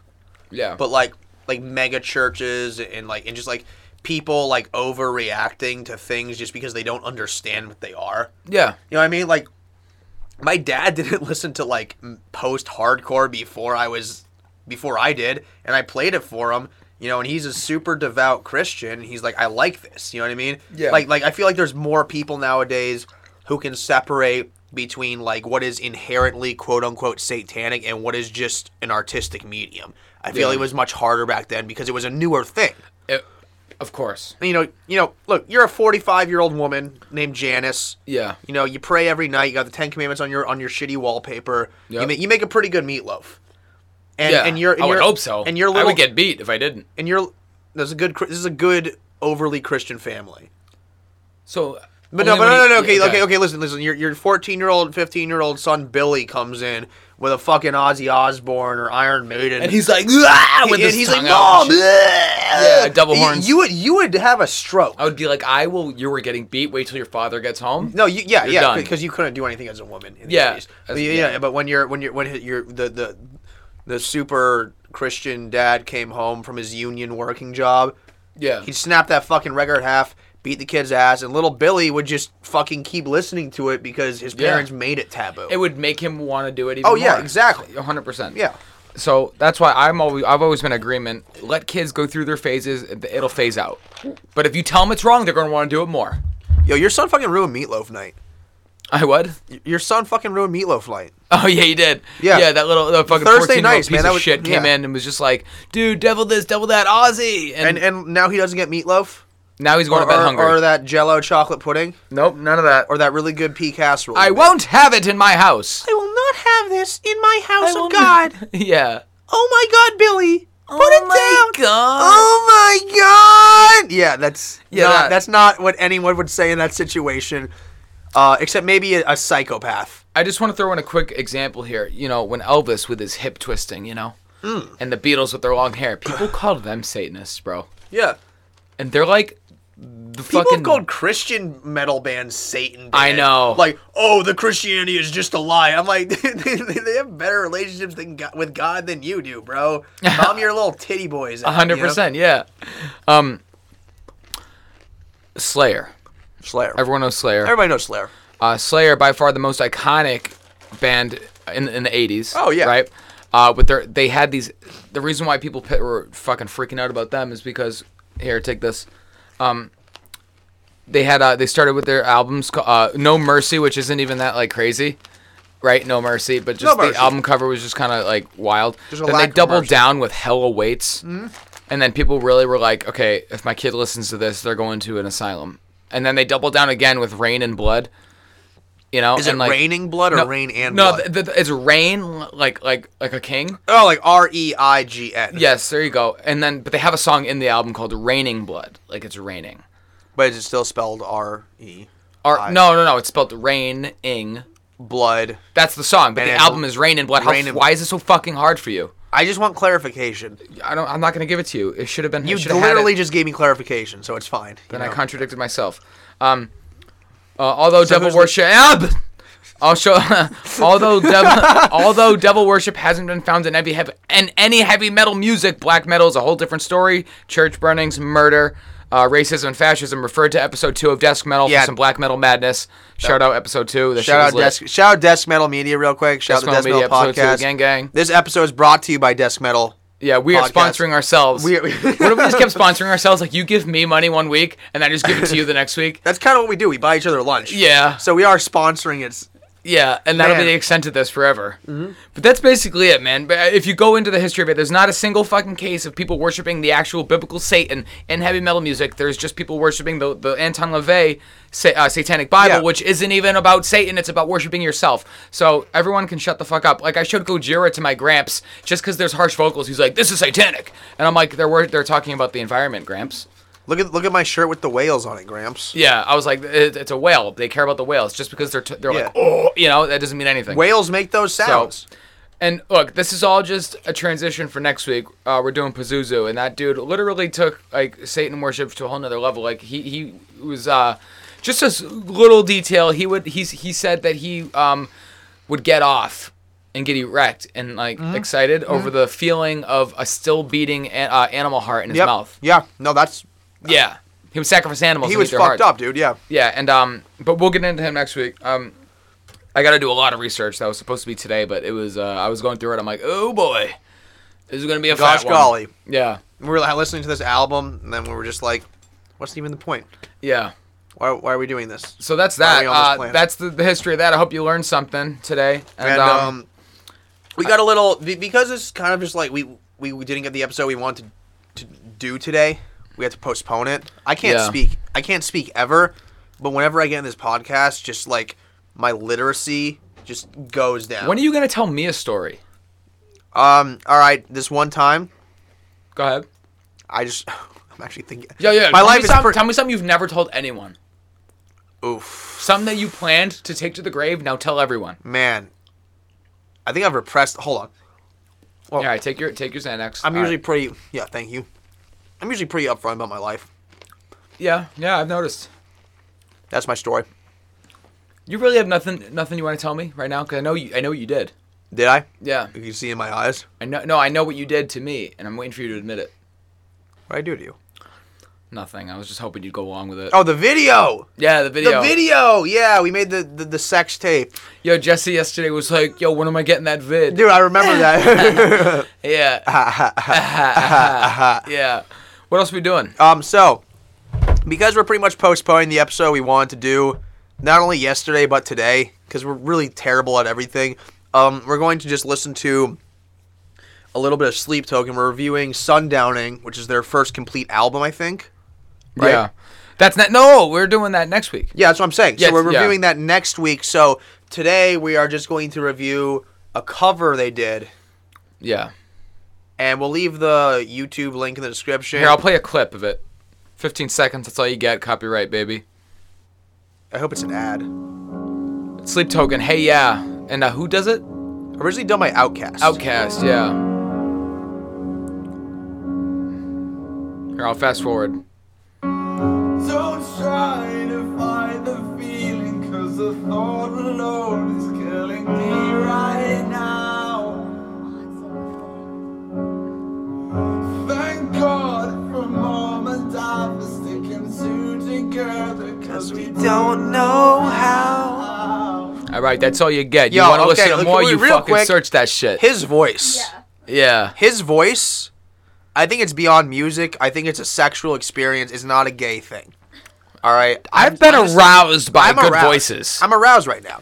[SPEAKER 2] Yeah.
[SPEAKER 1] But like like mega churches and like and just like people like overreacting to things just because they don't understand what they are.
[SPEAKER 2] yeah
[SPEAKER 1] You know what I mean? Like, my dad [laughs] didn't listen to like post hardcore before I was before I did, and I played it for him, You know, and he's a super devout Christian. and He's like, I like this. You know what I mean?
[SPEAKER 12] Yeah.
[SPEAKER 1] Like, like I feel like there's more people nowadays who can separate between like what is inherently quote unquote satanic and what is just an artistic medium. I feel
[SPEAKER 12] Yeah.
[SPEAKER 1] it was much harder back then because it was a newer thing.
[SPEAKER 2] of course.
[SPEAKER 1] You know, you know. Look, you're a 45 year old woman named Janice.
[SPEAKER 2] Yeah.
[SPEAKER 1] You know, you pray every night. You got the Ten Commandments on your on your shitty wallpaper. You,
[SPEAKER 2] Yep.
[SPEAKER 1] make, you make a pretty good meatloaf. And,
[SPEAKER 2] Yeah,
[SPEAKER 1] and you're, and
[SPEAKER 2] I would
[SPEAKER 1] you're-
[SPEAKER 2] hope so.
[SPEAKER 1] And you're
[SPEAKER 2] I
[SPEAKER 1] little,
[SPEAKER 2] would get beat if I didn't.
[SPEAKER 1] And you're there's a good Chri- this is a good overly Christian family.
[SPEAKER 2] So,
[SPEAKER 1] But no,
[SPEAKER 2] only
[SPEAKER 1] but no,
[SPEAKER 2] when
[SPEAKER 1] no,
[SPEAKER 2] he-
[SPEAKER 1] no. Okay,
[SPEAKER 2] yeah,
[SPEAKER 1] okay, okay. listen, listen. Your your 14 year old, 15 year old son Billy comes in with a fucking Ozzy Osbourne or Iron Maiden,
[SPEAKER 2] And he's like, "Ah,"
[SPEAKER 1] "Ah,"
[SPEAKER 2] with his
[SPEAKER 1] he's like,
[SPEAKER 2] tongue out
[SPEAKER 1] "Mom,
[SPEAKER 2] and shit.
[SPEAKER 1] yeah,
[SPEAKER 2] Yeah, double horns.
[SPEAKER 1] You would you would have a stroke.
[SPEAKER 2] I would be like, I will. You were getting beat. Wait till your father gets home.
[SPEAKER 1] No, you, yeah,
[SPEAKER 2] You're
[SPEAKER 1] yeah,
[SPEAKER 2] done.
[SPEAKER 1] because you couldn't do anything as a woman. In the
[SPEAKER 2] Yeah,
[SPEAKER 1] 80s.
[SPEAKER 2] as-
[SPEAKER 1] But yeah,
[SPEAKER 2] yeah.
[SPEAKER 1] yeah, but when you're when you're when you're the the the super Christian dad came home from his union working job.
[SPEAKER 2] Yeah.
[SPEAKER 1] he snapped that fucking record in half, beat the kid's ass, and little Billy would just fucking keep listening to it because his
[SPEAKER 2] Yeah.
[SPEAKER 1] parents made it taboo.
[SPEAKER 2] It would make him want to do it. Even
[SPEAKER 1] oh yeah,
[SPEAKER 2] more.
[SPEAKER 1] exactly.
[SPEAKER 2] 100%.
[SPEAKER 1] Yeah.
[SPEAKER 2] So that's why I'm always I've always been in agreement. Let kids go through their phases. It'll phase out. But if you tell them it's wrong, they're gonna want to do it more.
[SPEAKER 1] Yo, your son fucking ruined meatloaf night.
[SPEAKER 2] I would.
[SPEAKER 1] Your son fucking ruined meatloaf night.
[SPEAKER 2] Oh yeah, you did.
[SPEAKER 1] Yeah.
[SPEAKER 2] yeah. That little the fucking
[SPEAKER 1] Thursday
[SPEAKER 2] 14
[SPEAKER 1] nights,
[SPEAKER 2] piece
[SPEAKER 1] man, that
[SPEAKER 2] of
[SPEAKER 1] was-
[SPEAKER 2] shit came
[SPEAKER 1] yeah.
[SPEAKER 2] in and was just like, dude, devil this, devil that, Aussie,
[SPEAKER 1] And
[SPEAKER 2] and,
[SPEAKER 1] and, now he doesn't get meatloaf.
[SPEAKER 2] now he's going
[SPEAKER 1] or,
[SPEAKER 2] to bed
[SPEAKER 1] or-
[SPEAKER 2] hungry.
[SPEAKER 1] or that Jello chocolate pudding.
[SPEAKER 2] Nope, none of that.
[SPEAKER 1] Or that really good pea casserole.
[SPEAKER 2] I won't have it in my house. [laughs]
[SPEAKER 1] I will not have this in my house
[SPEAKER 2] will
[SPEAKER 1] of God.
[SPEAKER 2] [laughs] yeah. Oh
[SPEAKER 1] Oh my God, Billy. Put it down.
[SPEAKER 2] God.
[SPEAKER 1] Oh my God. Yeah, that's
[SPEAKER 2] Yeah,
[SPEAKER 1] yeah, not,
[SPEAKER 2] that-
[SPEAKER 1] that's not what anyone would say in that situation, uh, except maybe a, a psychopath.
[SPEAKER 2] I just want to throw in a quick example here. You know, when Elvis with his hip twisting, you know,
[SPEAKER 1] Mm.
[SPEAKER 2] and the Beatles with their long
[SPEAKER 1] [laughs]
[SPEAKER 2] hair, people called them Satanists, bro.
[SPEAKER 1] Yeah,
[SPEAKER 2] And they're like the
[SPEAKER 1] people
[SPEAKER 2] fucking.
[SPEAKER 1] have called Christian metal bands Satan.
[SPEAKER 2] I
[SPEAKER 1] band.
[SPEAKER 2] know.
[SPEAKER 1] Like, oh, the Christianity is just a lie. I'm like, [laughs] they, they have better relationships than God, with God than you do,
[SPEAKER 2] [laughs]
[SPEAKER 1] bro. Calm your little titty boys.
[SPEAKER 2] A
[SPEAKER 1] out,
[SPEAKER 2] hundred
[SPEAKER 1] you know?
[SPEAKER 2] percent, yeah. Um, Slayer.
[SPEAKER 1] Slayer.
[SPEAKER 2] Everyone knows Slayer.
[SPEAKER 1] Everybody knows Slayer.
[SPEAKER 2] Uh, Slayer, by far the most iconic band in in the eighties.
[SPEAKER 1] Oh, yeah.
[SPEAKER 2] right. Uh, but they they had these. The reason why people pe- were fucking freaking out about them is because here, take this. Um, they had uh, they started with their albums ca- uh, No Mercy, which isn't even that like crazy, right? No Mercy, but
[SPEAKER 1] No
[SPEAKER 2] just the
[SPEAKER 1] Mercy.
[SPEAKER 2] album cover was just kind of like wild.
[SPEAKER 1] There's a
[SPEAKER 2] then
[SPEAKER 1] lack
[SPEAKER 2] they
[SPEAKER 1] of
[SPEAKER 2] doubled
[SPEAKER 1] mercy.
[SPEAKER 2] down with Hell Awaits,
[SPEAKER 1] Mhm.
[SPEAKER 2] and then people really were like, okay, if my kid listens to this, they're going to an asylum. And then they doubled down again with Rain and Blood. You know,
[SPEAKER 1] Is
[SPEAKER 2] Oh, and
[SPEAKER 1] it
[SPEAKER 2] like,
[SPEAKER 1] raining blood or
[SPEAKER 2] no,
[SPEAKER 1] rain and
[SPEAKER 2] no,
[SPEAKER 1] blood?
[SPEAKER 2] th- th- it's rain like like like a king.
[SPEAKER 1] Oh, like R E I G N.
[SPEAKER 2] Yes, there you go. And then, but they have a song in the album called "Raining Blood," like it's raining.
[SPEAKER 1] But is it still spelled R E?
[SPEAKER 2] Or no, no, no, it's spelled "Raining."
[SPEAKER 1] Blood.
[SPEAKER 2] That's the song, but
[SPEAKER 1] And
[SPEAKER 2] the
[SPEAKER 1] it's
[SPEAKER 2] album is "Rain and Blood." How,
[SPEAKER 1] Rain and-
[SPEAKER 2] why is it so fucking hard for you?
[SPEAKER 1] I just want clarification.
[SPEAKER 2] I don't. I'm not gonna give it to you. It should have been.
[SPEAKER 1] You
[SPEAKER 2] should have had
[SPEAKER 1] literally
[SPEAKER 2] it.
[SPEAKER 1] just gave me clarification, so it's fine. you
[SPEAKER 2] Then I
[SPEAKER 1] know.
[SPEAKER 2] contradicted myself. Um, uh, although
[SPEAKER 1] So
[SPEAKER 2] devil
[SPEAKER 1] who's the-
[SPEAKER 2] worship, Ah, I'll show. [laughs]
[SPEAKER 1] [laughs]
[SPEAKER 2] although devil, although devil worship hasn't been found in heavy heavy and any heavy metal music, black metal is a whole different story. Church burnings, murder, uh, racism, and fascism. Referred to episode two of Desk Metal
[SPEAKER 1] Yeah.
[SPEAKER 2] for some black metal madness. Shout out episode two. The
[SPEAKER 1] Shout out Desk. Shout out Desk Metal Media real quick. Shout
[SPEAKER 2] Desk
[SPEAKER 1] out the Desk
[SPEAKER 2] Metal
[SPEAKER 1] Metal
[SPEAKER 2] Media episode
[SPEAKER 1] podcast.
[SPEAKER 2] two, gang, gang.
[SPEAKER 1] This episode is brought to you by Desk Metal.
[SPEAKER 2] Yeah, we are
[SPEAKER 1] Podcast.
[SPEAKER 2] sponsoring ourselves.
[SPEAKER 1] We-
[SPEAKER 2] what if we
[SPEAKER 1] [laughs]
[SPEAKER 2] just kept sponsoring ourselves? Like you give me money one week, and I just give it to you the next week.
[SPEAKER 1] That's kind of what we do. We buy each other lunch.
[SPEAKER 2] Yeah.
[SPEAKER 1] So we are sponsoring it.
[SPEAKER 2] Yeah, and that'll
[SPEAKER 1] Man.
[SPEAKER 2] be the extent of this forever. But that's basically it, man. But uh, if you go into the history of it, there's not a single fucking case of people worshiping the actual biblical Satan in heavy metal music. There's just people worshiping the, the Anton LaVey sa- uh, Satanic Bible,
[SPEAKER 12] Yeah.
[SPEAKER 2] which isn't even about Satan. It's about worshiping yourself. So everyone can shut the fuck up. Like I showed Gojira to my gramps just because there's harsh vocals. He's like, "This is satanic," and I'm like, "They're wor- they're talking about the environment, gramps."
[SPEAKER 1] Look at look at my shirt with the whales on it, Gramps.
[SPEAKER 2] Yeah, I was like, it, "It's a whale. They care about the whales just because they're t- they're like,
[SPEAKER 1] Yeah.
[SPEAKER 2] oh, you know, that doesn't mean anything."
[SPEAKER 1] Whales make those sounds.
[SPEAKER 2] So, and look, this is all just a transition for next week. Uh, we're doing Pazuzu, and that dude literally took like Satan worship to a whole nother level. Like he he was uh, just a s- little detail. He would he's he said that he um would get off and get erect and like
[SPEAKER 1] Mm-hmm.
[SPEAKER 2] excited over the feeling of a still beating a- uh, animal heart in his
[SPEAKER 1] Yep.
[SPEAKER 2] mouth.
[SPEAKER 1] Yeah. No, that's
[SPEAKER 2] Yeah, he would sacrifice animals.
[SPEAKER 1] he
[SPEAKER 2] and
[SPEAKER 1] was
[SPEAKER 2] eat their
[SPEAKER 1] fucked up,
[SPEAKER 2] hearts.
[SPEAKER 1] dude. Yeah.
[SPEAKER 2] Yeah, and um, but we'll get into him next week. Um, I got to do a lot of research. That was supposed to be today, but it was. Uh, I was going through it. I'm like, oh boy, This is gonna be a
[SPEAKER 1] gosh
[SPEAKER 2] fat one.
[SPEAKER 1] golly.
[SPEAKER 2] Yeah.
[SPEAKER 1] We were like, listening to this album, and then we were just like, "What's even the point?
[SPEAKER 2] Yeah.
[SPEAKER 1] Why, why are we doing this?"
[SPEAKER 2] So that's
[SPEAKER 1] Why are
[SPEAKER 2] that.
[SPEAKER 1] we on this
[SPEAKER 2] Uh,
[SPEAKER 1] planet?
[SPEAKER 2] that's the, the history of that. I hope you learned something today. And,
[SPEAKER 1] And,
[SPEAKER 2] um,
[SPEAKER 1] um, we got a little be- because it's kind of just like we we we didn't get the episode we wanted to, to do today. We had to postpone it. I can't
[SPEAKER 2] Yeah.
[SPEAKER 1] speak. I can't speak ever. But whenever I get in this podcast, just like my literacy just goes down.
[SPEAKER 2] when are you gonna tell me a story?
[SPEAKER 1] Um. All right. This one time.
[SPEAKER 2] Go ahead.
[SPEAKER 1] I just. [laughs] I'm actually thinking.
[SPEAKER 2] Yeah, yeah.
[SPEAKER 1] My
[SPEAKER 2] tell
[SPEAKER 1] life
[SPEAKER 2] me
[SPEAKER 1] is.
[SPEAKER 2] some-
[SPEAKER 1] per-
[SPEAKER 2] tell me something you've never told anyone.
[SPEAKER 1] Oof.
[SPEAKER 2] Something that you planned to take to the grave. Now tell everyone.
[SPEAKER 1] Man, I think I've repressed. Hold on.
[SPEAKER 2] All right, take your take your Xanax.
[SPEAKER 1] Oh. I'm
[SPEAKER 2] All
[SPEAKER 1] usually
[SPEAKER 2] right.
[SPEAKER 1] pretty. Yeah. Thank you. I'm usually pretty upfront about my life.
[SPEAKER 2] yeah, yeah. I've noticed.
[SPEAKER 1] That's my story.
[SPEAKER 2] You really have nothing nothing you want to tell me right now because I know you I know what you did.
[SPEAKER 1] Did I?
[SPEAKER 2] Yeah.
[SPEAKER 1] You can see in my eyes.
[SPEAKER 2] I know no I know what you did to me and I'm waiting for you to admit it.
[SPEAKER 1] What I do to you?
[SPEAKER 2] Nothing. I was just hoping you'd go along with it.
[SPEAKER 1] Oh, the video.
[SPEAKER 2] Yeah, the video.
[SPEAKER 1] The video. Yeah, we made the the, the sex tape.
[SPEAKER 2] Yo, Jesse yesterday was like, "Yo, when am I getting that vid?"
[SPEAKER 1] Dude, I remember
[SPEAKER 2] [laughs]
[SPEAKER 1] that. [laughs]
[SPEAKER 2] yeah. yeah. What else are we doing?
[SPEAKER 1] Um, so because we're pretty much postponing the episode we wanted to do, not only yesterday but today, because we're really terrible at everything. Um, we're going to just listen to a little bit of Sleep Token. We're reviewing Sundowning, which is their first complete album, I think. Right?
[SPEAKER 2] Yeah. That's not. No, we're doing that next week.
[SPEAKER 1] Yeah, that's what I'm saying.
[SPEAKER 2] Yes,
[SPEAKER 1] so we're
[SPEAKER 2] yeah.
[SPEAKER 1] reviewing that next week. So today we are just going to review a cover they did,
[SPEAKER 2] Yeah.
[SPEAKER 1] and we'll leave the YouTube link in the description.
[SPEAKER 2] Here, I'll play a clip of it. 15 seconds. That's all you get. Copyright, baby.
[SPEAKER 1] I hope it's an ad.
[SPEAKER 2] Sleep Token. Hey, yeah. And uh, who does it?
[SPEAKER 1] Originally done by Outcast.
[SPEAKER 2] Outcast. Yeah. Here, I'll fast forward.
[SPEAKER 13] Don't try to fight the feeling, cause the thought alone is killing me right now. Thank God for mom and dad for sticking two together, cause we don't know how.
[SPEAKER 2] All right, that's all you get. You
[SPEAKER 1] Yo,
[SPEAKER 2] want
[SPEAKER 1] okay,
[SPEAKER 2] to listen to
[SPEAKER 1] look,
[SPEAKER 2] more?
[SPEAKER 1] wait,
[SPEAKER 2] You
[SPEAKER 1] real
[SPEAKER 2] fucking
[SPEAKER 1] quick.
[SPEAKER 2] search that shit.
[SPEAKER 1] His voice.
[SPEAKER 2] yeah.
[SPEAKER 1] His voice. I think it's beyond music. I think it's a sexual experience. It's not a gay thing. All right.
[SPEAKER 2] I've been aroused by
[SPEAKER 1] I'm
[SPEAKER 2] good
[SPEAKER 1] aroused.
[SPEAKER 2] voices.
[SPEAKER 1] I'm aroused right now.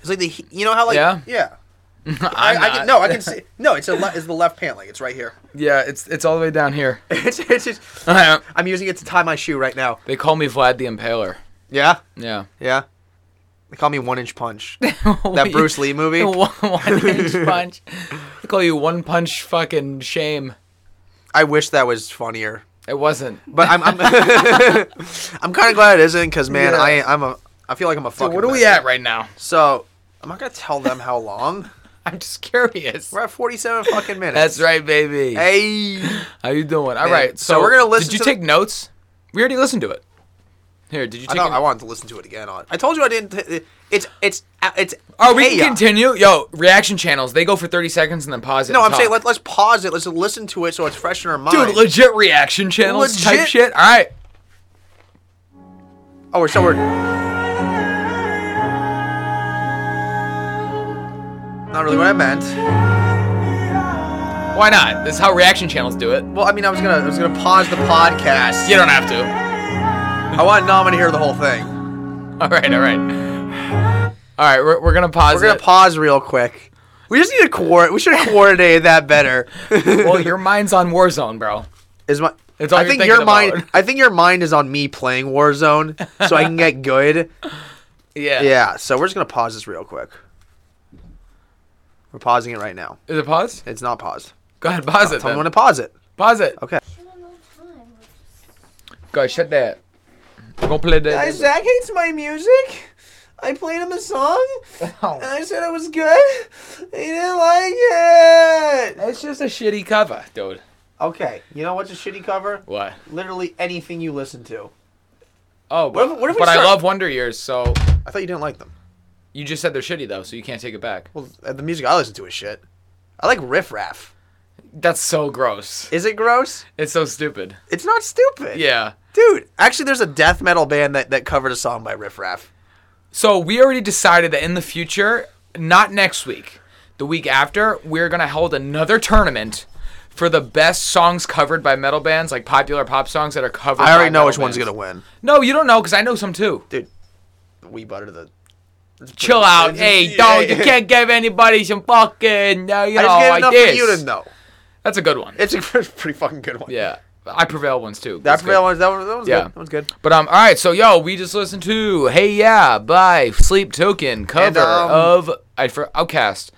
[SPEAKER 1] It's like the he- you know how like
[SPEAKER 2] Yeah?
[SPEAKER 1] yeah.
[SPEAKER 2] [laughs] I'm
[SPEAKER 1] I, I
[SPEAKER 2] not.
[SPEAKER 1] can, no, I can see. No, it's a le- it's the left pant leg. It's right here. [laughs]
[SPEAKER 2] Yeah, it's it's all the way down [laughs] here.
[SPEAKER 1] It's, it's just,
[SPEAKER 2] I'm
[SPEAKER 1] using it to tie my shoe right now.
[SPEAKER 2] They call me Vlad the Impaler.
[SPEAKER 1] Yeah.
[SPEAKER 2] [laughs] Yeah.
[SPEAKER 1] Yeah. They call me One Inch
[SPEAKER 2] [laughs]
[SPEAKER 1] Punch. that Bruce Lee movie.
[SPEAKER 2] one, one inch punch. They call you one punch fucking shame.
[SPEAKER 1] I wish that was funnier.
[SPEAKER 2] It wasn't.
[SPEAKER 1] But I'm [laughs] I'm, I'm kind of glad it isn't because man,
[SPEAKER 2] Yeah.
[SPEAKER 1] I I'm a I feel like I'm a fucking.
[SPEAKER 2] what are we
[SPEAKER 1] mess.
[SPEAKER 2] at right now? [laughs]
[SPEAKER 1] So I'm not gonna tell them how long.
[SPEAKER 2] I'm just curious.
[SPEAKER 1] We're at 47 fucking minutes.
[SPEAKER 2] That's right, baby.
[SPEAKER 1] Hey.
[SPEAKER 2] How you doing? All
[SPEAKER 1] Man,
[SPEAKER 2] right.
[SPEAKER 1] so
[SPEAKER 2] So,
[SPEAKER 1] we're gonna listen
[SPEAKER 2] Did you
[SPEAKER 1] to the-
[SPEAKER 2] take notes? We already listened to it. Here, did you
[SPEAKER 1] I
[SPEAKER 2] take?
[SPEAKER 1] thought
[SPEAKER 2] any-
[SPEAKER 1] I wanted to listen to it again. On I told you I didn't. T- it's it's uh, it's.
[SPEAKER 2] Oh, we
[SPEAKER 1] chaos.
[SPEAKER 2] can continue. Yo, reaction channels. They go for 30 seconds and then pause it.
[SPEAKER 1] No,
[SPEAKER 2] and
[SPEAKER 1] I'm saying let,
[SPEAKER 2] talk.
[SPEAKER 1] let's pause it. Let's listen to it so it's fresh in our mind.
[SPEAKER 2] dude, legit reaction channels type
[SPEAKER 1] Legit-
[SPEAKER 2] shit. All right.
[SPEAKER 1] Oh, we're so we're. Not really what I meant.
[SPEAKER 2] Why not? This is how reaction channels do it.
[SPEAKER 1] Well, I mean, I was gonna I was gonna pause the podcast.
[SPEAKER 2] You don't have to. [laughs]
[SPEAKER 1] I want Nama to hear the whole thing.
[SPEAKER 2] All right, all right. All right, we're, we're gonna pause.
[SPEAKER 1] We're gonna
[SPEAKER 2] it.
[SPEAKER 1] pause real quick. We just need to coordinate. We should coordinate that better. [laughs]
[SPEAKER 2] well, your mind's on Warzone, bro.
[SPEAKER 1] Is my
[SPEAKER 2] It's all
[SPEAKER 1] I
[SPEAKER 2] you're
[SPEAKER 1] think
[SPEAKER 2] thinking
[SPEAKER 1] your mind.
[SPEAKER 2] about.
[SPEAKER 1] I think your mind is on me playing Warzone, so I can
[SPEAKER 2] [laughs]
[SPEAKER 1] get good.
[SPEAKER 2] [laughs] Yeah.
[SPEAKER 1] Yeah. So we're just gonna pause this real quick. We're pausing it right now.
[SPEAKER 2] Is it paused?
[SPEAKER 1] It's not paused.
[SPEAKER 2] Go ahead, pause it.
[SPEAKER 1] Tell me
[SPEAKER 2] Then.
[SPEAKER 1] when to pause it.
[SPEAKER 2] Pause it.
[SPEAKER 1] Okay.
[SPEAKER 2] Go ahead, shut that. We're gonna play that.
[SPEAKER 13] Zach hates my music. I played him a song,
[SPEAKER 1] [laughs] Oh.
[SPEAKER 13] and I said it was good. He didn't like it.
[SPEAKER 2] It's just a shitty cover, dude.
[SPEAKER 1] Okay. You know what's a shitty cover?
[SPEAKER 2] What?
[SPEAKER 1] Literally anything you listen to.
[SPEAKER 2] Oh, but,
[SPEAKER 1] if- what if we
[SPEAKER 2] but I
[SPEAKER 1] start-
[SPEAKER 2] love Wonder Years, so
[SPEAKER 1] I thought you didn't like them.
[SPEAKER 2] you just said they're shitty though, so you can't take it back.
[SPEAKER 1] Well, uh, the music I listen to is shit. I like Riff Raff.
[SPEAKER 2] That's so gross.
[SPEAKER 1] Is it gross?
[SPEAKER 2] It's so stupid.
[SPEAKER 1] It's not stupid.
[SPEAKER 2] Yeah.
[SPEAKER 1] Dude, actually, there's a death metal band that, that covered a song by Riff Raff.
[SPEAKER 2] So we already decided that in the future, not next week, the week after, we're gonna hold another tournament for the best songs covered by metal bands, like popular pop songs that are covered.
[SPEAKER 1] I already
[SPEAKER 2] by
[SPEAKER 1] know
[SPEAKER 2] metal
[SPEAKER 1] which one's
[SPEAKER 2] bands.
[SPEAKER 1] gonna win.
[SPEAKER 2] No, you don't know because I know some too.
[SPEAKER 1] Dude, we butter the. [laughs]
[SPEAKER 2] Chill out, hey, don't you can't give anybody some fucking uh, you
[SPEAKER 1] I
[SPEAKER 2] know
[SPEAKER 1] just gave enough for
[SPEAKER 2] ideas.
[SPEAKER 1] you to know.
[SPEAKER 2] That's a good one.
[SPEAKER 1] It's a [laughs] pretty fucking good one.
[SPEAKER 2] Yeah, I prevail ones too.
[SPEAKER 1] That
[SPEAKER 2] That's good.
[SPEAKER 1] prevail one. That one. That one's
[SPEAKER 2] Yeah.
[SPEAKER 1] good. That one's good.
[SPEAKER 2] But um, all right. So yo, we just listened to "Hey Yeah" by Sleep Token cover
[SPEAKER 1] And, um,
[SPEAKER 2] of I for Outcast.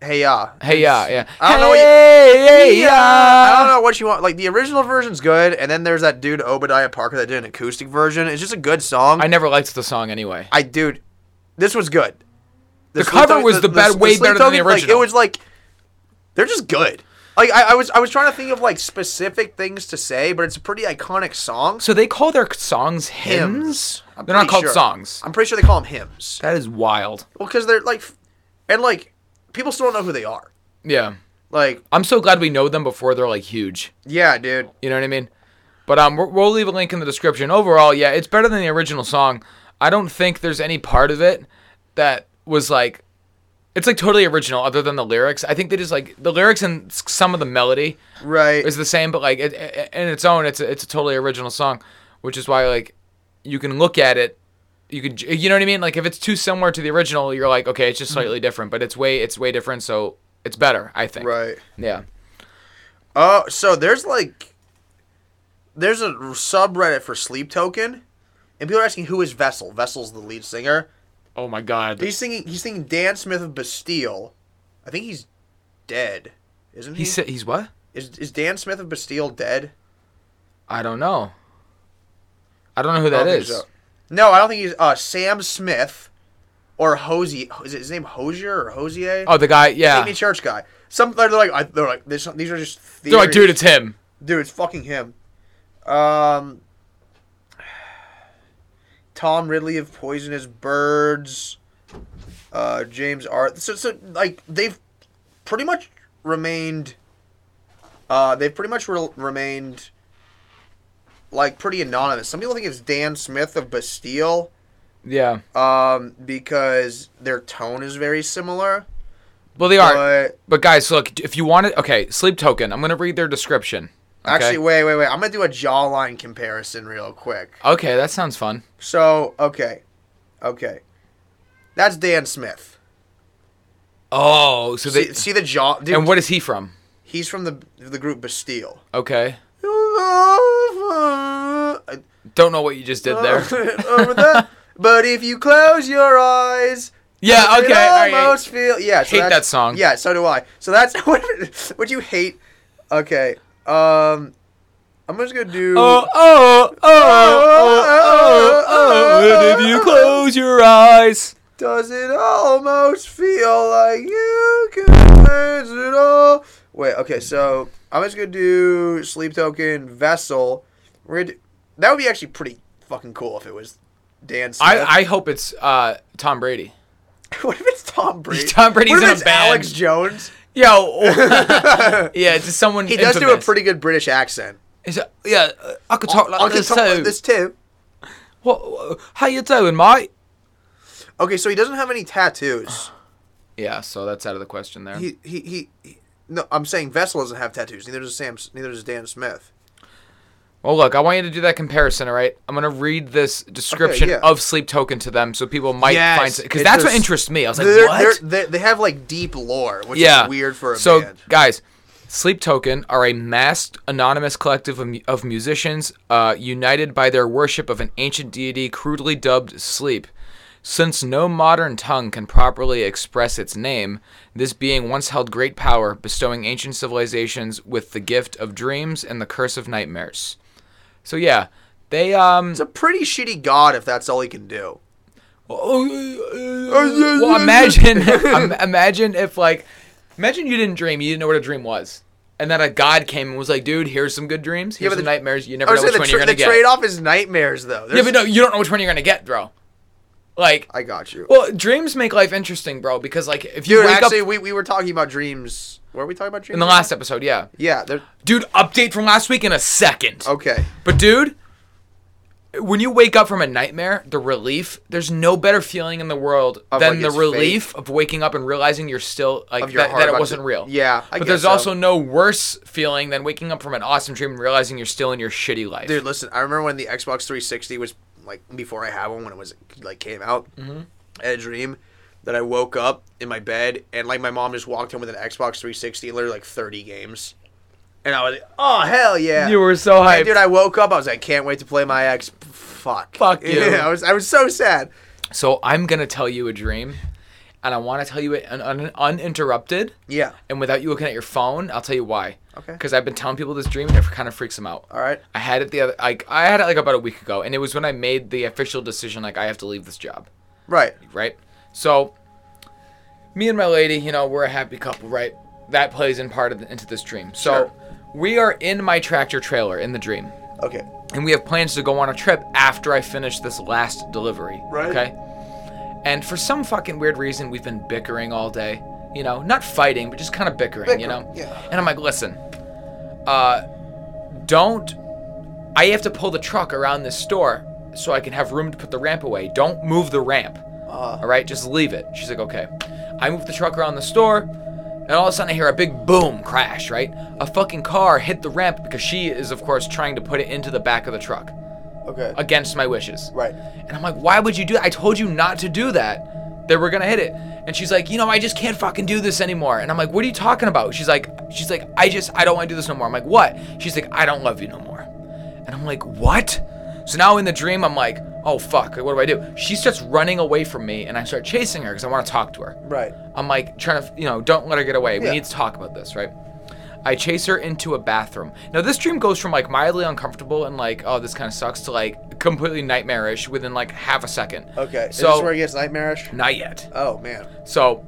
[SPEAKER 1] Hey uh, ya.
[SPEAKER 2] Hey uh, yeah, yeah.
[SPEAKER 1] I don't know what you,
[SPEAKER 2] Hey, uh. yeah.
[SPEAKER 1] I don't know what you want. Like the original version's good, and then there's that dude Obadiah Parker that did an acoustic version. It's just a good song. I
[SPEAKER 2] never liked the song anyway.
[SPEAKER 1] I dude, this was good.
[SPEAKER 2] The
[SPEAKER 1] Sleep
[SPEAKER 2] cover
[SPEAKER 1] Token-
[SPEAKER 2] was the bet- way
[SPEAKER 1] Sleep
[SPEAKER 2] better than the
[SPEAKER 1] Token, like,
[SPEAKER 2] original.
[SPEAKER 1] it was like they're just good. Like I, I was I was trying to think of like specific things to say, but it's a pretty iconic song.
[SPEAKER 2] So they call their songs hymns. They're not
[SPEAKER 1] pretty
[SPEAKER 2] called
[SPEAKER 1] sure.
[SPEAKER 2] songs.
[SPEAKER 1] I'm pretty sure they call them hymns.
[SPEAKER 2] That is wild.
[SPEAKER 1] Well, because they're like, f- and like people still don't know who they are.
[SPEAKER 2] Yeah.
[SPEAKER 1] Like
[SPEAKER 2] I'm so glad we know them before they're like huge.
[SPEAKER 1] Yeah, dude.
[SPEAKER 2] You know what I mean? But um, we're- we'll leave a link in the description. Overall, yeah, it's better than the original song. I don't think there's any part of it that was like, it's like totally original other than the lyrics. I think they just like the lyrics and s- some of the melody,
[SPEAKER 1] right,
[SPEAKER 2] is the same. But like it, i- in its own, it's a, it's a totally original song, which is why like you can look at it, you could j- you know what I mean? Like if it's too similar to the original, you're like okay, it's just
[SPEAKER 1] Mm-hmm.
[SPEAKER 2] slightly different, but it's way it's way different, so it's better. I think.
[SPEAKER 1] Right.
[SPEAKER 2] Yeah.
[SPEAKER 1] Oh, so there's like there's a subreddit for Sleep Token, and people are asking who is Vessel. Vessel's the lead singer.
[SPEAKER 2] Oh my god.
[SPEAKER 1] He's singing. He's singing Dan Smith of Bastille. I think he's dead, isn't he?
[SPEAKER 2] He said he's what?
[SPEAKER 1] Is is Dan Smith of Bastille dead?
[SPEAKER 2] I don't know. I don't know who that
[SPEAKER 1] don't think
[SPEAKER 2] is.
[SPEAKER 1] so. No, I don't think he's uh, Sam Smith or Hosier. Is it his name Hosier or Hosier?
[SPEAKER 2] Oh, the guy- yeah.
[SPEAKER 1] Sydney Church guy. Some they're like I, they're like this, these are just theories.
[SPEAKER 2] They're like, dude, it's him.
[SPEAKER 1] Dude, it's fucking him. Um, Tom Ridley of Poisonous Birds, uh, James Art. So, so like they've pretty much remained. Uh, they've pretty much re- remained like pretty anonymous. Some people think it's Dan Smith of Bastille
[SPEAKER 2] Yeah.
[SPEAKER 1] um, because their tone is very similar.
[SPEAKER 2] Well, they are.
[SPEAKER 1] But-
[SPEAKER 2] But, guys, look, if you want it, okay, Sleep Token. I'm gonna read their description. okay?
[SPEAKER 1] Actually, wait, wait, wait. I'm gonna do a jawline comparison real quick.
[SPEAKER 2] Okay, that sounds fun.
[SPEAKER 1] So okay, okay, that's Dan Smith.
[SPEAKER 2] Oh, so they
[SPEAKER 1] see, see the jaw. Dude,
[SPEAKER 2] and what is he from?
[SPEAKER 1] He's from the the group Bastille.
[SPEAKER 2] Okay,
[SPEAKER 1] Over
[SPEAKER 2] don't know what you just
[SPEAKER 1] Oh, [laughs]
[SPEAKER 2] did there.
[SPEAKER 1] the, but if you close your eyes.
[SPEAKER 2] [laughs] Yeah,
[SPEAKER 1] you can
[SPEAKER 2] [laughs] okay, alright.
[SPEAKER 1] Almost feel. Yeah. So
[SPEAKER 2] Hate
[SPEAKER 1] that's-
[SPEAKER 2] that song.
[SPEAKER 1] Yeah. So do I. So that's [laughs] what. Would you hate? Okay. Um. I'm just gonna do.
[SPEAKER 2] Oh, oh, oh, oh, oh, and if you close your eyes.
[SPEAKER 1] Does it almost feel like you can face it all? Wait, okay, so I'm just gonna do sleep token vessel. We're gonna do, that would be actually pretty fucking cool if it was Dan Smith.
[SPEAKER 2] I, I hope it's uh, Tom Brady.
[SPEAKER 1] [laughs] what if it's Tom Brady?
[SPEAKER 2] [laughs] Tom Brady's
[SPEAKER 1] what if
[SPEAKER 2] in a
[SPEAKER 1] it's
[SPEAKER 2] band.
[SPEAKER 1] Alex Jones.
[SPEAKER 2] Yo, [laughs] yeah, it's just someone.
[SPEAKER 1] oh. He does do a
[SPEAKER 2] infamous.
[SPEAKER 1] pretty good British accent.
[SPEAKER 2] Is it, yeah, uh, I could talk like
[SPEAKER 1] I could
[SPEAKER 2] this
[SPEAKER 1] talk
[SPEAKER 2] too.
[SPEAKER 1] like this too.
[SPEAKER 2] What, what? How you doing, mate?
[SPEAKER 1] Okay, so he doesn't have any
[SPEAKER 2] [sighs]
[SPEAKER 1] tattoos.
[SPEAKER 2] Yeah, so that's out of the question there.
[SPEAKER 1] He he he. he no, I'm saying Vessel doesn't have tattoos. Neither does Sam. Neither does Dan Smith.
[SPEAKER 2] well, look, I want you to do that comparison, all right? I'm gonna read this description
[SPEAKER 1] yeah.
[SPEAKER 2] of Sleep Token to them, so people might
[SPEAKER 1] Yes,
[SPEAKER 2] find because
[SPEAKER 1] it
[SPEAKER 2] that's what
[SPEAKER 1] does-
[SPEAKER 2] interests me. I was like,
[SPEAKER 1] They're-
[SPEAKER 2] what?
[SPEAKER 1] they're- they they have like deep lore, which is weird for a
[SPEAKER 2] so,
[SPEAKER 1] band.
[SPEAKER 2] guys, Sleep Token are a masked, anonymous collective of, mu- of musicians uh, united by their worship of an ancient deity crudely dubbed Sleep. Since no modern tongue can properly express its name, this being once held great power, bestowing ancient civilizations with the gift of dreams and the curse of nightmares. So yeah, they um. It's
[SPEAKER 1] a pretty shitty god if that's all he can do. Oh,
[SPEAKER 2] well, imagine, [laughs] im- imagine if like, imagine you didn't dream, you didn't know what a dream was, and then a god came and was like, "Dude, here's some good dreams, here's
[SPEAKER 1] but
[SPEAKER 2] some
[SPEAKER 1] the-
[SPEAKER 2] nightmares. You
[SPEAKER 1] I
[SPEAKER 2] never
[SPEAKER 1] was
[SPEAKER 2] know which
[SPEAKER 1] saying
[SPEAKER 2] one
[SPEAKER 1] the,
[SPEAKER 2] you're
[SPEAKER 1] tra-
[SPEAKER 2] gonna
[SPEAKER 1] the
[SPEAKER 2] get."
[SPEAKER 1] trade-off is nightmares, though.
[SPEAKER 2] yeah,
[SPEAKER 1] There's-
[SPEAKER 2] but no, you don't know which one you're gonna get, bro. Like,
[SPEAKER 1] I got you.
[SPEAKER 2] well, dreams make life interesting, bro, because like if you
[SPEAKER 1] Dude,
[SPEAKER 2] wake
[SPEAKER 1] actually,
[SPEAKER 2] up
[SPEAKER 1] we, we were talking about dreams. Were we talking about dreams?
[SPEAKER 2] in the last e- episode, yeah,
[SPEAKER 1] yeah, there-
[SPEAKER 2] dude, update from last week in a second.
[SPEAKER 1] Okay,
[SPEAKER 2] but dude, when you wake up from a nightmare, the relief, there's no better feeling in the world
[SPEAKER 1] Of,
[SPEAKER 2] than
[SPEAKER 1] like,
[SPEAKER 2] the
[SPEAKER 1] it's
[SPEAKER 2] relief of waking up and realizing you're still like
[SPEAKER 1] Of your
[SPEAKER 2] that,
[SPEAKER 1] heart
[SPEAKER 2] that it
[SPEAKER 1] about
[SPEAKER 2] wasn't
[SPEAKER 1] to-
[SPEAKER 2] real.
[SPEAKER 1] Yeah, I
[SPEAKER 2] but
[SPEAKER 1] guess
[SPEAKER 2] there's
[SPEAKER 1] so.
[SPEAKER 2] also no worse feeling than waking up from an awesome dream and realizing you're still in your shitty life.
[SPEAKER 1] Dude, listen, I remember when the Xbox 360 was like before I had one when it was like came out.
[SPEAKER 2] Mhm.
[SPEAKER 1] I had a dream that I woke up in my bed and like my mom just walked in with an Xbox 360 and literally like 30 games. And I was oh hell yeah.
[SPEAKER 2] You were so
[SPEAKER 1] And,
[SPEAKER 2] hyped.
[SPEAKER 1] dude, I woke up. I was like, can't wait to play my ex. Fuck.
[SPEAKER 2] Fuck you.
[SPEAKER 1] [laughs] Yeah, I was I was so sad.
[SPEAKER 2] So I'm gonna tell you a dream, and I want to tell you it un- un- uninterrupted.
[SPEAKER 1] Yeah.
[SPEAKER 2] And without you looking at your phone, I'll tell you why.
[SPEAKER 1] Okay.
[SPEAKER 2] Because I've been telling people this dream, and it kind of freaks them out.
[SPEAKER 1] All right.
[SPEAKER 2] I had it the other, like I had it like about a week ago, and it was when I made the official decision, like I have to leave this job.
[SPEAKER 1] Right.
[SPEAKER 2] Right. So, me and my lady, you know, we're a happy couple, right? That plays in part of the, into this dream. So,
[SPEAKER 1] Sure.
[SPEAKER 2] we are in my tractor trailer in the dream.
[SPEAKER 1] Okay.
[SPEAKER 2] And we have plans to go on a trip after I finish this last delivery.
[SPEAKER 1] Right.
[SPEAKER 2] Okay. And for some fucking weird reason, we've been bickering all day. You know, not fighting, but just kind of bickering, you know?
[SPEAKER 1] Yeah.
[SPEAKER 2] And I'm like, listen, uh, don't. I have to pull the truck around this store so I can have room to put the ramp away. Don't move the ramp. all right, just leave it. She's like, okay. I move the truck around the store, and all of a sudden I hear a big boom crash, right? A fucking car hit the ramp because she is, of course, trying to put it into the back of the truck
[SPEAKER 1] Okay.
[SPEAKER 2] against my wishes.
[SPEAKER 1] Right.
[SPEAKER 2] And I'm like, why would you do that? I told you not to do that. That we're gonna hit it. And she's like, you know, I just can't fucking do this anymore. And I'm like, what are you talking about? She's like, she's like, I just I don't want to do this no more. I'm like, what? She's like, I don't love you no more. And I'm like, what? So now in the dream, I'm like, oh fuck, what do I do? She starts running away from me, and I start chasing her because I want to talk to her.
[SPEAKER 1] Right.
[SPEAKER 2] I'm like trying to, you know, don't let her get away. We
[SPEAKER 1] Yeah.
[SPEAKER 2] need to talk about this, right? I chase her into a bathroom. Now this dream goes from like mildly uncomfortable and like, oh, this kind of sucks, to like completely nightmarish within like half a second.
[SPEAKER 1] Okay.
[SPEAKER 2] So
[SPEAKER 1] So, is this where it gets nightmarish?
[SPEAKER 2] not yet.
[SPEAKER 1] Oh man.
[SPEAKER 2] So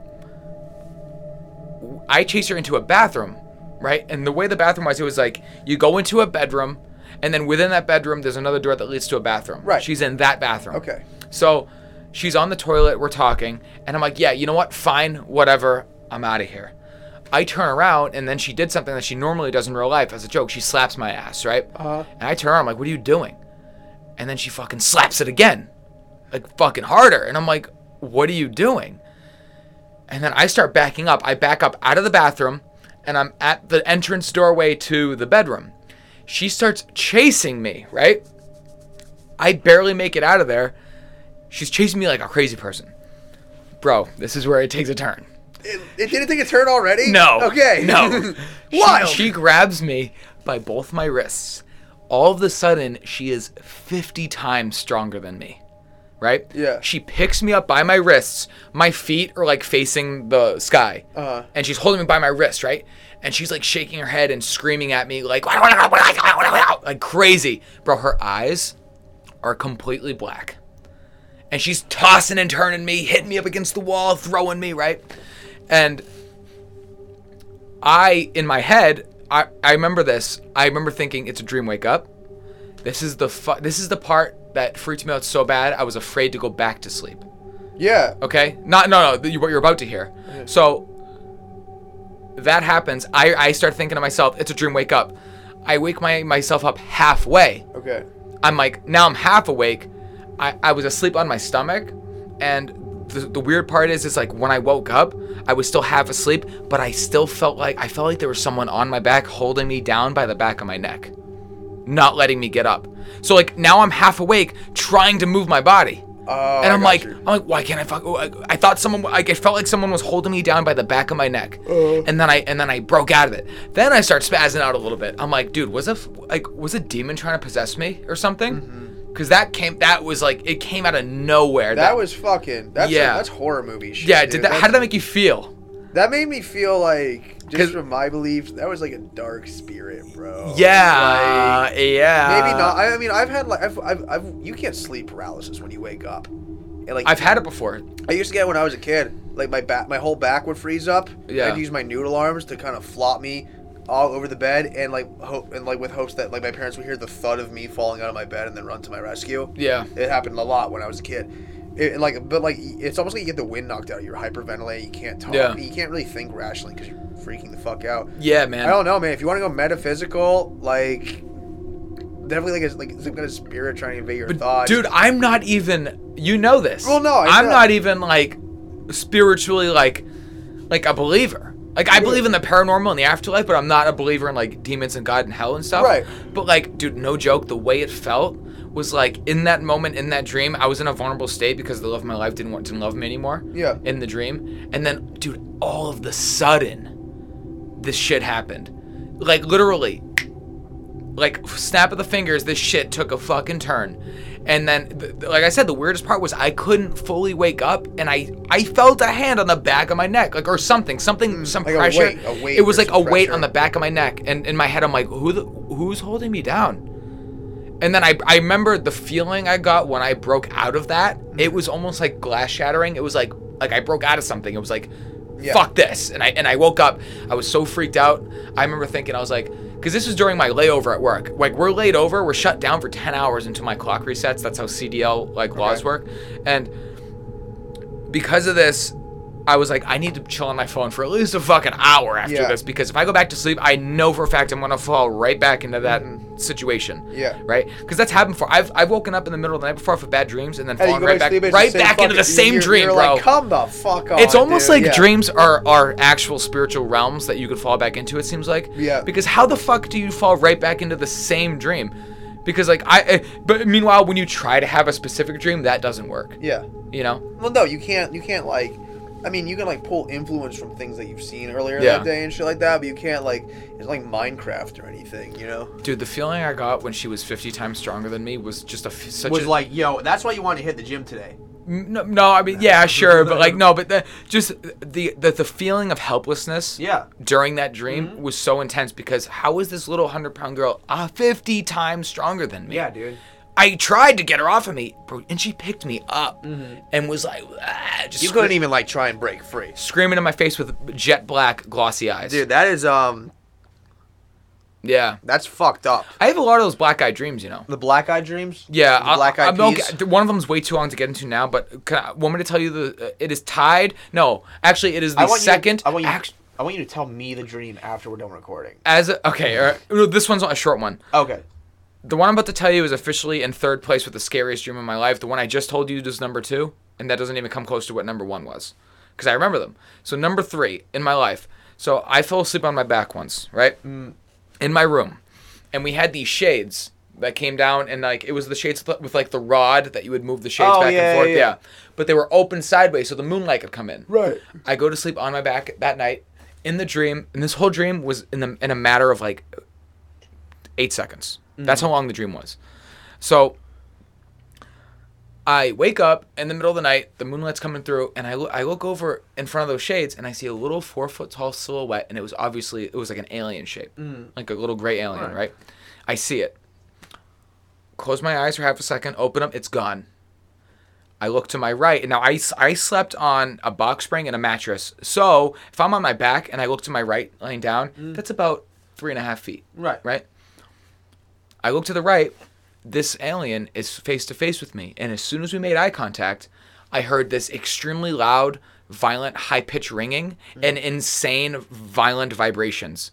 [SPEAKER 2] w- I chase her into a bathroom, right? And the way the bathroom was, it was like you go into a bedroom, and then within that bedroom, there's another door that leads to a bathroom. Right. She's in that bathroom.
[SPEAKER 1] Okay.
[SPEAKER 2] So she's on the toilet, we're talking, and I'm like, yeah, you know what? Fine, whatever, I'm out of here. I turn around, and then she did something that she normally does in real life as a joke. She slaps my ass, right?
[SPEAKER 1] Uh-huh.
[SPEAKER 2] And I turn around, I'm like, what are you doing? And then she fucking slaps it again, like fucking harder. And I'm like, what are you doing? And then I start backing up. I back up out of the bathroom and I'm at the entrance doorway to the bedroom. She starts chasing me, right? I barely make it out of there. She's chasing me like a crazy person. Bro, this is where it takes a turn.
[SPEAKER 1] It didn't take a turn already.
[SPEAKER 2] No.
[SPEAKER 1] Okay. [laughs]
[SPEAKER 2] No. She-
[SPEAKER 1] Wild.
[SPEAKER 2] She, grabs me by both my wrists. All of a sudden, she is 50 times stronger than me. Right?
[SPEAKER 1] Yeah.
[SPEAKER 2] She picks me up by my wrists. My feet are like facing the sky.
[SPEAKER 1] Uh-huh.
[SPEAKER 2] And she's holding me by my wrist, right? And she's like shaking her head and screaming at me like like crazy. Bro, her eyes are completely black. And she's tossing and turning me, hitting me up against the wall, throwing me, right? And I, in my head, I, I remember this. I remember thinking it's a dream wake up. This is the fu- this is the part that freaked me out so bad I was afraid to go back to sleep.
[SPEAKER 1] Yeah.
[SPEAKER 2] Okay. Not no no. th- What you're about to hear. So that happens. I I start thinking to myself, it's a dream wake up. I wake my myself up halfway.
[SPEAKER 1] Okay.
[SPEAKER 2] I'm like, now I'm half awake. I, I was asleep on my stomach. And the, the weird part is, is like when I woke up, I was still half asleep, but I still felt like, I felt like there was someone on my back holding me down by the back of my neck, not letting me get up. So like now I'm half awake trying to move my body.
[SPEAKER 1] Oh,
[SPEAKER 2] and
[SPEAKER 1] I
[SPEAKER 2] I'm
[SPEAKER 1] got
[SPEAKER 2] like,
[SPEAKER 1] you.
[SPEAKER 2] I'm like, why can't I fuck? oh, I, I thought someone, like, it felt like someone was holding me down by the back of my neck,
[SPEAKER 1] Uh.
[SPEAKER 2] and then I, and then I broke out of it. Then I start spazzing out a little bit. I'm like, dude, was a, f- like, was a demon trying to possess me
[SPEAKER 1] Mm-hmm.
[SPEAKER 2] or something? Because that came, that was like, it came out of nowhere.
[SPEAKER 1] That, was fucking. That's
[SPEAKER 2] Yeah.
[SPEAKER 1] that's horror movie shit.
[SPEAKER 2] yeah.
[SPEAKER 1] dude.
[SPEAKER 2] Did that? How did that make you feel?
[SPEAKER 1] that? That made me feel like just from my beliefs, that was like a dark spirit, bro.
[SPEAKER 2] yeah, Uh, yeah.
[SPEAKER 1] Oh, Maybe not. I, I mean, I've had like I've, I've, I've you can't sleep paralysis when you wake up. And, like
[SPEAKER 2] I've had it before.
[SPEAKER 1] I used to get it when I was a kid. Like my back, my whole back would freeze up.
[SPEAKER 2] Yeah.
[SPEAKER 1] I'd use my noodle arms to kind of flop me all over the bed, and like hope and like with hopes that like my parents would hear the thud of me falling out of my bed and then run to my rescue.
[SPEAKER 2] Yeah.
[SPEAKER 1] It happened a lot when I was a kid. It, and, like, but like, it's almost like you get the wind knocked out. You're hyperventilating. You can't talk.
[SPEAKER 2] Yeah.
[SPEAKER 1] You can't really think rationally because you're freaking the fuck out.
[SPEAKER 2] Yeah, man.
[SPEAKER 1] I don't know, man. If you want to go metaphysical, like definitely like a, like some kind of spirit trying to invade your
[SPEAKER 2] But,
[SPEAKER 1] thoughts.
[SPEAKER 2] dude, I'm not even. You know this.
[SPEAKER 1] Well, no, I
[SPEAKER 2] am
[SPEAKER 1] know.
[SPEAKER 2] not even like spiritually like like a believer. Like I believe in the paranormal and the afterlife, but I'm not a believer in like demons and God and hell and stuff.
[SPEAKER 1] Right.
[SPEAKER 2] But like, dude, no joke. The way it felt was like in that moment in that dream, I was in a vulnerable state because the love of my life didn't want didn't love me anymore.
[SPEAKER 1] Yeah.
[SPEAKER 2] In the dream, and then, dude, all of the sudden, this shit happened. Like literally, like snap of the fingers this shit took a fucking turn and then th- th- like i said the weirdest part was i couldn't fully wake up and i i felt a hand on the back of my neck like or something something some
[SPEAKER 1] Mm, like a
[SPEAKER 2] pressure
[SPEAKER 1] weight- a weight
[SPEAKER 2] it was
[SPEAKER 1] or
[SPEAKER 2] like a
[SPEAKER 1] some
[SPEAKER 2] weight
[SPEAKER 1] pressure.
[SPEAKER 2] on the back of my neck and in my head i'm like who the, who's holding me down and then I, I remember the feeling I got when I broke out of that.
[SPEAKER 1] Mm-hmm.
[SPEAKER 2] It was almost like glass shattering. It was like like I broke out of something. It was like,
[SPEAKER 1] Yeah.
[SPEAKER 2] fuck this. And I and I woke up. I was so freaked out. I remember thinking I was like, because this was during my layover at work. Like we're laid over. We're shut down for ten hours until my clock resets. That's how CDL like laws work. And because of this, I was like, I need to chill on my phone for at least a fucking hour after
[SPEAKER 1] Yeah.
[SPEAKER 2] this because if I go back to sleep, I know for a fact I'm gonna fall right back into that situation.
[SPEAKER 1] Mm-hmm. Yeah.
[SPEAKER 2] Right? Because that's happened before. I've, I've woken up in the middle of the night before off of bad dreams and then
[SPEAKER 1] And you
[SPEAKER 2] fallen
[SPEAKER 1] go
[SPEAKER 2] right
[SPEAKER 1] to
[SPEAKER 2] back
[SPEAKER 1] sleep, it's
[SPEAKER 2] right
[SPEAKER 1] same
[SPEAKER 2] back into the
[SPEAKER 1] fucking-
[SPEAKER 2] same
[SPEAKER 1] you're-
[SPEAKER 2] dream,
[SPEAKER 1] you're
[SPEAKER 2] bro.
[SPEAKER 1] Like, Come the fuck on.
[SPEAKER 2] it's almost
[SPEAKER 1] dude."
[SPEAKER 2] like
[SPEAKER 1] Yeah.
[SPEAKER 2] dreams are, are actual spiritual realms that you could fall back into. It seems like
[SPEAKER 1] Yeah.
[SPEAKER 2] because how the fuck do you fall right back into the same dream? Because like I, I but meanwhile when you try to have a specific dream that doesn't work.
[SPEAKER 1] Yeah.
[SPEAKER 2] You know
[SPEAKER 1] Well, no, you can't. You can't like. I mean, you can like pull influence from things that you've seen earlier
[SPEAKER 2] Yeah.
[SPEAKER 1] that day and shit like that, but you can't like. It's like Minecraft or anything, you know.
[SPEAKER 2] Dude, the feeling I got when she was 50 times stronger than me was just a f- such
[SPEAKER 1] was
[SPEAKER 2] a,
[SPEAKER 1] like, yo, that's why you wanted to hit the gym today.
[SPEAKER 2] N- no, no, I
[SPEAKER 1] [laughs]
[SPEAKER 2] mean yeah, sure, but like no, but the, just the, the the feeling of helplessness
[SPEAKER 1] Yeah. Mm-hmm.
[SPEAKER 2] during that dream was so intense because how is this little 100 pound girl uh, 50 times stronger than me?
[SPEAKER 12] Yeah, dude.
[SPEAKER 2] I tried to get her off of me, bro, and she picked me up and was like, ah, just
[SPEAKER 1] Mm-hmm. You couldn't even like try and break free.
[SPEAKER 2] screaming in my face with jet black glossy eyes.
[SPEAKER 1] Dude, that is um
[SPEAKER 2] yeah,
[SPEAKER 1] that's fucked up.
[SPEAKER 2] I have a lot of those black eye dreams, you know.
[SPEAKER 1] The black eye dreams?
[SPEAKER 2] Yeah,
[SPEAKER 1] The
[SPEAKER 2] I-
[SPEAKER 1] black
[SPEAKER 2] I-
[SPEAKER 1] eyed
[SPEAKER 2] I'm okay- th- One of them's way too long to get into now, but can I, want me to tell you the? Uh, it is tied. No, actually, it is the
[SPEAKER 1] I want You
[SPEAKER 2] second.
[SPEAKER 1] to, I want you. I want you to tell me the dream after we're done recording.
[SPEAKER 2] as a, okay, all right. No, this one's not a short one.
[SPEAKER 1] Okay.
[SPEAKER 2] The one I'm about to tell you is officially in third place with the scariest dream of my life. The one I just told you is number two, and that doesn't even come close to what number one was, because I remember them. So number three in my life. So I fell asleep on my back once, right?
[SPEAKER 1] Mm.
[SPEAKER 2] in my room, and we had these shades that came down, and like it was the shades with, with, like the rod that you would move the shades
[SPEAKER 1] Oh,
[SPEAKER 2] back
[SPEAKER 1] yeah,
[SPEAKER 2] and forth.
[SPEAKER 1] yeah,
[SPEAKER 2] Yeah,
[SPEAKER 1] yeah.
[SPEAKER 2] but they were open sideways, so the moonlight could come in.
[SPEAKER 1] Right.
[SPEAKER 2] I go to sleep on my back that night. In the dream, and this whole dream was in the in a matter of like eight seconds.
[SPEAKER 12] Mm-hmm.
[SPEAKER 2] That's how long the dream was. So I wake up in the middle of the night, the moonlight's coming through, and I, loo- I look over in front of those shades and I see a little four foot tall silhouette, and it was obviously, it was like an alien shape,
[SPEAKER 12] Mm.
[SPEAKER 2] like a little gray alien,
[SPEAKER 12] Right.
[SPEAKER 2] right. I see it. Close my eyes for half a second, open them, it's gone. I look to my right, and now I, s- I slept on a box spring and a mattress. So if I'm on my back and I look to my right, laying down,
[SPEAKER 12] Mm.
[SPEAKER 2] that's about three and a half feet.
[SPEAKER 1] Right.
[SPEAKER 2] Right? I look to the right. This alien is face to face with me. And as soon as we made eye contact, I heard this extremely loud, violent, high pitched ringing
[SPEAKER 1] Mm-hmm.
[SPEAKER 2] and insane, violent vibrations.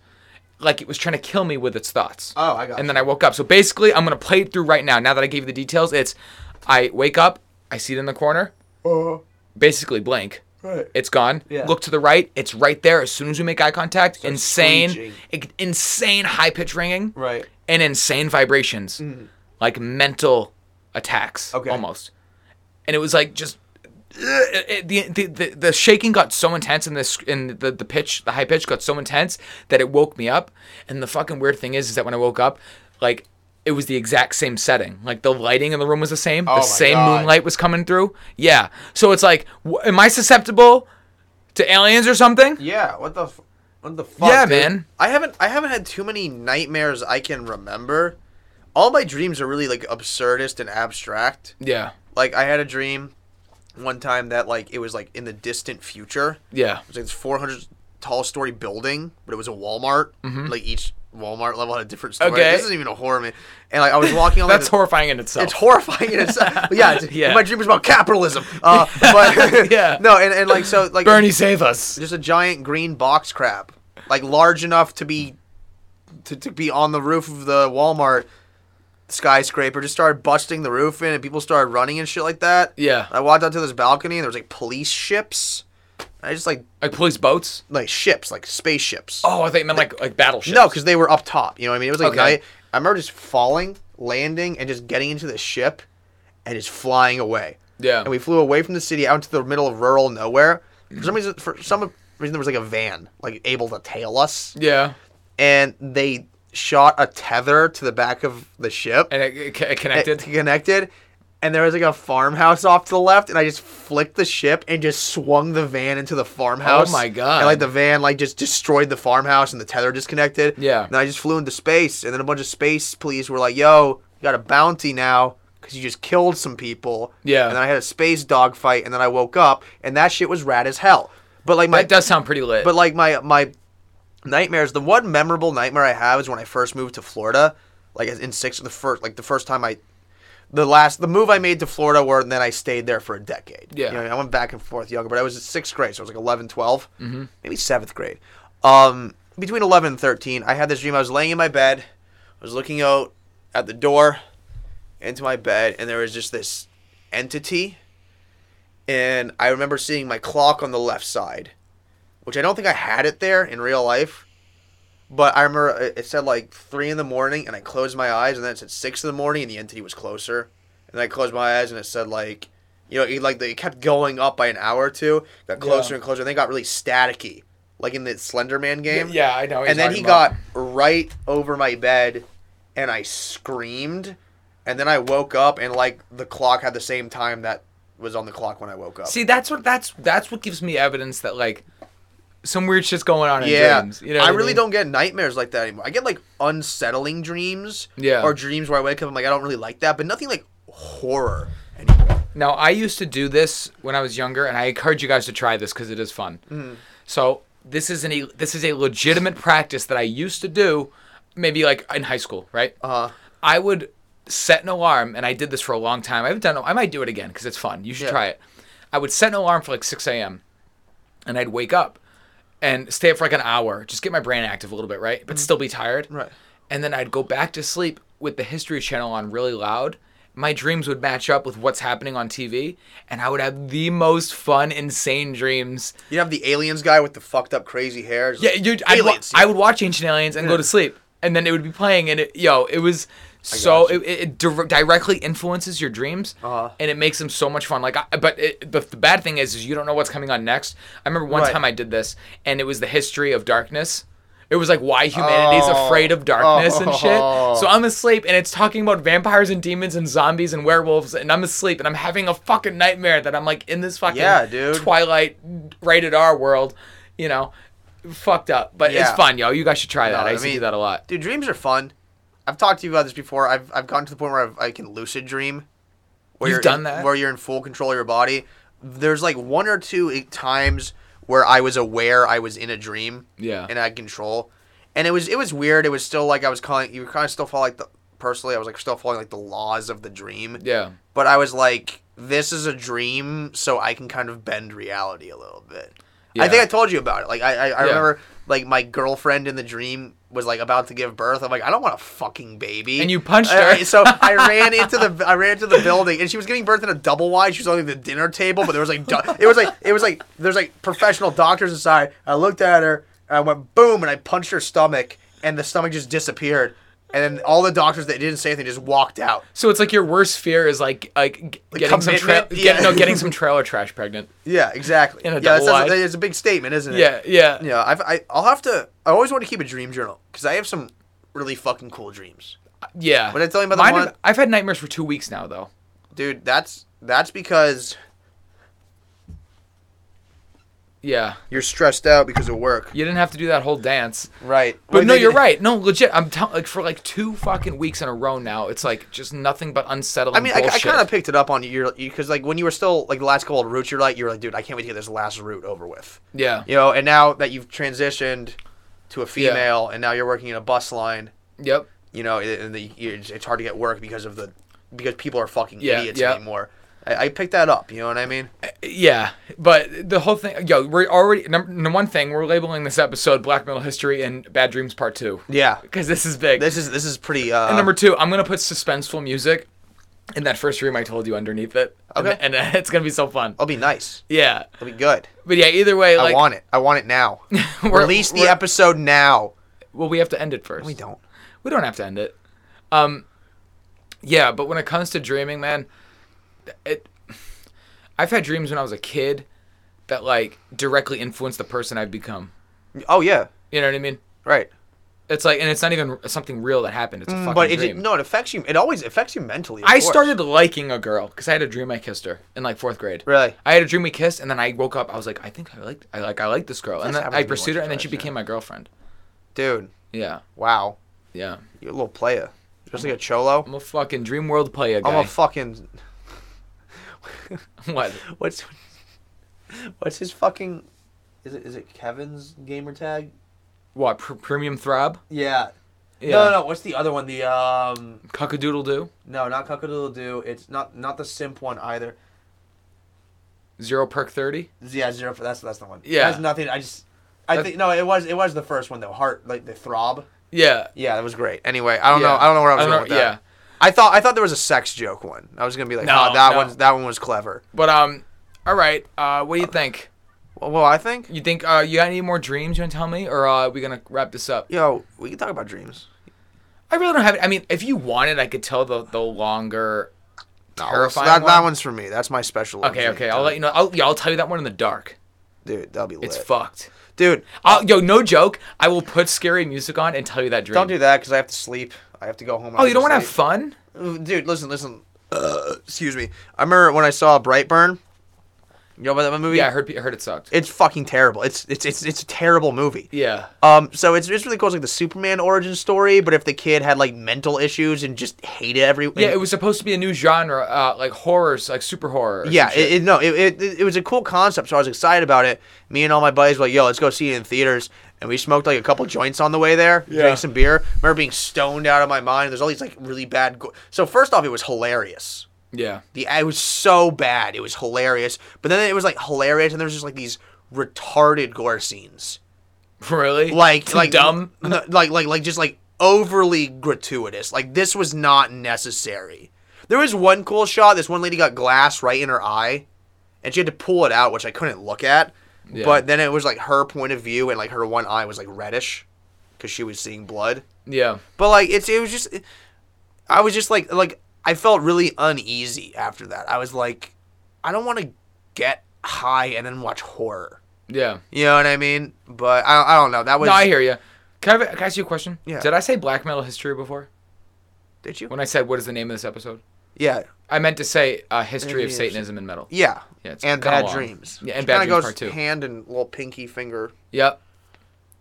[SPEAKER 2] Like it was trying to kill me with its thoughts.
[SPEAKER 1] Oh, I got
[SPEAKER 2] And then I woke up. So basically, I'm going to play it through right now. Now that I gave you the details, it's I wake up, I see it in the corner,
[SPEAKER 1] Uh,
[SPEAKER 2] basically blank.
[SPEAKER 1] Right.
[SPEAKER 2] It's gone.
[SPEAKER 1] Yeah.
[SPEAKER 2] Look to the right. It's right there. As soon as we make eye contact,
[SPEAKER 1] screeching.
[SPEAKER 2] insane, i- insane high pitch ringing.
[SPEAKER 1] Right.
[SPEAKER 2] And insane vibrations, like mental attacks, okay. almost. And it was like just uh, it, it- the, the the shaking got so intense and this and the the pitch the high pitch got so intense that it woke me up. And the fucking weird thing is, is that when I woke up, like it was the exact same setting. Like the lighting in the room was the same.
[SPEAKER 12] Oh my
[SPEAKER 2] the same
[SPEAKER 12] God.
[SPEAKER 2] moonlight was coming through. Yeah. So it's like, w- am I susceptible to aliens or something?
[SPEAKER 1] Yeah. What the. F- what the fuck?
[SPEAKER 2] Yeah,
[SPEAKER 1] dude?
[SPEAKER 2] man.
[SPEAKER 1] I haven't. I haven't had too many nightmares I can remember. All my dreams are really like absurdist and abstract.
[SPEAKER 2] Yeah.
[SPEAKER 1] Like I had a dream one time that like it was like in the distant future.
[SPEAKER 2] Yeah.
[SPEAKER 1] It was like this 400 tall story building, but it was a Walmart.
[SPEAKER 2] Mhm.
[SPEAKER 1] Like each Walmart level had a different story.
[SPEAKER 2] Okay.
[SPEAKER 1] This isn't even a horror man. And like I was walking
[SPEAKER 2] [laughs]
[SPEAKER 1] on like,
[SPEAKER 2] That's
[SPEAKER 1] the-
[SPEAKER 2] horrifying in itself.
[SPEAKER 1] It's horrifying in
[SPEAKER 2] [laughs]
[SPEAKER 1] itself. yeah, it's,
[SPEAKER 2] Yeah.
[SPEAKER 1] My dream was about capitalism. Uh,
[SPEAKER 2] [laughs]
[SPEAKER 1] but yeah. [laughs] No, and, and like so like
[SPEAKER 2] Bernie, save us.
[SPEAKER 1] Just a giant green box crab, like large enough to be to, to be on the roof of the Walmart. skyscraper just started busting the roof in and people started running and shit like that.
[SPEAKER 2] Yeah.
[SPEAKER 1] I walked out to this balcony and there was like police ships. I just like
[SPEAKER 2] like police boats,
[SPEAKER 1] like ships, like spaceships.
[SPEAKER 2] Oh, I thought you meant like like battleships.
[SPEAKER 1] No, because they were up top. You know what I mean? It was like
[SPEAKER 2] Okay.
[SPEAKER 1] night. I remember just falling, landing, and just getting into the ship, and just flying away.
[SPEAKER 2] Yeah.
[SPEAKER 1] And we flew away from the city out into the middle of rural nowhere. For some reason, for some reason, there was like a van like able to tail us.
[SPEAKER 2] Yeah.
[SPEAKER 1] And they shot a tether to the back of the ship,
[SPEAKER 2] and it, connected.
[SPEAKER 1] connected. And there was like a farmhouse off to the left, and I just flicked the ship and just swung the van into the farmhouse.
[SPEAKER 2] my God.
[SPEAKER 1] And like the van like just destroyed the farmhouse, and the tether disconnected.
[SPEAKER 2] Yeah.
[SPEAKER 1] And then I just flew into space, and then a bunch of space police were like, "Yo, you got a bounty now because you just killed some people."
[SPEAKER 2] Yeah.
[SPEAKER 1] And then I had a space dog fight, and then I woke up, and that shit was rad as hell. But like my
[SPEAKER 2] that does sound pretty lit.
[SPEAKER 1] but like my my nightmares, the one memorable nightmare I have is when I first moved to Florida, like in six the first like the first time I, the last the move I made to Florida where then I stayed there for a decade.
[SPEAKER 2] Yeah.
[SPEAKER 1] You know, I went back and forth younger, but I was in sixth grade, so I was like 11, 12,
[SPEAKER 2] Mhm.
[SPEAKER 1] maybe seventh grade. Um, between eleven and thirteen, I had this dream. I was laying in my bed, I was looking out at the door into my bed, and there was just this entity. And I remember seeing my clock on the left side, which I don't think I had it there in real life. But I remember it- it said like three in the morning, and I closed my eyes, and then it said six in the morning, and the entity was closer. And then I closed my eyes, and it said like, you know, it, like they kept going up by an hour or two, got closer
[SPEAKER 2] Yeah.
[SPEAKER 1] and closer, and they got really staticky, like in the Slenderman game.
[SPEAKER 2] Yeah, I know what
[SPEAKER 1] And
[SPEAKER 2] you're
[SPEAKER 1] then he
[SPEAKER 2] talking about.
[SPEAKER 1] got right over my bed, and I screamed, and then I woke up, and like the clock had the same time that was on the clock when I woke up.
[SPEAKER 2] See, that's what that's that's what gives me evidence that like some weird shit's going on in
[SPEAKER 1] yeah,
[SPEAKER 2] dreams. You know,
[SPEAKER 1] I
[SPEAKER 2] what
[SPEAKER 1] really
[SPEAKER 2] mean?
[SPEAKER 1] don't get nightmares like that anymore. I get like unsettling dreams,
[SPEAKER 2] Yeah.
[SPEAKER 1] or dreams where I wake up, I'm like, I don't really like that, but nothing like horror.
[SPEAKER 2] Now, I used to do this when I was younger, and I encourage you guys to try this because it is fun.
[SPEAKER 1] Mhm.
[SPEAKER 2] So this is an e- this is a legitimate practice that I used to do, maybe like in high school, right?
[SPEAKER 1] Uh,
[SPEAKER 2] I would set an alarm, and I did this for a long time. I haven't done. it- I might do it again because it's fun. You should
[SPEAKER 1] Yeah.
[SPEAKER 2] try it. I would set an alarm for like six a.m. and I'd wake up and stay up for like an hour, just get my brain active a little bit, right? But still be tired.
[SPEAKER 1] Mm-hmm. Right.
[SPEAKER 2] And then I'd go back to sleep with the History Channel on really loud. My dreams would match up with what's happening on TV, and I would have the most fun, insane dreams.
[SPEAKER 1] You have the aliens guy with the fucked up crazy hair.
[SPEAKER 2] Yeah, you. I wa- I would watch Ancient Aliens and go to sleep, and then it would be playing, and it, yo, it was so it, it, it dir- directly influences your dreams,
[SPEAKER 1] Uh-huh.
[SPEAKER 2] and it makes them so much fun. Like, I, but it, the, the bad thing is, is you don't know what's coming on next. I remember one
[SPEAKER 1] Right.
[SPEAKER 2] time I did this, and it was the history of darkness. It was like why humanity's
[SPEAKER 1] Oh.
[SPEAKER 2] afraid of darkness and shit.
[SPEAKER 1] Oh.
[SPEAKER 2] So I'm asleep and it's talking about vampires and demons and zombies and werewolves and I'm asleep and I'm having a fucking nightmare that I'm like in this fucking
[SPEAKER 1] Yeah, dude.
[SPEAKER 2] Twilight rated R world, you know, fucked up. But it's
[SPEAKER 1] Yeah.
[SPEAKER 2] fun, yo. You guys should try that.
[SPEAKER 1] No,
[SPEAKER 2] I
[SPEAKER 1] I
[SPEAKER 2] used to do
[SPEAKER 1] mean-
[SPEAKER 2] that a lot.
[SPEAKER 1] Dude, dreams are fun. I've talked to you about this before. I've, I've gotten to the point where I've, I can lucid dream. Where
[SPEAKER 2] You've
[SPEAKER 1] are
[SPEAKER 2] done that?
[SPEAKER 1] Where you're in full control of your body. There's like one or two i- times where I was aware I was in a dream.
[SPEAKER 2] Yeah.
[SPEAKER 1] And I had control. And it was it was weird. It was still like I was calling. You were kind of still following like the personally. I was like still following like the laws of the dream.
[SPEAKER 2] Yeah.
[SPEAKER 1] But I was like, this is a dream, so I can kind of bend reality a little bit. I
[SPEAKER 2] Yeah.
[SPEAKER 1] think I told you about it. Like I, I, I
[SPEAKER 2] Yeah.
[SPEAKER 1] remember like my girlfriend in the dream was like about to give birth. I'm like, I don't want a fucking baby.
[SPEAKER 2] And you punched
[SPEAKER 1] I- I-
[SPEAKER 2] her.
[SPEAKER 1] so I
[SPEAKER 2] [laughs]
[SPEAKER 1] ran into the I ran into the building, and she was giving birth in a double wide. She was on the dinner table, but there was like do- it was like it was like there's like professional doctors inside. I looked at her, and I went boom, and I punched her stomach, and the stomach just disappeared. And then all the doctors that didn't say anything just walked out.
[SPEAKER 2] So it's like your worst fear is like like g- getting some tra-
[SPEAKER 1] commitment?
[SPEAKER 2] get,
[SPEAKER 1] Yeah.
[SPEAKER 2] no getting some trailer
[SPEAKER 1] [laughs]
[SPEAKER 2] trash pregnant.
[SPEAKER 1] Yeah, exactly.
[SPEAKER 2] In a
[SPEAKER 1] yeah,
[SPEAKER 2] double
[SPEAKER 1] that's-
[SPEAKER 2] wide.
[SPEAKER 1] that's- it's a big statement, isn't it?
[SPEAKER 2] Yeah, yeah.
[SPEAKER 1] Yeah, I've, I, I'll have to. I always want to keep a dream journal because I have some really fucking cool dreams,
[SPEAKER 2] Yeah.
[SPEAKER 1] What did I tell you about the
[SPEAKER 2] Mine
[SPEAKER 1] one-
[SPEAKER 2] have- I've had nightmares for two weeks now though.
[SPEAKER 1] dude. That's that's because
[SPEAKER 2] Yeah.
[SPEAKER 1] you're stressed out because of work.
[SPEAKER 2] You didn't have to do that whole dance.
[SPEAKER 1] Right.
[SPEAKER 2] But
[SPEAKER 1] Wait,
[SPEAKER 2] no,
[SPEAKER 1] they-
[SPEAKER 2] you're right. No, legit. I'm telling like for like two fucking weeks in a row now. It's like just nothing but unsettling.
[SPEAKER 1] I mean, I, I
[SPEAKER 2] bullshit.
[SPEAKER 1] kind of picked it up on you because like when you were still like the last couple of roots, you're like you're like, dude, I can't wait to get this last root over with.
[SPEAKER 2] Yeah.
[SPEAKER 1] You know, and now that you've transitioned to a female, and now you're working in a bus line.
[SPEAKER 2] Yep.
[SPEAKER 1] You know, and the, it's it's hard to get work because of the because people are fucking
[SPEAKER 2] Yeah,
[SPEAKER 1] idiots
[SPEAKER 2] yeah.
[SPEAKER 1] anymore. I, I picked that up. You know what I mean?
[SPEAKER 2] Yeah, but the whole thing, yo, we're already number number one thing we're labeling this episode "Black Metal History" and "Bad Dreams Part 2.
[SPEAKER 1] Yeah,
[SPEAKER 2] because this is big.
[SPEAKER 1] This is this is pretty. Uh,
[SPEAKER 2] And number two, I'm gonna put suspenseful music in that first room I told you underneath it. And-
[SPEAKER 1] Okay.
[SPEAKER 2] and, uh, [laughs] it's gonna be so fun.
[SPEAKER 1] It'll be nice.
[SPEAKER 2] Yeah,
[SPEAKER 1] It'll be good.
[SPEAKER 2] but yeah, either way, like
[SPEAKER 1] I want it. I want it now.
[SPEAKER 2] [laughs] we're-
[SPEAKER 1] Release the
[SPEAKER 2] we're-
[SPEAKER 1] episode now.
[SPEAKER 2] Well, we have to end it first.
[SPEAKER 1] We don't.
[SPEAKER 2] We don't have to end it. Um, yeah, but when it comes to dreaming, man, it. I've had dreams when I was a kid that like directly influenced the person I've become.
[SPEAKER 1] Oh yeah.
[SPEAKER 2] You know what I mean?
[SPEAKER 1] Right.
[SPEAKER 2] It's like, and it's not even something real that happened. It's a
[SPEAKER 1] Mm,
[SPEAKER 2] fucking
[SPEAKER 1] but it
[SPEAKER 2] dream.
[SPEAKER 1] no, it affects you. It always affects you mentally. of
[SPEAKER 2] I
[SPEAKER 1] course.
[SPEAKER 2] started liking a girl because I had a dream I kissed her in like fourth grade.
[SPEAKER 1] Really?
[SPEAKER 2] I had a dream we kissed, and then I woke up. I was like, I think I like, I like, I like this girl, and
[SPEAKER 1] That's
[SPEAKER 2] then
[SPEAKER 1] happened to
[SPEAKER 2] I
[SPEAKER 1] me
[SPEAKER 2] pursued
[SPEAKER 1] once
[SPEAKER 2] her,
[SPEAKER 1] or
[SPEAKER 2] and then she
[SPEAKER 1] twice, yeah.
[SPEAKER 2] became my girlfriend.
[SPEAKER 1] dude.
[SPEAKER 2] Yeah.
[SPEAKER 1] Wow.
[SPEAKER 2] Yeah.
[SPEAKER 1] You're a little player, especially a cholo.
[SPEAKER 2] I'm a fucking dream world player guy. [laughs]
[SPEAKER 1] I'm a fucking.
[SPEAKER 2] what?
[SPEAKER 1] What's what's his fucking? Is it is it Kevin's gamer tag?
[SPEAKER 2] What? Pr- premium throb?
[SPEAKER 12] Yeah.
[SPEAKER 2] Yeah.
[SPEAKER 12] No, no, no. What's the other one? The um.
[SPEAKER 2] Cockadoodle do.
[SPEAKER 12] No, not Cuckadoodle Doo. It's not not the simp one either.
[SPEAKER 2] Zero perk thirty.
[SPEAKER 12] Yeah, zero. For, that's that's the one.
[SPEAKER 2] Yeah.
[SPEAKER 12] That's nothing. I just. I
[SPEAKER 2] That's-
[SPEAKER 12] think no. It was it was the first one though. Heart like the throb.
[SPEAKER 2] Yeah.
[SPEAKER 1] Yeah, that was great. Anyway, I don't know.
[SPEAKER 12] Yeah.
[SPEAKER 1] I don't know where I
[SPEAKER 12] I
[SPEAKER 1] was
[SPEAKER 12] don't
[SPEAKER 1] going
[SPEAKER 12] know-
[SPEAKER 1] with that. I thought I thought there was a sex joke one. I was gonna be like,
[SPEAKER 2] No,
[SPEAKER 1] oh, that
[SPEAKER 2] no.
[SPEAKER 1] one's that one was clever.
[SPEAKER 2] But um, all right. Uh, what do you think?
[SPEAKER 1] Well, well I think
[SPEAKER 2] You think uh, you got any more dreams you want to tell me, or uh, are we gonna wrap this up?
[SPEAKER 1] Yo, we can talk about dreams.
[SPEAKER 2] I really don't have. I mean, if you wanted, I could tell the the longer,
[SPEAKER 1] No,
[SPEAKER 2] terrifying.
[SPEAKER 1] that,
[SPEAKER 2] one.
[SPEAKER 1] that one's for me. That's my special.
[SPEAKER 2] Okay, okay.
[SPEAKER 1] uh,
[SPEAKER 2] I'll let you know. I'll, yeah, I'll tell you that one in the dark.
[SPEAKER 1] Dude, that'll be lit.
[SPEAKER 2] It's fucked.
[SPEAKER 1] Dude,
[SPEAKER 2] I'll, yo, no joke. I will put scary music on and tell you that dream.
[SPEAKER 1] Don't do that because I have to sleep. I have to go home.
[SPEAKER 2] Oh, you don't want to have fun?
[SPEAKER 1] fun, dude. Listen, listen. Uh, excuse me. I remember when I saw Brightburn. You know about that movie?
[SPEAKER 2] Yeah, I heard. I heard it sucked.
[SPEAKER 1] It's fucking terrible. It's it's it's it's a terrible movie.
[SPEAKER 2] Yeah.
[SPEAKER 1] Um, so it's, it's really cool. It's like the Superman origin story, but if the kid had like mental issues and just hated everyone.
[SPEAKER 2] Yeah, it was supposed to be a new genre, uh, like horrors, like super horror. or
[SPEAKER 1] Yeah,
[SPEAKER 2] some shit.
[SPEAKER 1] it, it, no, it, it, it was a cool concept, so I was excited about it. Me and all my buddies were like, yo, let's go see it in theaters. And we smoked like a couple joints on the way there,
[SPEAKER 2] Yeah.
[SPEAKER 1] drank some beer. remember being stoned out of my mind. There's all these like really bad. Go- so, first off, it was hilarious.
[SPEAKER 2] yeah. [laughs]
[SPEAKER 1] The it was so bad. It was hilarious. But then it was like hilarious, and there was just like these retarded gore scenes.
[SPEAKER 2] Really?
[SPEAKER 1] Like like
[SPEAKER 2] dumb.
[SPEAKER 1] n- like like like just like overly gratuitous. Like this was not necessary. There was one cool shot. This one lady got glass right in her eye, and she had to pull it out, which I couldn't look at.
[SPEAKER 2] Yeah.
[SPEAKER 1] But then it was like her point of view, and like her one eye was like reddish, because she was seeing blood.
[SPEAKER 2] Yeah.
[SPEAKER 1] But like it's it was just I was just like like I felt really uneasy after that. I was like I don't want to get high and then watch horror.
[SPEAKER 2] Yeah.
[SPEAKER 1] You know what I mean? But I, I don't know. That was
[SPEAKER 2] No, I hear you. Can I, can I ask you a question?
[SPEAKER 1] Yeah.
[SPEAKER 2] Did I say black metal history before?
[SPEAKER 1] Did you?
[SPEAKER 2] When I said what is the name of this episode?
[SPEAKER 1] Yeah.
[SPEAKER 2] I meant to say uh, history of
[SPEAKER 1] Maybe
[SPEAKER 2] Satanism and metal.
[SPEAKER 1] Yeah.
[SPEAKER 2] Yeah. it's
[SPEAKER 1] and
[SPEAKER 2] kinda
[SPEAKER 1] bad
[SPEAKER 2] long.
[SPEAKER 1] dreams.
[SPEAKER 2] Yeah, and
[SPEAKER 1] It
[SPEAKER 2] bad
[SPEAKER 1] kinda
[SPEAKER 2] dreams
[SPEAKER 1] goes
[SPEAKER 2] part two.
[SPEAKER 1] Hand and little pinky finger.
[SPEAKER 2] Yep.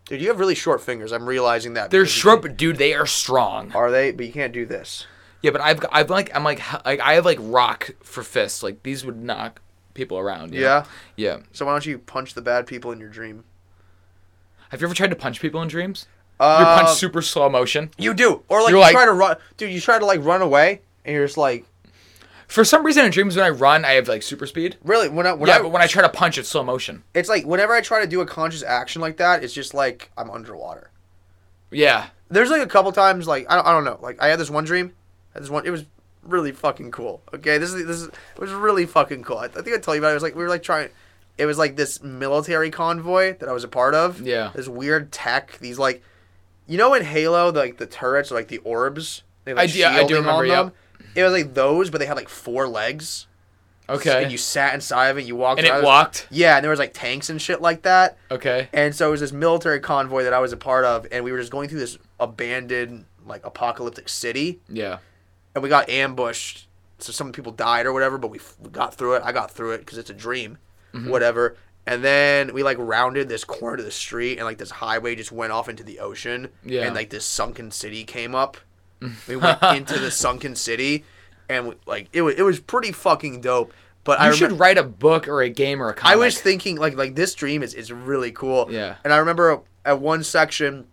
[SPEAKER 1] Dude, you have really short fingers. I'm realizing that.
[SPEAKER 2] They're
[SPEAKER 1] because you
[SPEAKER 2] short, but dude, they are strong.
[SPEAKER 1] Are they? But you can't do this.
[SPEAKER 2] Yeah, but I've got- I've like I'm like h- like I have like rock for fists. Like these would knock people around. you know?
[SPEAKER 1] Yeah?
[SPEAKER 2] Yeah.
[SPEAKER 1] So why don't you punch the bad people in your dream?
[SPEAKER 2] Have you ever tried to punch people in dreams? you
[SPEAKER 1] Uh,
[SPEAKER 2] punch super slow motion.
[SPEAKER 1] You do. Or like
[SPEAKER 2] You're
[SPEAKER 1] you
[SPEAKER 2] like-
[SPEAKER 1] try to run dude, you try to like run away and you're just like
[SPEAKER 2] For some reason in dreams when I run, I have like super speed.
[SPEAKER 1] Really? When I when
[SPEAKER 2] yeah,
[SPEAKER 1] I
[SPEAKER 2] but when I try to punch, it's slow motion.
[SPEAKER 1] It's like whenever I try to do a conscious action like that, it's just like I'm underwater.
[SPEAKER 2] Yeah.
[SPEAKER 1] There's like a couple times like I don't, I don't know. Like I had this one dream. I had this one. It was really fucking cool. Okay, this is this is it was really fucking cool. I, I think I told you about it. It was like we were like trying. It was like this military convoy that I was a part of.
[SPEAKER 2] Yeah.
[SPEAKER 1] This weird tech. These like, you know, in Halo, like the turrets are like the orbs. They have, like,
[SPEAKER 2] I do- I do
[SPEAKER 1] shielding on
[SPEAKER 2] remember, yep.
[SPEAKER 1] them. It was like those, but they had like four legs.
[SPEAKER 2] Okay.
[SPEAKER 1] And you sat inside of it. You walked.
[SPEAKER 2] And it
[SPEAKER 1] around.
[SPEAKER 2] walked?
[SPEAKER 1] Yeah, and there was like tanks and shit like that.
[SPEAKER 2] Okay.
[SPEAKER 1] And so it was this military convoy that I was a part of, and we were just going through this abandoned, like apocalyptic city,
[SPEAKER 2] Yeah.
[SPEAKER 1] and we got ambushed. So some people died or whatever, but we, f- we got through it. I got through it because it's a dream,
[SPEAKER 2] Mhm.
[SPEAKER 1] whatever. And then we like rounded this corner of the street, and like this highway just went off into the ocean,
[SPEAKER 2] Yeah.
[SPEAKER 1] and like this sunken city came
[SPEAKER 2] [laughs]
[SPEAKER 1] up. We went into the sunken city, and we, like it was it was pretty fucking dope. But I
[SPEAKER 2] you
[SPEAKER 1] remem-
[SPEAKER 2] should write a book or a game or a
[SPEAKER 1] I
[SPEAKER 2] comic.
[SPEAKER 1] was thinking like like this dream is, is really cool.
[SPEAKER 2] Yeah.
[SPEAKER 1] And I remember at one section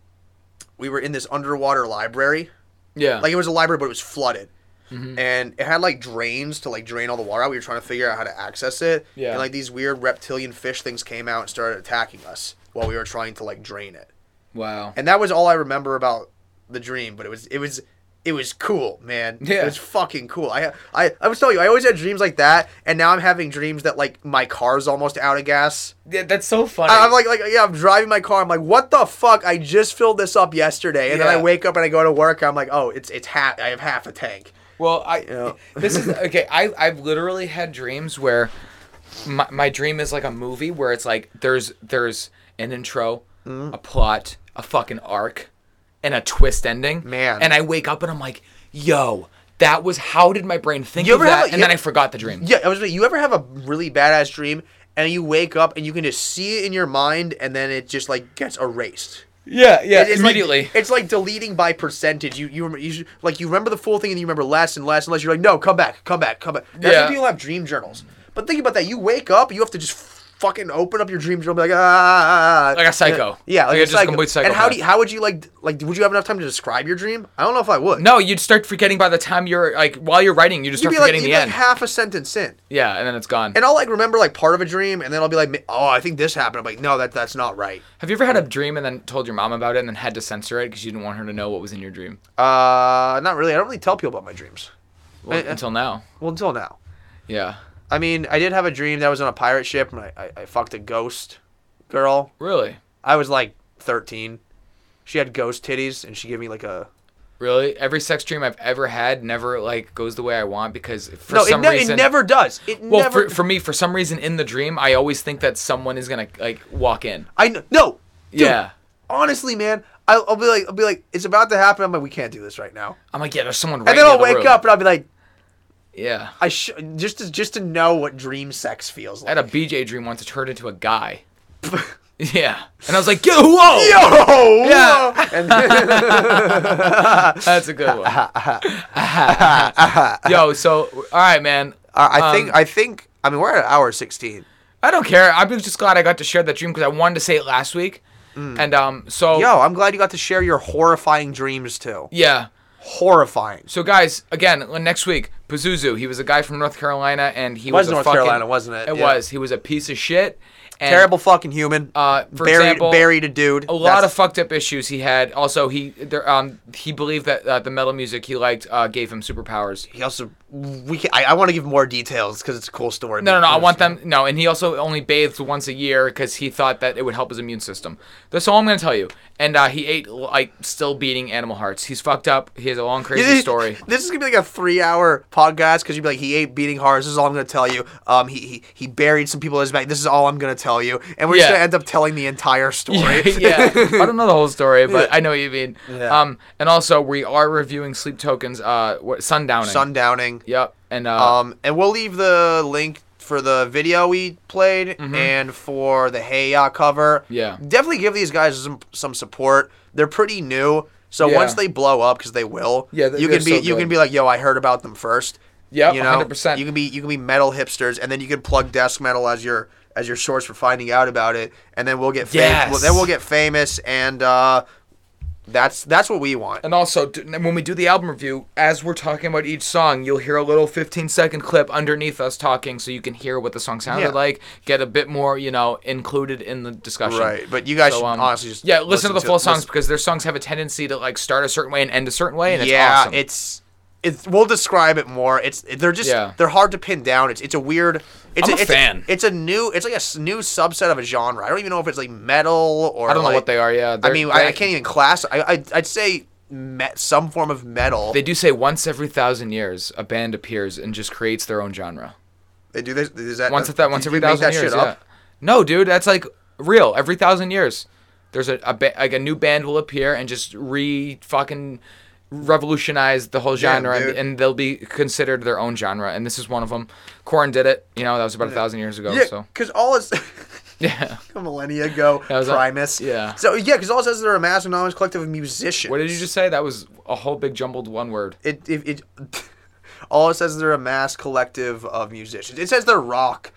[SPEAKER 1] we were in this underwater library.
[SPEAKER 2] Yeah. Mm-hmm.
[SPEAKER 1] Like it was a library but it was flooded. and it had like drains to like drain all the water out. We were trying to figure out how to access it.
[SPEAKER 2] Yeah.
[SPEAKER 1] And like these weird reptilian fish things came out and started attacking us while we were trying to like drain it.
[SPEAKER 2] Wow.
[SPEAKER 1] And that was all I remember about the dream, but it was it was it was cool, man.
[SPEAKER 2] Yeah.
[SPEAKER 1] It was fucking cool. I I I was telling you, I always had dreams like that, and now I'm having dreams that like my car's almost out of gas.
[SPEAKER 2] Yeah, that's so funny.
[SPEAKER 1] I, am like like yeah, I'm driving my car. I'm like, what the fuck? I just filled this up yesterday, and then
[SPEAKER 2] Yeah.
[SPEAKER 1] I wake up and I go to work. I'm like, oh, it's it's half. I have half a tank.
[SPEAKER 2] Well, I [laughs]
[SPEAKER 1] [laughs]
[SPEAKER 2] this is okay. I I've literally had dreams where my my dream is like a movie where it's like there's there's an intro,
[SPEAKER 1] Mm.
[SPEAKER 2] a plot, a fucking arc, and a twist ending. Man, and I wake up and I'm like, yo, that was how did my brain think
[SPEAKER 1] You
[SPEAKER 2] of
[SPEAKER 1] ever have
[SPEAKER 2] that?
[SPEAKER 1] a-
[SPEAKER 2] and
[SPEAKER 1] you-
[SPEAKER 2] then I forgot the dream.
[SPEAKER 1] Yeah, I was. You ever have a really badass dream and you wake up and you can just see it in your mind, and then it just like gets erased.
[SPEAKER 2] Yeah,
[SPEAKER 1] It- it's like- it's like deleting by percentage. You you, rem- you should, like you remember the full thing and you remember less and less and less. You're like, no, come back, come back, come back. That's
[SPEAKER 2] Yeah.
[SPEAKER 1] why people have dream journals. But think about that. You wake up, you have to just fucking open up your dream journal, and be like ah,
[SPEAKER 2] Like a psycho.
[SPEAKER 1] Yeah,
[SPEAKER 2] Like
[SPEAKER 1] like, a
[SPEAKER 2] a just
[SPEAKER 1] psycho.
[SPEAKER 2] complete
[SPEAKER 1] And how do
[SPEAKER 2] psychopath.
[SPEAKER 1] you, how would you like like would you have enough time to describe your dream? I don't know if I would.
[SPEAKER 2] No, you'd start forgetting by the time you're like while you're writing, you just
[SPEAKER 1] You'd
[SPEAKER 2] start
[SPEAKER 1] be like,
[SPEAKER 2] forgetting
[SPEAKER 1] you'd be
[SPEAKER 2] the
[SPEAKER 1] like
[SPEAKER 2] end.
[SPEAKER 1] half a sentence in.
[SPEAKER 2] yeah, and then it's gone.
[SPEAKER 1] And I'll like remember like part of a dream, and then I'll be like, "Oh, I think this happened." I'm like, "No, that that's not right."
[SPEAKER 2] Have you ever had a dream and then told your mom about it and then had to censor it because you didn't want her to know what was in your dream?
[SPEAKER 1] Uh, not really. I don't really tell people about my dreams.
[SPEAKER 2] Well,
[SPEAKER 1] I- I-
[SPEAKER 2] until now.
[SPEAKER 1] Well, until now.
[SPEAKER 2] Yeah.
[SPEAKER 1] I mean, I did have a dream that I was on a pirate ship and I, I, I fucked a ghost girl.
[SPEAKER 2] Really?
[SPEAKER 1] I was like 13. She had ghost titties and she gave me like a.
[SPEAKER 2] Really? Every sex dream I've ever had never like goes the way I want because for
[SPEAKER 1] no, it,
[SPEAKER 2] some
[SPEAKER 1] ne-
[SPEAKER 2] reason
[SPEAKER 1] it never does. It
[SPEAKER 2] Well,
[SPEAKER 1] never.
[SPEAKER 2] for, for me, for some reason in the dream, I always think that someone is gonna like walk in.
[SPEAKER 1] I kn- no. dude,
[SPEAKER 2] Yeah.
[SPEAKER 1] Honestly, man, I'll, I'll be like, I'll be like, it's about to happen. I'm like, we can't do this right now.
[SPEAKER 2] I'm like, yeah, there's someone. Right
[SPEAKER 1] and then
[SPEAKER 2] near
[SPEAKER 1] I'll
[SPEAKER 2] the
[SPEAKER 1] wake
[SPEAKER 2] room.
[SPEAKER 1] up and I'll be like,
[SPEAKER 2] Yeah.
[SPEAKER 1] I sh- just to, just to know what dream sex feels
[SPEAKER 2] I
[SPEAKER 1] like.
[SPEAKER 2] had a BJ dream once. It turned into
[SPEAKER 1] [laughs]
[SPEAKER 2] a guy. yeah. And I was like, yo, whoa.
[SPEAKER 1] Yo! [laughs]
[SPEAKER 2] Yeah.
[SPEAKER 1] whoa. And-
[SPEAKER 2] [laughs] That's a good
[SPEAKER 1] [laughs]
[SPEAKER 2] one. Yo, so all right, man.
[SPEAKER 1] Uh, I think
[SPEAKER 2] Um,
[SPEAKER 1] I think I mean we're at hour sixteen.
[SPEAKER 2] I don't care. I'm just glad I got to share that dream because I wanted to say it last week. And um, so
[SPEAKER 1] Mm. Yo, I'm glad you got to share your horrifying dreams too.
[SPEAKER 2] yeah.
[SPEAKER 1] Horrifying.
[SPEAKER 2] So guys, again, l- next week, Pazuzu. He was a guy from North Carolina, and he
[SPEAKER 1] Was
[SPEAKER 2] was, a
[SPEAKER 1] North
[SPEAKER 2] fucking-
[SPEAKER 1] Carolina, wasn't it?
[SPEAKER 2] It
[SPEAKER 1] Yeah.
[SPEAKER 2] was. He was a piece of shit. And
[SPEAKER 1] Terrible fucking human.
[SPEAKER 2] Uh, for
[SPEAKER 1] buried,
[SPEAKER 2] example,
[SPEAKER 1] buried a dude.
[SPEAKER 2] A lot of fucked up issues he had. Also, he there, um he believed that uh, the metal music he liked uh, gave him superpowers.
[SPEAKER 1] He also we can, I, I want to give more details because it's a cool story.
[SPEAKER 2] No, no, no. I
[SPEAKER 1] It's-
[SPEAKER 2] want them. No, and he also only bathed once a year because he thought that it would help his immune system. That's all I'm gonna tell you. And uh, he ate like still beating animal hearts. He's fucked up. He has a long crazy story.
[SPEAKER 1] This is gonna be like a three-hour podcast because you'd be like, he ate beating hearts. This is all I'm gonna tell you. Um, he he, he buried some people in his back. This is all I'm gonna tell you, and we're just
[SPEAKER 2] Yeah.
[SPEAKER 1] gonna end up telling the entire story.
[SPEAKER 2] [laughs]
[SPEAKER 1] [laughs]
[SPEAKER 2] yeah, I don't know the whole story, but I know what you mean.
[SPEAKER 1] Yeah.
[SPEAKER 2] Um, and also we are reviewing sleep tokens. Uh, what sundowning.
[SPEAKER 1] Sundowning.
[SPEAKER 2] Yep. And uh,
[SPEAKER 1] Um, and we'll leave the link for the video we played and for the Hey Ya cover.
[SPEAKER 2] Mm-hmm. Yeah.
[SPEAKER 1] Definitely give these guys some some support. They're pretty new, so
[SPEAKER 2] Yeah.
[SPEAKER 1] once they blow up, because they will.
[SPEAKER 2] Yeah, they-
[SPEAKER 1] you
[SPEAKER 2] they're
[SPEAKER 1] can be
[SPEAKER 2] so
[SPEAKER 1] you
[SPEAKER 2] good.
[SPEAKER 1] can be like, yo, I heard about them first.
[SPEAKER 2] Yep,
[SPEAKER 1] you know,
[SPEAKER 2] 100%.
[SPEAKER 1] you can be you can be metal hipsters, and then you can plug desk metal as your as your source for finding out about it, and then we'll get fam-
[SPEAKER 2] Yes.
[SPEAKER 1] well, then we'll get famous, and uh, that's that's what we want.
[SPEAKER 2] and also d- and when we do the album review, as we're talking about each song, you'll hear a little 15 second clip underneath us talking, so you can hear what the song sounded
[SPEAKER 1] Yeah.
[SPEAKER 2] like. Get a bit more, you know, included in the discussion.
[SPEAKER 1] Right, but you guys
[SPEAKER 2] So,
[SPEAKER 1] should
[SPEAKER 2] um,
[SPEAKER 1] honestly just
[SPEAKER 2] yeah, listen, to the full songs
[SPEAKER 1] listen-
[SPEAKER 2] because their songs have a tendency to like start a certain way and end a certain way, and it's
[SPEAKER 1] yeah,
[SPEAKER 2] awesome.
[SPEAKER 1] it's it's we'll describe it more. It's they're just
[SPEAKER 2] Yeah.
[SPEAKER 1] they're hard to pin down. It's it's a weird. It's
[SPEAKER 2] I'm a
[SPEAKER 1] it's
[SPEAKER 2] fan.
[SPEAKER 1] it's a new. It's like a s- new subset of a genre. I don't even know if it's like metal or
[SPEAKER 2] I don't know
[SPEAKER 1] like-
[SPEAKER 2] what they are. Yeah,
[SPEAKER 1] I
[SPEAKER 2] they're-
[SPEAKER 1] mean, I, I
[SPEAKER 2] they-
[SPEAKER 1] can't even class. I, I I'd say met some form of metal.
[SPEAKER 2] They do say once every thousand years, a band appears and just creates their own genre.
[SPEAKER 1] They do this. Is that
[SPEAKER 2] once at that, once
[SPEAKER 1] did
[SPEAKER 2] every
[SPEAKER 1] you make
[SPEAKER 2] thousand
[SPEAKER 1] that
[SPEAKER 2] years.
[SPEAKER 1] shit up?
[SPEAKER 2] Yeah. No, dude, that's like real. Every thousand years, there's a, a ba- like a new band will appear and just re fucking revolutionize the whole
[SPEAKER 1] Damn,
[SPEAKER 2] genre, and,
[SPEAKER 1] dude.
[SPEAKER 2] and they'll be considered their own genre. And this is one of them. Corn did it. You know, that was about a thousand years ago.
[SPEAKER 1] Yeah,
[SPEAKER 2] So [laughs]
[SPEAKER 1] because all it's
[SPEAKER 2] yeah,
[SPEAKER 1] a [laughs] millennia ago,
[SPEAKER 2] that was a-
[SPEAKER 1] Primus.
[SPEAKER 2] yeah.
[SPEAKER 1] So yeah, because all it says is they're a massive anonymous collective of musicians.
[SPEAKER 2] What did you just say? That was a whole big jumbled one word.
[SPEAKER 1] It it, it [laughs] all it says is they're a mass collective of musicians. It says they're rock,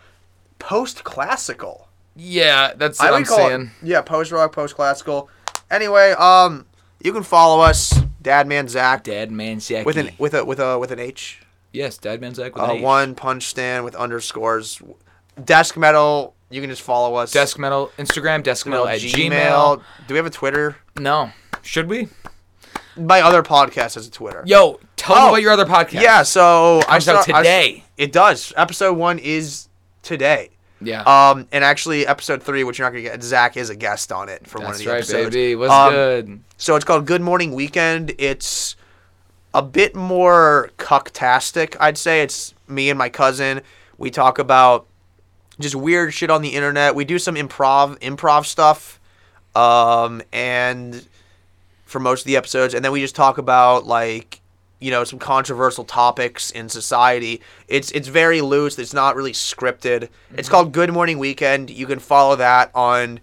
[SPEAKER 1] post classical.
[SPEAKER 2] Yeah, that's what I'm
[SPEAKER 1] call
[SPEAKER 2] saying.
[SPEAKER 1] It, yeah, post rock, post classical. Anyway, um, You can follow us, Dadman Zach.
[SPEAKER 2] Dadman Zach. E.
[SPEAKER 1] With an with a with a with an H.
[SPEAKER 2] Yes, Dadman Zach with
[SPEAKER 1] Uh,
[SPEAKER 2] an E. H.
[SPEAKER 1] One punch stand with underscores. Desk metal. You can just follow us.
[SPEAKER 2] Desk Metal Instagram, Desk Metal at Gmail.
[SPEAKER 1] Do we have a Twitter?
[SPEAKER 2] No. Should we?
[SPEAKER 1] My other podcast has a Twitter.
[SPEAKER 2] Yo, tell them about your other podcast.
[SPEAKER 1] Oh, Yeah, so
[SPEAKER 2] It comes
[SPEAKER 1] I
[SPEAKER 2] out
[SPEAKER 1] start- I s-
[SPEAKER 2] today.
[SPEAKER 1] it does. Episode one is today.
[SPEAKER 2] Yeah.
[SPEAKER 1] Um, and actually, episode three, which you're not gonna get, Zach is a guest on it for one of
[SPEAKER 2] That's
[SPEAKER 1] the
[SPEAKER 2] right,
[SPEAKER 1] episodes. Um,
[SPEAKER 2] baby. What's good?
[SPEAKER 1] So it's called Good Morning Weekend. It's a bit more cucktastic, I'd say. It's me and my cousin. We talk about just weird shit on the internet. We do some improv improv stuff, um, and for most of the episodes, and then we just talk about like you know some controversial topics in society. It's it's very loose. It's not really scripted. It's called Good Morning Weekend. You can follow that on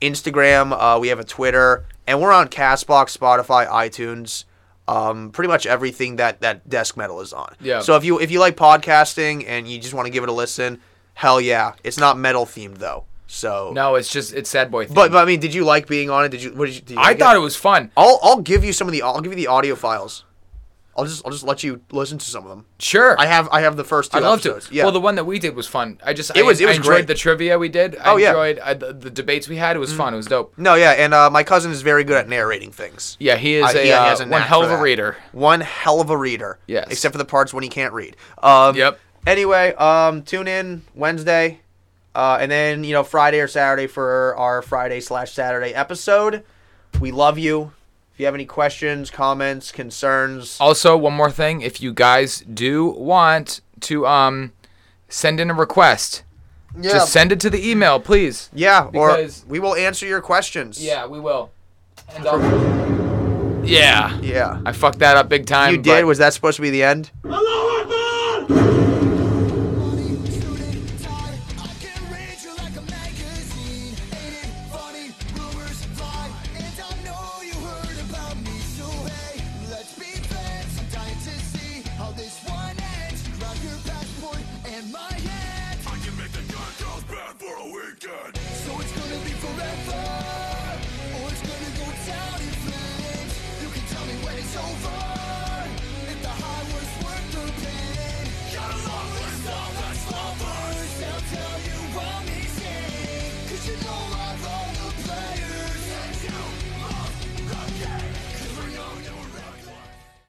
[SPEAKER 1] Instagram. Uh, we have a Twitter, and we're on Castbox, Spotify, iTunes. Um, pretty much everything that that Desk Metal is on.
[SPEAKER 2] Yeah.
[SPEAKER 1] So if you if you like podcasting and you just want to give it a listen, hell yeah! It's not metal themed though. So
[SPEAKER 2] No, it's just it's sad boy. Thing.
[SPEAKER 1] But, but I mean, did you like being on it? Did you? What did you? Did you
[SPEAKER 2] I
[SPEAKER 1] like
[SPEAKER 2] thought it was fun.
[SPEAKER 1] I'll I'll give you some of the I'll give you the audio files. I'll just I'll just let you listen to some of them.
[SPEAKER 2] Sure.
[SPEAKER 1] I have I have the first two
[SPEAKER 2] I loved
[SPEAKER 1] episodes.
[SPEAKER 2] it.
[SPEAKER 1] Yeah.
[SPEAKER 2] Well, the one that we did was fun. I just
[SPEAKER 1] It
[SPEAKER 2] I,
[SPEAKER 1] was- it
[SPEAKER 2] I
[SPEAKER 1] was
[SPEAKER 2] enjoyed
[SPEAKER 1] great.
[SPEAKER 2] the trivia we did. I
[SPEAKER 1] Oh, yeah.
[SPEAKER 2] enjoyed I, the, the debates we had. It was fun. It was dope.
[SPEAKER 1] no, yeah, and uh, my cousin is very good at narrating things.
[SPEAKER 2] Yeah, he is
[SPEAKER 1] Uh,
[SPEAKER 2] a,
[SPEAKER 1] he
[SPEAKER 2] uh,
[SPEAKER 1] has
[SPEAKER 2] one
[SPEAKER 1] knack
[SPEAKER 2] hell
[SPEAKER 1] for
[SPEAKER 2] of a
[SPEAKER 1] that.
[SPEAKER 2] reader.
[SPEAKER 1] One hell of a reader.
[SPEAKER 2] Yes.
[SPEAKER 1] Except for the parts when he can't read. Um, yep. Anyway, um, tune in Wednesday, uh, and then you know Friday or Saturday for our Friday slash Saturday episode. We love you. If you have any questions, comments, concerns,
[SPEAKER 2] Also, one more thing: if you guys do want to um send in a request,
[SPEAKER 1] Yeah.
[SPEAKER 2] just send it to the email, please.
[SPEAKER 1] Yeah,
[SPEAKER 2] because
[SPEAKER 1] or we will answer your questions.
[SPEAKER 2] Yeah, we will. And uh, I'll- yeah,
[SPEAKER 1] yeah.
[SPEAKER 2] I fucked that up big time.
[SPEAKER 1] You did.
[SPEAKER 2] but-
[SPEAKER 1] Was that supposed to be the end?
[SPEAKER 14] Hello,